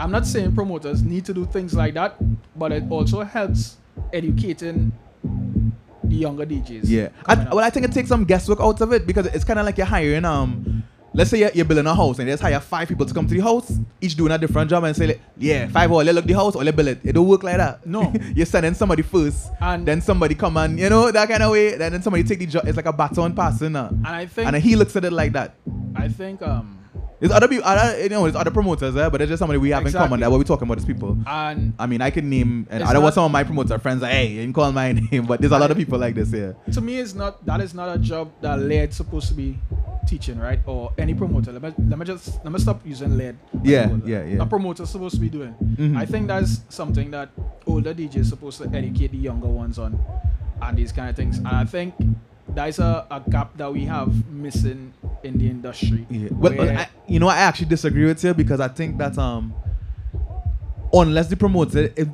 J: I'm not saying promoters need to do things like that, but it also helps educating the younger DJs.
I: Yeah. I, well, I think it takes some guesswork out of it because it's kind of like you're hiring, um, let's say you're, you're building a house and you just hire five people to come to the house, each doing a different job, and say, like, yeah, five or let look the house or let build it. It don't work like that.
J: No.
I: you're sending somebody first,
J: And-
I: then somebody come and, you know, that kind of way. Then, then somebody take the job. It's like a baton passing. Uh,
J: And I think-
I: And he looks at it like that.
J: I think um
I: There's other people, other, you know, there's other promoters, eh, but there's just somebody we have in common
J: Exactly.
I: that what we're talking about is people.
J: and
I: I mean, I can name, and
J: It's
I: I don't want
J: not-
I: some of my promoter friends like, hey, you can call my name, but there's a lot of people like this, yeah.
J: to me it's not that is not a job that Laird supposed to be teaching, right? Or any promoter. Let me let me just let me stop using Laird.
I: Yeah, yeah, yeah.
J: A promoter's supposed to be doing.
I: Mhm.
J: I think that's something that older DJs supposed to educate the younger ones on and these kind of things. And I think that's a, a gap that we have missing in the industry.
I: Yeah. Well, well,
J: where-
I: I, you know, I actually disagree with you because I think that um, unless the promoter, if,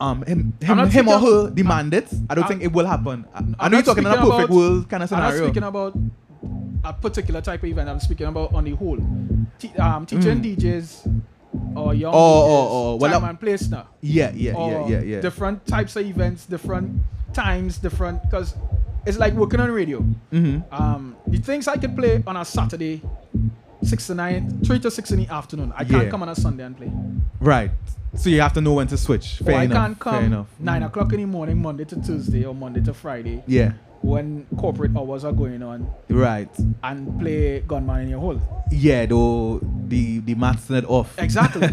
I: um, him,
J: I'm
I: him,
J: not
I: him or
J: speaking-
I: her demand it, I don't
J: I'm-
I: think it will happen. I, I
J: I'm
I: know you're
J: not
I: talking in a
J: speaking
I: perfect
J: about-
I: world kind of
J: I'm not
I: scenario.
J: speaking about a particular type of event. I'm speaking about on the whole. Te- um, teaching DJs or young
I: Mm. Oh,
J: DJs,
I: oh, oh, well,
J: time
I: I-
J: and place now.
I: Yeah, yeah, yeah,
J: Or
I: yeah, yeah.
J: Different types of events, different times, different because it's like working on radio.
I: Mhm.
J: Um, the things I could play on a Saturday, six to nine, three to six in the afternoon. I can't
I: Yeah.
J: come on a Sunday and play.
I: Right. So you have to know when to switch. Fair
J: or
I: enough.
J: I can't come
I: fair enough. Mm.
J: nine o'clock in the morning, Monday to Tuesday or Monday to Friday.
I: Yeah.
J: When corporate hours are going on
I: Right.
J: and play gunman in your hole.
I: Yeah, though the the math's not off.
J: Exactly.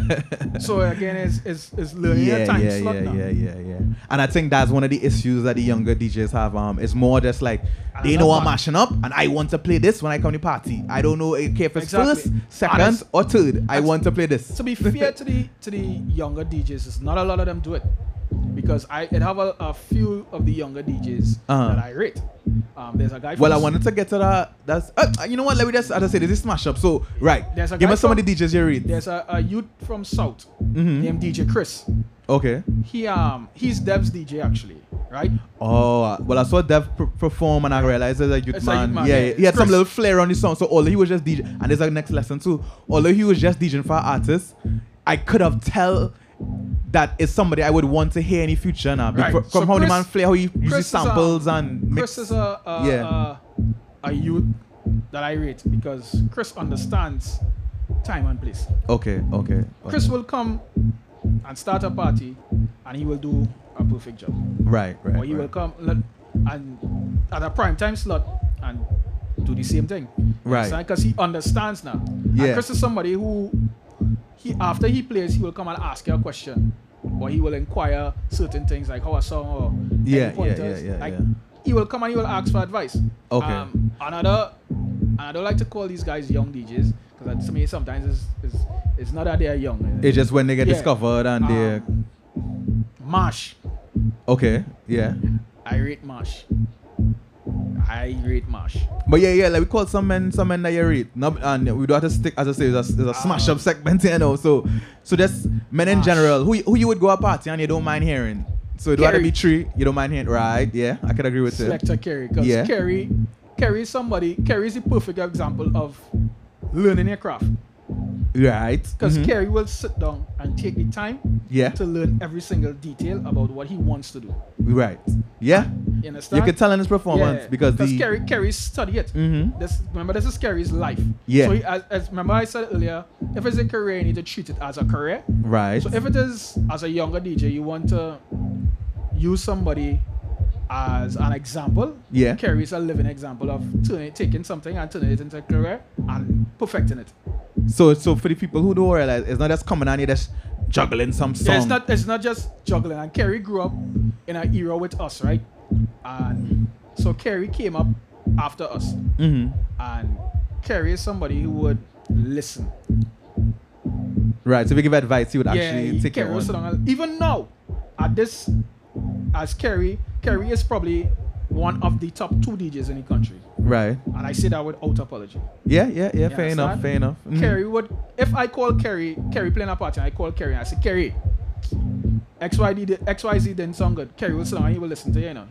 J: so again, it's it's, it's learning your time
I: yeah,
J: slot
I: yeah,
J: now.
I: yeah, yeah, yeah. And I think that's one of the issues that the younger DJs have. Um, it's more just like
J: And
I: they
J: I
I: know
J: love
I: I'm
J: that.
I: mashing up, and I want to play this when I come to party. I don't know okay, if it's
J: Exactly.
I: first, second,
J: Honest.
I: or third. I want to play this.
J: To be fair to the to the younger DJs, it's not a lot of them do it because I it have a, a few of the younger DJs
I: Uh-huh.
J: that I rate. Um, there's a guy.
I: Well, I
J: from-
I: wanted to get to that. That's uh, you know what? Let me just as I say, this is smash up. So right,
J: There's a
I: give
J: guy
I: us some of the
J: from-
I: DJs you read.
J: There's a, a youth from South
I: Mhm.
J: named DJ Chris.
I: Okay.
J: He um he's Dev's DJ actually, right?
I: Oh uh, well, I saw Dev per- perform and I realized that like youth
J: It's a youth
I: man,
J: man,
I: yeah,
J: yeah,
I: yeah, he
J: it's
I: had some
J: Chris.
I: little flair on his song. So although he was just DJ, and there's a next lesson too. Although he was just DJing for artists, I could have tell that is somebody I would want to hear in the future now.
J: Right.
I: From
J: So
I: how the
J: Chris-
I: man play, how he uses
J: Chris is a-
I: samples and mix.
J: Chris is a, a
I: Yeah.
J: a, a youth that I rate because Chris understands time and place.
I: okay, okay. okay.
J: Chris will come and start a party, and he will do a perfect job.
I: Right, right,
J: Or he will come le- and at a prime time slot and do the same thing.
I: Right.
J: Because he understands now. And
I: Yeah.
J: Chris is somebody who he after he plays, he will come and ask you a question, or he will inquire certain things like how a song or any
I: Yeah, yeah,
J: pointers.
I: yeah, yeah,
J: Like,
I: yeah.
J: He will come and he will ask for advice.
I: Okay.
J: Um, another, and I don't like to call these guys young DJs because to me sometimes it's, it's, it's not that they are young.
I: It's just when they get
J: Yeah. Uh-huh.
I: discovered and they
J: Marsh,
I: okay, yeah.
J: I rate Marsh. I rate Marsh.
I: But yeah, yeah, like we call some men, some men that you rate. No, and we do have to stick, as I say, it's a, it's a
J: Ah.
I: smash up segment, you know. So, so just men in general, who who you would go a party and you don't mind hearing. So it do have to
J: Kerry.
I: be three, you don't mind hearing, right? Yeah, I could agree with you.
J: Selector Kerry, because
I: Yeah.
J: Kerry, Kerry is somebody. Kerry is the perfect example of learning your craft.
I: Right.
J: Because
I: mhm.
J: Kerry will sit down and take the time
I: Yeah.
J: to learn every single detail about what he wants to do.
I: Right. Yeah.
J: You understand?
I: could tell in his performance because the-
J: Kerry Kerry studied it.
I: Mhm.
J: This remember this is Kerry's life.
I: Yeah.
J: So he, as, as remember I said earlier, if it's a career, you need to treat it as a career.
I: Right.
J: So if it is as a younger DJ, you want to use somebody as an example.
I: Yeah.
J: Kerry is a living example of turning taking something and turning it into a career and perfecting it.
I: So, so for the people who don't realize, it's not just coming on you just juggling some song.
J: Yeah, it's not it's not just juggling. And Kerry grew up in an era with us, right? And so Kerry came up after us.
I: Mhm.
J: And Kerry is somebody who would listen.
I: Right. So if you give advice, he would actually
J: he-
I: take it
J: Kerry would sit
I: on.
J: down and- Even now, at this, as Kerry, Kerry is probably one of the top two DJs in the country.
I: Right.
J: And I say that without apology.
I: Yeah, yeah,
J: You
I: yeah. fair enough.
J: understand?
I: Fair enough. Mhm.
J: Kerry would if I call Kerry, Kerry playing a party, and I call Kerry and I say, Kerry, XYD did- XYZ didn't sound good. Kerry will sit down and he will listen to you, you know.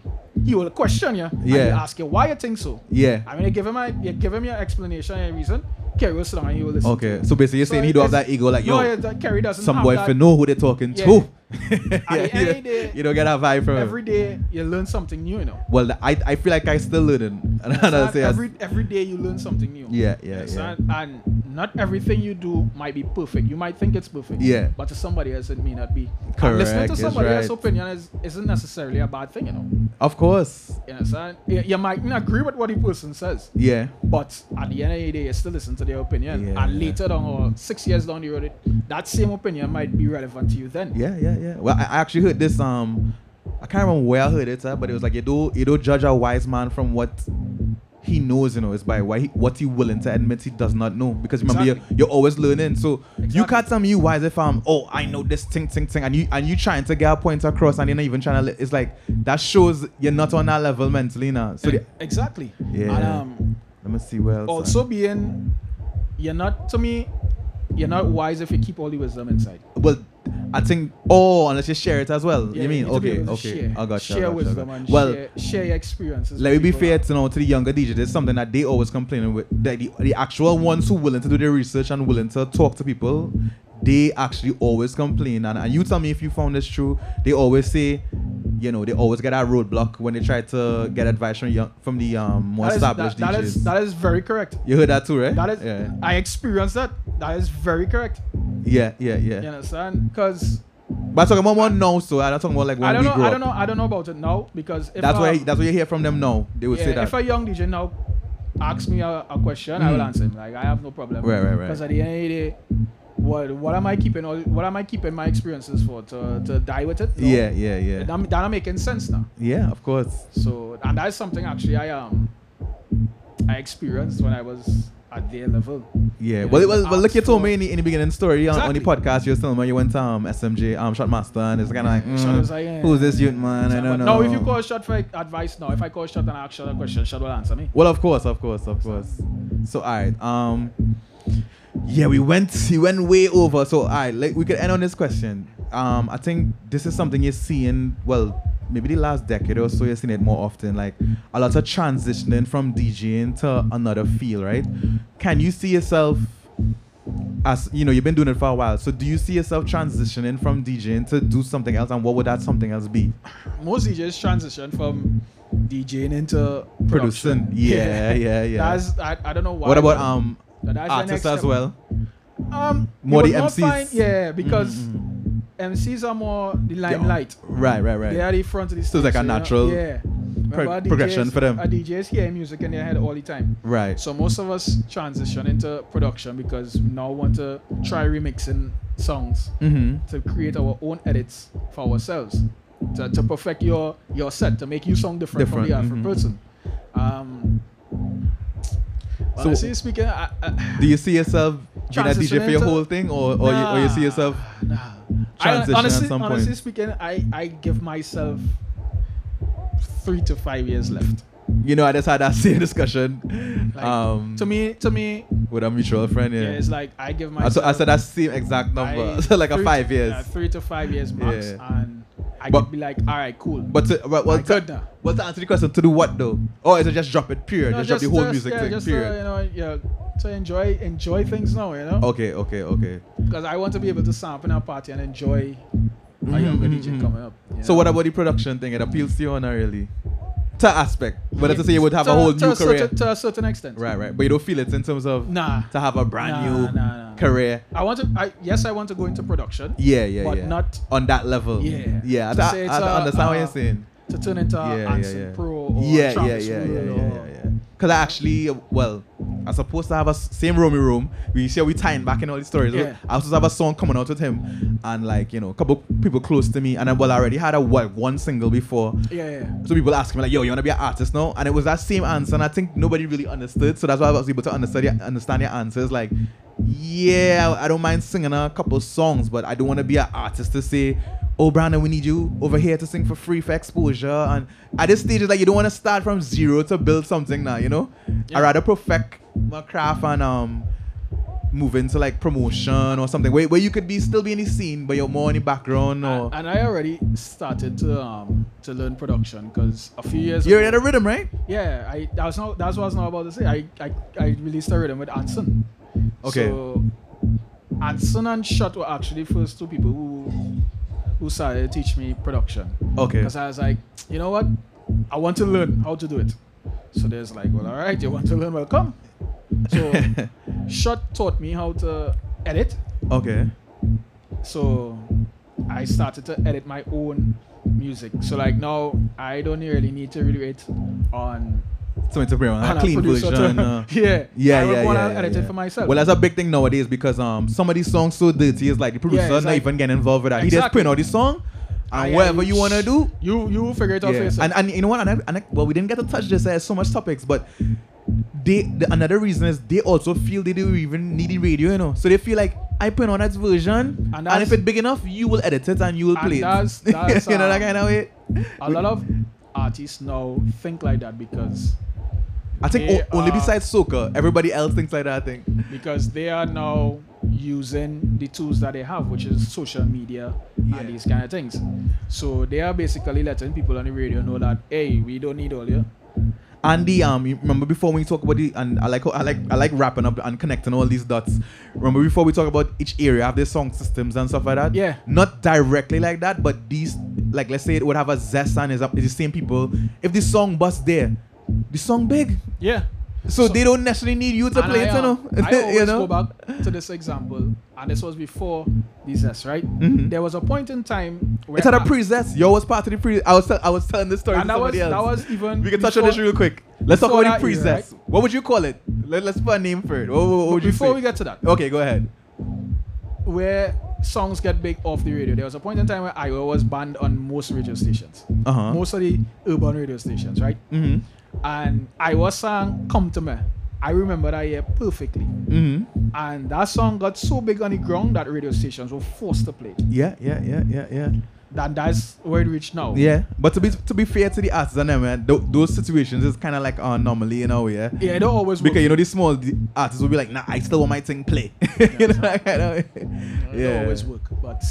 J: He will question you. and
I: Yeah.
J: he'll ask you why you think so.
I: Yeah.
J: I mean you give him a, you give him your explanation and your reason. Kerry will sit down and he will listen.
I: Okay, so basically you're saying he don't have
J: it's-
I: that ego like,
J: no,
I: yo,
J: it's like Kerry doesn't
I: Some
J: have
I: boy
J: that-
I: for know who they're talking
J: Yeah.
I: to.
J: At the end
I: yeah,
J: of the day,
I: you don't get that vibe from him.
J: Every day you learn something new, you know.
I: Well, the- I, I feel like I still learning. And I
J: Understand?
I: say, I s-
J: every every day you learn something new.
I: Yeah, yeah, yeah.
J: Understand? And not everything you do might be perfect. You might think it's perfect.
I: Yeah.
J: But to somebody else, it may not be. And listening
I: Correct,
J: to
I: it's
J: somebody else's
I: right.
J: opinion is, isn't necessarily a bad thing, you know.
I: of course.
J: You understand? You, you might not agree with what the person says.
I: Yeah.
J: But at the end of the day, you still listen to their opinion.
I: Yeah,
J: and
I: yeah.
J: later on, or six years down the road, it, that same opinion might be relevant to you then.
I: Yeah, yeah, yeah. Well, I, I actually heard this. Um, I can't remember where I heard it, at, but it was like you do you don't judge a wise man from what he knows. You know, it's by why he, what he willing to admit he does not know. Because remember,
J: Exactly.
I: you're, you're always learning. So you can't tell me you wise if I'm oh I know this thing thing thing, and you and you trying to get a point across, and you're not even trying to. Li- it's like that shows you're not on that level mentally now. So the,
J: Exactly.
I: yeah.
J: And, um,
I: Let me see where else. I-
J: also being you're not to me you're not wise if you keep all the wisdom inside
I: Well, I think. Oh, unless you share it as well.
J: Yeah,
I: you mean
J: need to be
I: okay,
J: able to
I: okay.
J: share,
I: I got you. I
J: share
I: got you, I
J: wisdom
I: got you.
J: and
I: Well,
J: share, share your experiences
I: Let me
J: with
I: be
J: people.
I: fair to know to the younger DJs. It's something that they always complaining with. That the, the actual ones who willing to do their research and willing to talk to people, they actually always complain. And, and you tell me if you found this true. They always say, you know, they always get a roadblock when they try to get advice from young, from the um more
J: That is-
I: established
J: that- that
I: DJs.
J: is that is very correct
I: you heard that too, right?
J: that is
I: yeah,
J: i experienced that that is very correct
I: yeah, yeah. yeah.
J: you understand because
I: But I'm talking about more now, so I'm not talking about like when
J: i don't
I: we
J: know
I: grew
J: i
I: up.
J: don't know i don't know about it now because if
I: that's
J: uh,
I: why that's what you hear from them now. They would say
J: yeah,
I: that.
J: if a young dj now asks me a, a question i will
I: Mm.
J: answer him like i have no problem
I: Right, right, right.
J: because at the end of the day what what am i keeping all what am i keeping my experiences for to, to die with it No.
I: Yeah, yeah, yeah.
J: that, that not making sense now
I: yeah, of course.
J: So, and that's something actually I um I experienced when I was at their level.
I: Yeah,
J: You
I: well,
J: know,
I: it was, well, look, you
J: asked
I: told
J: for-
I: me in the, in the beginning story on, on the
J: Exactly.
I: podcast, you were telling me you went to um, SMJ, um, Shotmaster, and it's kind of like,
J: Shot
I: mm,
J: was like, eh,
I: who's this youth man? I don't know.
J: No, if you call shot for advice now, if I call shot and I ask shot a question, shot will answer me.
I: Well, of course, of course, of course. So, all right. Um, yeah, we went, we went way over. So, all right, like, we could end on this question. Um, I think this is something you're seeing. Well, maybe the last decade or so, you're seeing it more often. Like a lot of transitioning from DJing to another field, right? Can you see yourself as you know, you've been doing it for a while. So do you see yourself transitioning from DJing to do something else, and what would that something else be?
J: Most DJs transition from DJing into
I: Producing.
J: production.
I: Yeah, yeah, yeah.
J: That's I, I don't know why.
I: What about
J: but-
I: um
J: but that's the
I: artists
J: next
I: as
J: step.
I: well?
J: Um, you
I: More the
J: would
I: Mm,
J: not
I: MCs.
J: find- yeah, because MCs are more the limelight.
I: Right, right, right.
J: They are the front of the
I: So it's like
J: stage,
I: a
J: you know?
I: natural
J: yeah.
I: pro-
J: Remember,
I: progression
J: DJs
I: for them.
J: Our DJs hear music in their head all the time.
I: Right.
J: So most of us transition into production because we now want to try remixing songs
I: Mhm.
J: to create our own edits for ourselves to, to perfect your your set to make you sound different, from the
I: Different,
J: other
I: mhm.
J: person. Um,
I: So-
J: honestly speaking, I, I,
I: Do you see yourself being a DJ for your
J: Transitioning to-
I: whole thing, or or, you, or you see yourself transitioning
J: I, honestly,
I: at some point?
J: honestly speaking, I, I give myself three to five years left.
I: you know, I just had that same discussion
J: Like,
I: um,
J: to me, to me,
I: with a mutual friend. Yeah,
J: yeah, it's like I give
I: I,
J: myself.
I: so, I said that same exact number, so like a
J: three
I: five
J: to,
I: years.
J: yeah, three to five years max,
I: Yeah.
J: and I
I: But-
J: could be like, all right, cool.
I: But to, but, well,
J: My
I: to, but to answer the question, to do what though? Or is it just drop it? Period.
J: No,
I: just, drop the whole music
J: yeah,
I: thing.
J: just, uh,
I: period.
J: you know, yeah, to enjoy enjoy things now, you know.
I: okay, okay, okay.
J: Because I want to be able to sample in a party and enjoy a
I: Mhm,
J: younger
I: mhm,
J: DJ
I: mhm.
J: coming up. you
I: So
J: know?
I: what about the production thing? It appeals to you or not really? To aspect, but that's to say you would have
J: To-
I: a whole
J: to
I: new
J: certain-
I: career.
J: to a certain extent.
I: Right, right. But you don't feel it in terms of
J: Nah.
I: to have a brand
J: Nah,
I: new
J: nah, nah, nah.
I: career.
J: I want to. I, yes, I want to go into production.
I: Yeah, yeah,
J: but
I: yeah.
J: not
I: on that level.
J: Yeah,
I: yeah. I,
J: To
I: I,
J: say it's
I: I
J: a,
I: understand what
J: uh,
I: you're saying.
J: To turn into
I: Yeah, yeah,
J: Anson
I: yeah.
J: Pro or
I: Yeah,
J: Travis
I: yeah, yeah,
J: Rule
I: yeah,
J: or,
I: yeah, Because I actually, well, I'm supposed to have a s- same room room. We see how we tying back in all these stories.
J: Yeah.
I: I was supposed to have a song coming out with him, and like you know, a couple people close to me, and I, well, I already had a what one single before.
J: Yeah, yeah.
I: So people ask me like, "Yo, you wanna be an artist now?" And it was that same answer, and I think nobody really understood. So that's why I was able to understand your, understand your answers. Like, yeah, I don't mind singing a couple songs, but I don't want to be an artist to say, "Oh, Brandon, we need you over here to sing for free for exposure." And at this stage, it's like you don't want to start from zero to build something now. You know, I rather perfect my craft and um move into like promotion or something where, where you could be still be in the scene, but you're more in the background or.
J: And I already started to um to learn production because a few years
I: You're
J: ago-
I: in a rhythm, right?
J: Yeah, I that was not that's what I was not about to say. I I, I released a rhythm with Anson.
I: Okay.
J: So Anson and Shot were actually first two people who who started to teach me production.
I: Okay.
J: Because I was like, you know what? I want to learn how to do it. So there's like, well, all right, you want to learn, well, come. So Shot taught me how to edit.
I: Okay.
J: So I started to edit my own music. So like now I don't really need to relate on
I: So it's a pretty
J: on
I: a clean
J: producer to-
I: version. uh,
J: yeah.
I: yeah,
J: I would
I: yeah,
J: wanna
I: yeah, yeah,
J: edit
I: yeah.
J: it for myself.
I: Well, that's a big thing nowadays because um, some of these songs so dirty is like the producer
J: it's
I: not
J: like-
I: even getting involved with that. He just
J: Exactly.
I: print out the song,
J: Ah,
I: and
J: yeah,
I: whatever
J: you-
I: you wanna do,
J: you you figure it out for yourself.
I: And, and you know what? And, I, and I- well, we didn't get to touch this. There's so much topics, but they the, another reason is they also feel they don't even need the radio, you know. So they feel like I put on that version, and,
J: that's-
I: if it's big enough, you will edit it and you will
J: And
I: play
J: that's-
I: it.
J: that's,
I: you know that
J: um,
I: kind of way.
J: a lot of artists now think like that because
I: I think
J: they
I: o- only
J: are-
I: besides soca, everybody else thinks like that. I think.
J: because they are now using the tools that they have, which is social media and these kind of things. So they are basically letting people on the radio know that hey, we don't need all you.
I: And the um, you remember before when we talk about the and I like how- I like I like wrapping up and connecting all these dots. Remember before we talk about each area have their song systems and stuff like that. Yeah. Not directly like that, but these like let's say it would have a zest and is up the same people. If the song bust there, the song big.
J: Yeah.
I: So, they don't necessarily need you to
J: And
I: play
J: I,
I: it, you
J: uh,
I: know.
J: I always
I: you
J: go
I: know.
J: back to this example, and this was before the zest, right?
I: Mhm.
J: There was a point in time where
I: It's at a
J: I-
I: pre-zest. You was part of the pre. I was tell- I was telling this story
J: And
I: to
J: that was
I: somebody
J: that
I: else.
J: was even.
I: we can touch on this
J: before-
I: real quick. Let's talk
J: before
I: about the
J: that era,
I: pre-zest.
J: right?
I: What would you call it? Let, us put a name for it. What, what- what
J: But
I: would you
J: before
I: say?
J: we get to that,
I: Okay, go ahead.
J: where songs get big off the radio. There was a point in time where Iowa was banned on most radio stations,
I: Uh-huh.
J: most of the urban radio stations, right?
I: Mm-hmm.
J: And Iowa sang "Come to Me." I remember that year perfectly.
I: Mm-hmm.
J: And that song got so big on the ground that radio stations were forced to play it.
I: Yeah, yeah, yeah, yeah, yeah.
J: That that's where it reached now.
I: Yeah, but to be to be fair to the artists and them, man, tho- those situations is kind of like an anomaly in a way. Yeah,
J: Yeah, it don't always work.
I: because you know the small d- artists will be like, nah, I still want my thing play. you know, that kind of way.
J: It
I: Yeah.
J: always work. But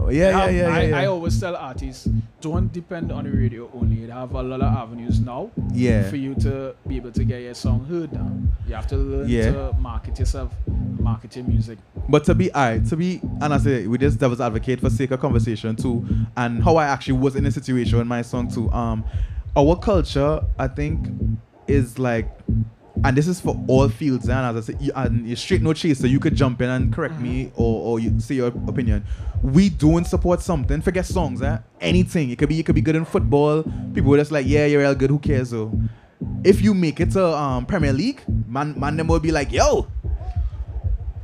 I: Oh, yeah, yeah,
J: um,
I: yeah,
J: I,
I: yeah,
J: I
I: yeah.
J: always tell artists don't depend on the radio only. They have a lot of avenues now
I: Yeah.
J: for you to be able to get your song heard now. You have to learn
I: Yeah.
J: to market yourself, market your music.
I: But to be I, to be and I say we just devil's advocate for sake of conversation too, and how I actually was in a situation in my song too. Um, our culture, I think, is like, and this is for all fields. And as I say, you, and you're straight no chase, so you could jump in and correct me or or you say your opinion. We don't support something. Forget songs, eh? Anything. It could be it could be good in football. People were just like, yeah, you're all good. Who cares? though? if you make it to um Premier League, man, man, them will be like, yo.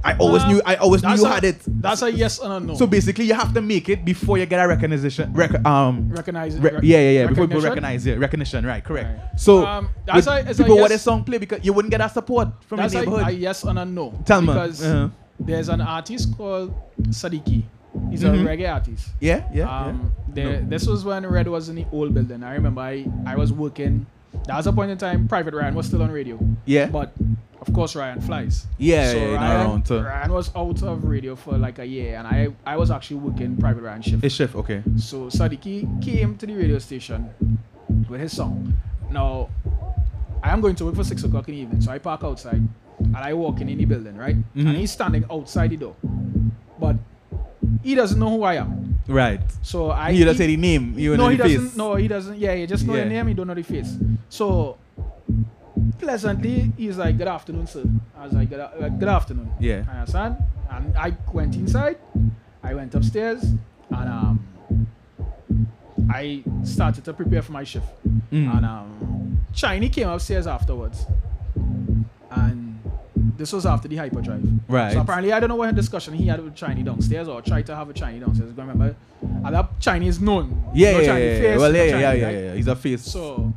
I: I always
J: Um,
I: knew I always knew
J: that's
I: you
J: a-
I: had it.
J: That's a yes and a no.
I: So basically, you have to make it before you get a recognition. Rec- um,
J: Recognize-
I: re-
J: rec-
I: yeah, yeah, yeah. Before people
J: recognition?
I: recognize it, recognition, right? Correct. So
J: Um,
I: with
J: that's a- it's a
I: people, what
J: yes-
I: this song play because you wouldn't get that support from
J: That's
I: your
J: a,
I: neighborhood.
J: a yes and a no.
I: Tell me.
J: Because
I: Uh-huh.
J: there's an artist called Sadiki. He's
I: Mhm.
J: a reggae artist.
I: Yeah, yeah, yeah.
J: there-
I: No.
J: This was when Red was in the old building. I remember I, I was working. That was a point in time Private Ryan was still on radio.
I: Yeah.
J: But of course Ryan flies.
I: Yeah,
J: so
I: yeah, yeah,
J: Ryan,
I: around too.
J: Ryan was out of radio for like a year, and I I was actually working Private Ryan shift.
I: It's shift, okay.
J: So Sadiki came to the radio station with his song. Now, I am going to work for six o'clock in the evening, so I park outside and I walk in, in the building, right?
I: Mm-hmm.
J: And he's standing outside the door, but he doesn't know who I am.
I: Right.
J: So I
I: You just say the name. You
J: no,
I: know
J: he
I: the
J: doesn't.
I: face.
J: No, he doesn't. Yeah, he just know
I: Yeah.
J: the name. He don't know the face. So pleasantly, he's like, "Good afternoon, sir." I was like, "Good, a- like, good afternoon."
I: Yeah.
J: And I said, and I went inside. I went upstairs, and um, I started to prepare for my shift.
I: Mm.
J: And um, Shiny came upstairs afterwards, and this was after the hyperdrive.
I: Right.
J: So apparently, I don't know what discussion he had with Shiny downstairs, or tried to have a Chinese downstairs. I remember, and that Chinese known.
I: Yeah,
J: no
I: yeah,
J: Chinese
I: yeah, yeah.
J: face,
I: Well,
J: no
I: yeah, yeah,
J: Chinese,
I: yeah, yeah,
J: right?
I: yeah. He's a face.
J: So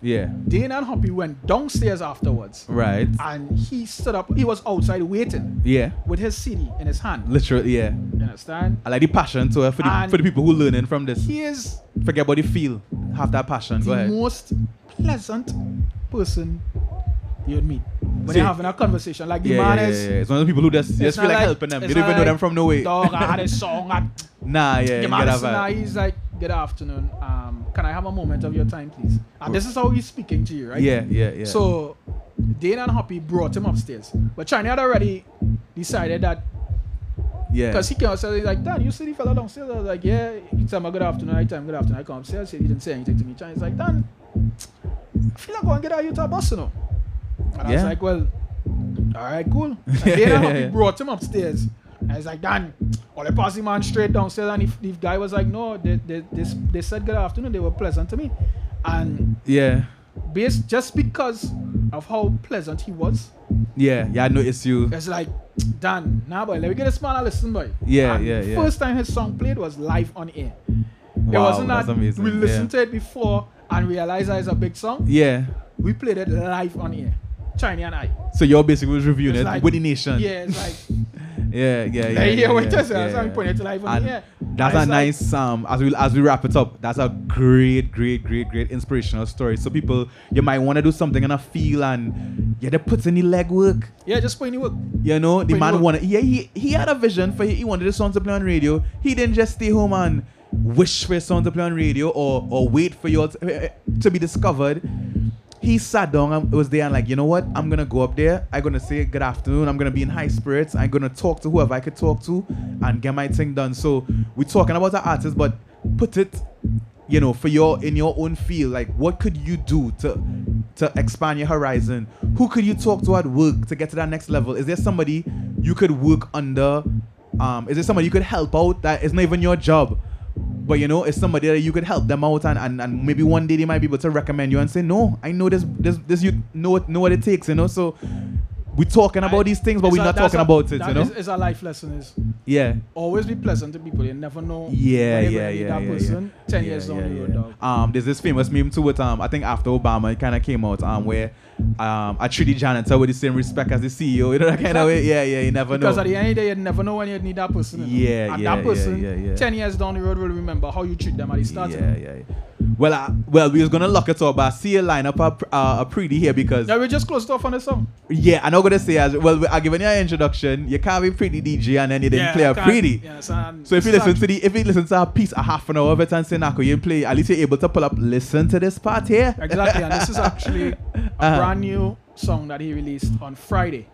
I: Yeah.
J: Dane and Humpy went downstairs afterwards.
I: Right.
J: And he stood up. He was outside waiting
I: Yeah.
J: with his CD in his hand.
I: Literally, yeah.
J: You understand?
I: I like the passion to for the,
J: And
I: for the people who learning from this.
J: He is
I: Forget about the feel. Have that passion. Go
J: the
I: ahead.
J: most pleasant person you'd meet when
I: See?
J: you're having a conversation. Like the
I: yeah,
J: man
I: yeah,
J: is.
I: yeah, yeah. It's one of the people who just,
J: it's
I: just feel
J: not
I: like, helping them. You
J: it's
I: don't even
J: not
I: know
J: like,
I: them from nowhere.
J: Dog, I had a song. I,
I: Nah, yeah,
J: the
I: you
J: man
I: get that
J: is- nah,
I: vibe.
J: he's like, good afternoon. Um, can I have a moment of your time, please? And this is how he's speaking to you, right?
I: Yeah, yeah, yeah.
J: So Dane and Hoppy brought him upstairs, but China had already decided that
I: Yeah.
J: because he came upstairs, he's like, Dan, you see the fella downstairs? I was like, yeah, he tell me good afternoon, I tell him good afternoon. I come upstairs, he didn't say anything to me. China's like, Dan, I feel like going to get out you to a bus, you know. And I was
I: Yeah.
J: like, well, all right, cool. And
I: Yeah,
J: Dane
I: yeah,
J: and Hoppy
I: yeah.
J: brought him upstairs. And he's like, Dan, all the passing man straight downstairs. And if the guy was like, no, they, they, they, they said good afternoon, they were pleasant to me. And
I: yeah,
J: based just because of how pleasant he was.
I: yeah, yeah. I noticed you.
J: It's like, Dan, nah, boy, let me get a smile and listen, boy.
I: Yeah,
J: And
I: yeah,
J: the
I: yeah.
J: First time his song played was live on air. it
I: Wow,
J: wasn't
I: that's
J: that
I: amazing,
J: we
I: yeah.
J: listened to it before and realized that it's a big song.
I: Yeah.
J: We played it live on air. China and I.
I: So your basically was reviewing it with the nation.
J: Yeah, it's like,
I: yeah, yeah,
J: yeah,
I: yeah.
J: yeah, wait, just
I: yeah,
J: that's how we
I: yeah.
J: put it live on
I: And
J: the air.
I: That's
J: And
I: a
J: it's like,
I: nice um as we as we wrap it up. That's a great, great, great, great inspirational story. So people, you might want to do something and a feel and yeah, they put in the legwork.
J: Yeah, just putting it work.
I: You know, the
J: Putting
I: man
J: work.
I: wanted. Yeah, he he had a vision for he wanted his song to play on radio. He didn't just stay home and wish for his song to play on radio or or wait for your to, eh, to be discovered. He sat down and was there and like, you know what? I'm gonna go up there. I'm gonna say good afternoon. I'm gonna be in high spirits. I'm gonna talk to whoever I could talk to and get my thing done. So we're talking about the artist, but put it, you know, for your in your own field. Like, what could you do to to expand your horizon? Who could you talk to at work to get to that next level? Is there somebody you could work under? Um, is there somebody you could help out that is not even your job? But you know, it's somebody that you could help them out and, and, and maybe one day they might be able to recommend you and say, No, I know this this this you know what know what it takes, you know. So we're talking about these things, but
J: it's
I: we're
J: a-
I: not
J: that's
I: talking
J: a-
I: about it,
J: that
I: you know?
J: is- It's a life lesson. Is
I: yeah.
J: always be pleasant to people. You never know.
I: Yeah,
J: when you're
I: yeah,
J: gonna meet
I: yeah,
J: That
I: yeah,
J: person
I: yeah.
J: ten
I: Yeah,
J: years
I: yeah,
J: down the road,
I: yeah.
J: dog.
I: Um, there's this famous meme too with um, I think after Obama it kind of came out um where um, I treat the janitor with the same respect as the CEO. You know that kind of way. Yeah, yeah. You never
J: because
I: know.
J: at the end of the day, you never know when you need that person. you know?
I: Yeah,
J: and
I: yeah,
J: that
I: yeah,
J: person,
I: yeah, yeah.
J: ten years down the road, will remember how you treat them at the start.
I: Yeah, yeah, yeah. Well, I, well, we was gonna lock it up, but I see a lineup up uh, a pretty here because
J: Now we just closed off on the song.
I: yeah, I'm not gonna say as well. I given you an introduction. You can't be pretty DJ and then you didn't play a
J: can't-
I: pretty.
J: yeah, so, um,
I: So if you
J: it's
I: listen
J: not-
I: to the if you listen to a piece a half an hour of it and say Nako, you play at least you're able to pull up listen to this part here.
J: exactly, and this is actually a
I: Uh-huh.
J: brand new song that he released on Friday.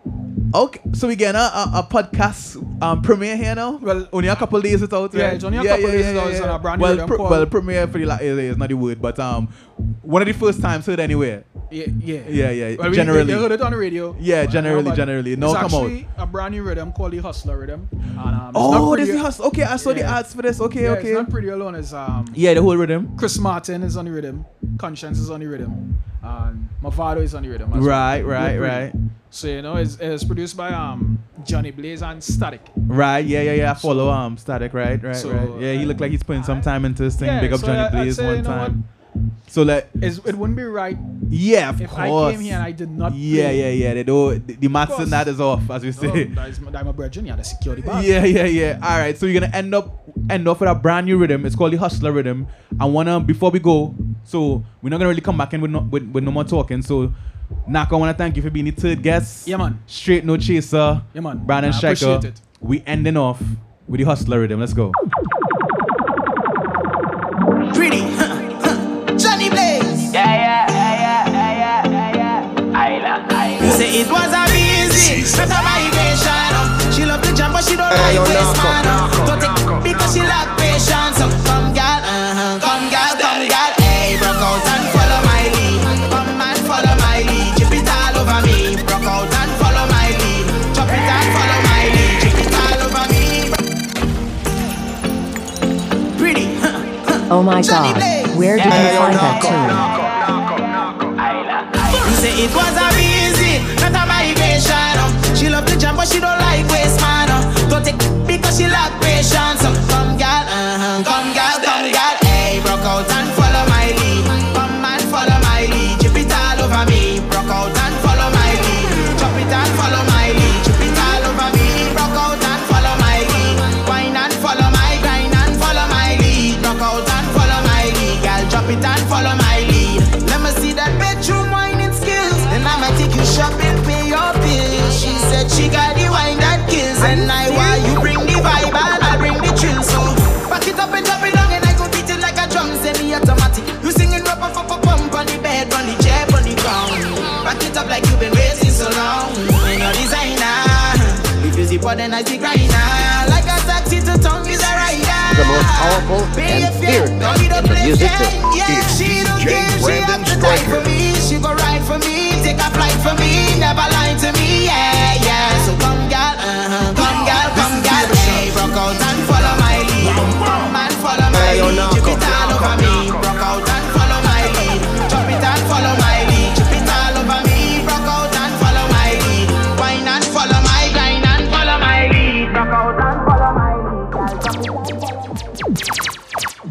I: Okay, so we getting a, a, a podcast um, premiere here now. Well, only a couple days it's out.
J: Yeah,
I: right?
J: it's only a couple days it's out, it's on a brand new
I: well,
J: album
I: pre-
J: called-
I: well, premiere for the like, is, is not the word, but um, one of the first times heard anywhere.
J: Yeah, yeah,
I: Yeah, yeah,
J: Well, we-
I: generally.
J: they heard it on the radio.
I: Yeah, generally,
J: but
I: generally. No,
J: it's
I: come out.
J: actually a brand new rhythm called the Hustler rhythm. And, um, it's not
I: Oh,
J: pretty-
I: this is us. Okay, I saw the
J: Yeah.
I: ads for this. Okay,
J: Yeah,
I: okay.
J: It's not pretty alone. It's um.
I: yeah, the whole rhythm.
J: Chris Martin is on the rhythm. Conscience is on the rhythm. And Mavado is on the rhythm. as well.
I: Right, right,
J: We're pretty.
I: right.
J: So you know, it's, it's produced by um Johnny Blaze and Static.
I: Right, yeah, yeah, yeah. I follow um static, right, right,
J: So,
I: right. Yeah, he looked like he's putting some time into this thing.
J: Yeah,
I: Big up
J: so I-
I: Johnny
J: I'd
I: Blaze
J: say,
I: one
J: you know what?
I: time. So like,
J: It's, it wouldn't be right.
I: yeah, of
J: if I
I: course.
J: came here and I did not.
I: yeah,
J: play,
I: yeah, yeah. They do the, the maths
J: course.
I: and that is off, as we say.
J: No, that is my, that my brethren. Yeah, the security band.
I: Yeah, yeah, yeah. All right, so we're gonna end up end off with a brand new rhythm. It's called the Hustler rhythm. I wanna before we go, so we're not gonna really come back in with no with, with no more talking. So, Naka, I wanna thank you for being the third guest. Yeah,
J: man.
I: Straight no chaser.
J: Yeah, man.
I: Brandon
J: I
I: Shaker.
J: appreciate it.
I: We ending off with the Hustler rhythm. Let's go.
R: Pretty. Johnny Blaze. Yeah, yeah, yeah, yeah, yeah, yeah, yeah. You say it was a busy, not a vibration. She love to jump, but she don't like waste man. Don't take because she lack patience. So come, girl, uh-huh. come, girl, come, girl. Hey, broke out and follow my lead. Come and follow my lead. Chip it all over me. Broke out and follow my lead. Chop it and follow my lead. Chip it all over me. Pretty.
L: Oh my god, where did you find that tune?
R: You say it was a busy, not a migration. uh. She love the jam, but she don't like waste man. uh. Don't take because she lack patience. uh. Come, girl, uh-huh. come, girl, come, girl. Hey, broke out and follow my lead. Come and follow my lead. Chip it all over me. Broke out and follow my lead. Chop it and follow my lead. Chip it all over me. Broke out and follow my lead. Wine and follow my grind and follow my lead. Broke out and follow my lead. Girl, drop it and follow my lead. Let me see that bedroom whining skills. Then I'ma take you shopping, pay your bills. She said she got the wine that kills. And I why you bring the vibe and I bring the chill. So back it up and drop it down and I go beat it like a drum, semi-automatic. You singing rap up, up, up, pump on the bed, on the chair, on the ground. Back it up like you've been raising so long. You know designer. If you see for then I see grinder. Like a taxi to tongue is a rider.
N: The most powerful
R: Be a
N: and
R: fear,
N: feared
R: don't be
N: man
R: the
N: in the
R: place,
N: music
R: yeah,
N: business.
R: yeah.
N: It's
R: She don't
N: DJ
R: care, she
N: Brandon
R: have to die
N: Stryker.
R: for me. She go ride for me, take a flight for me. uh-huh.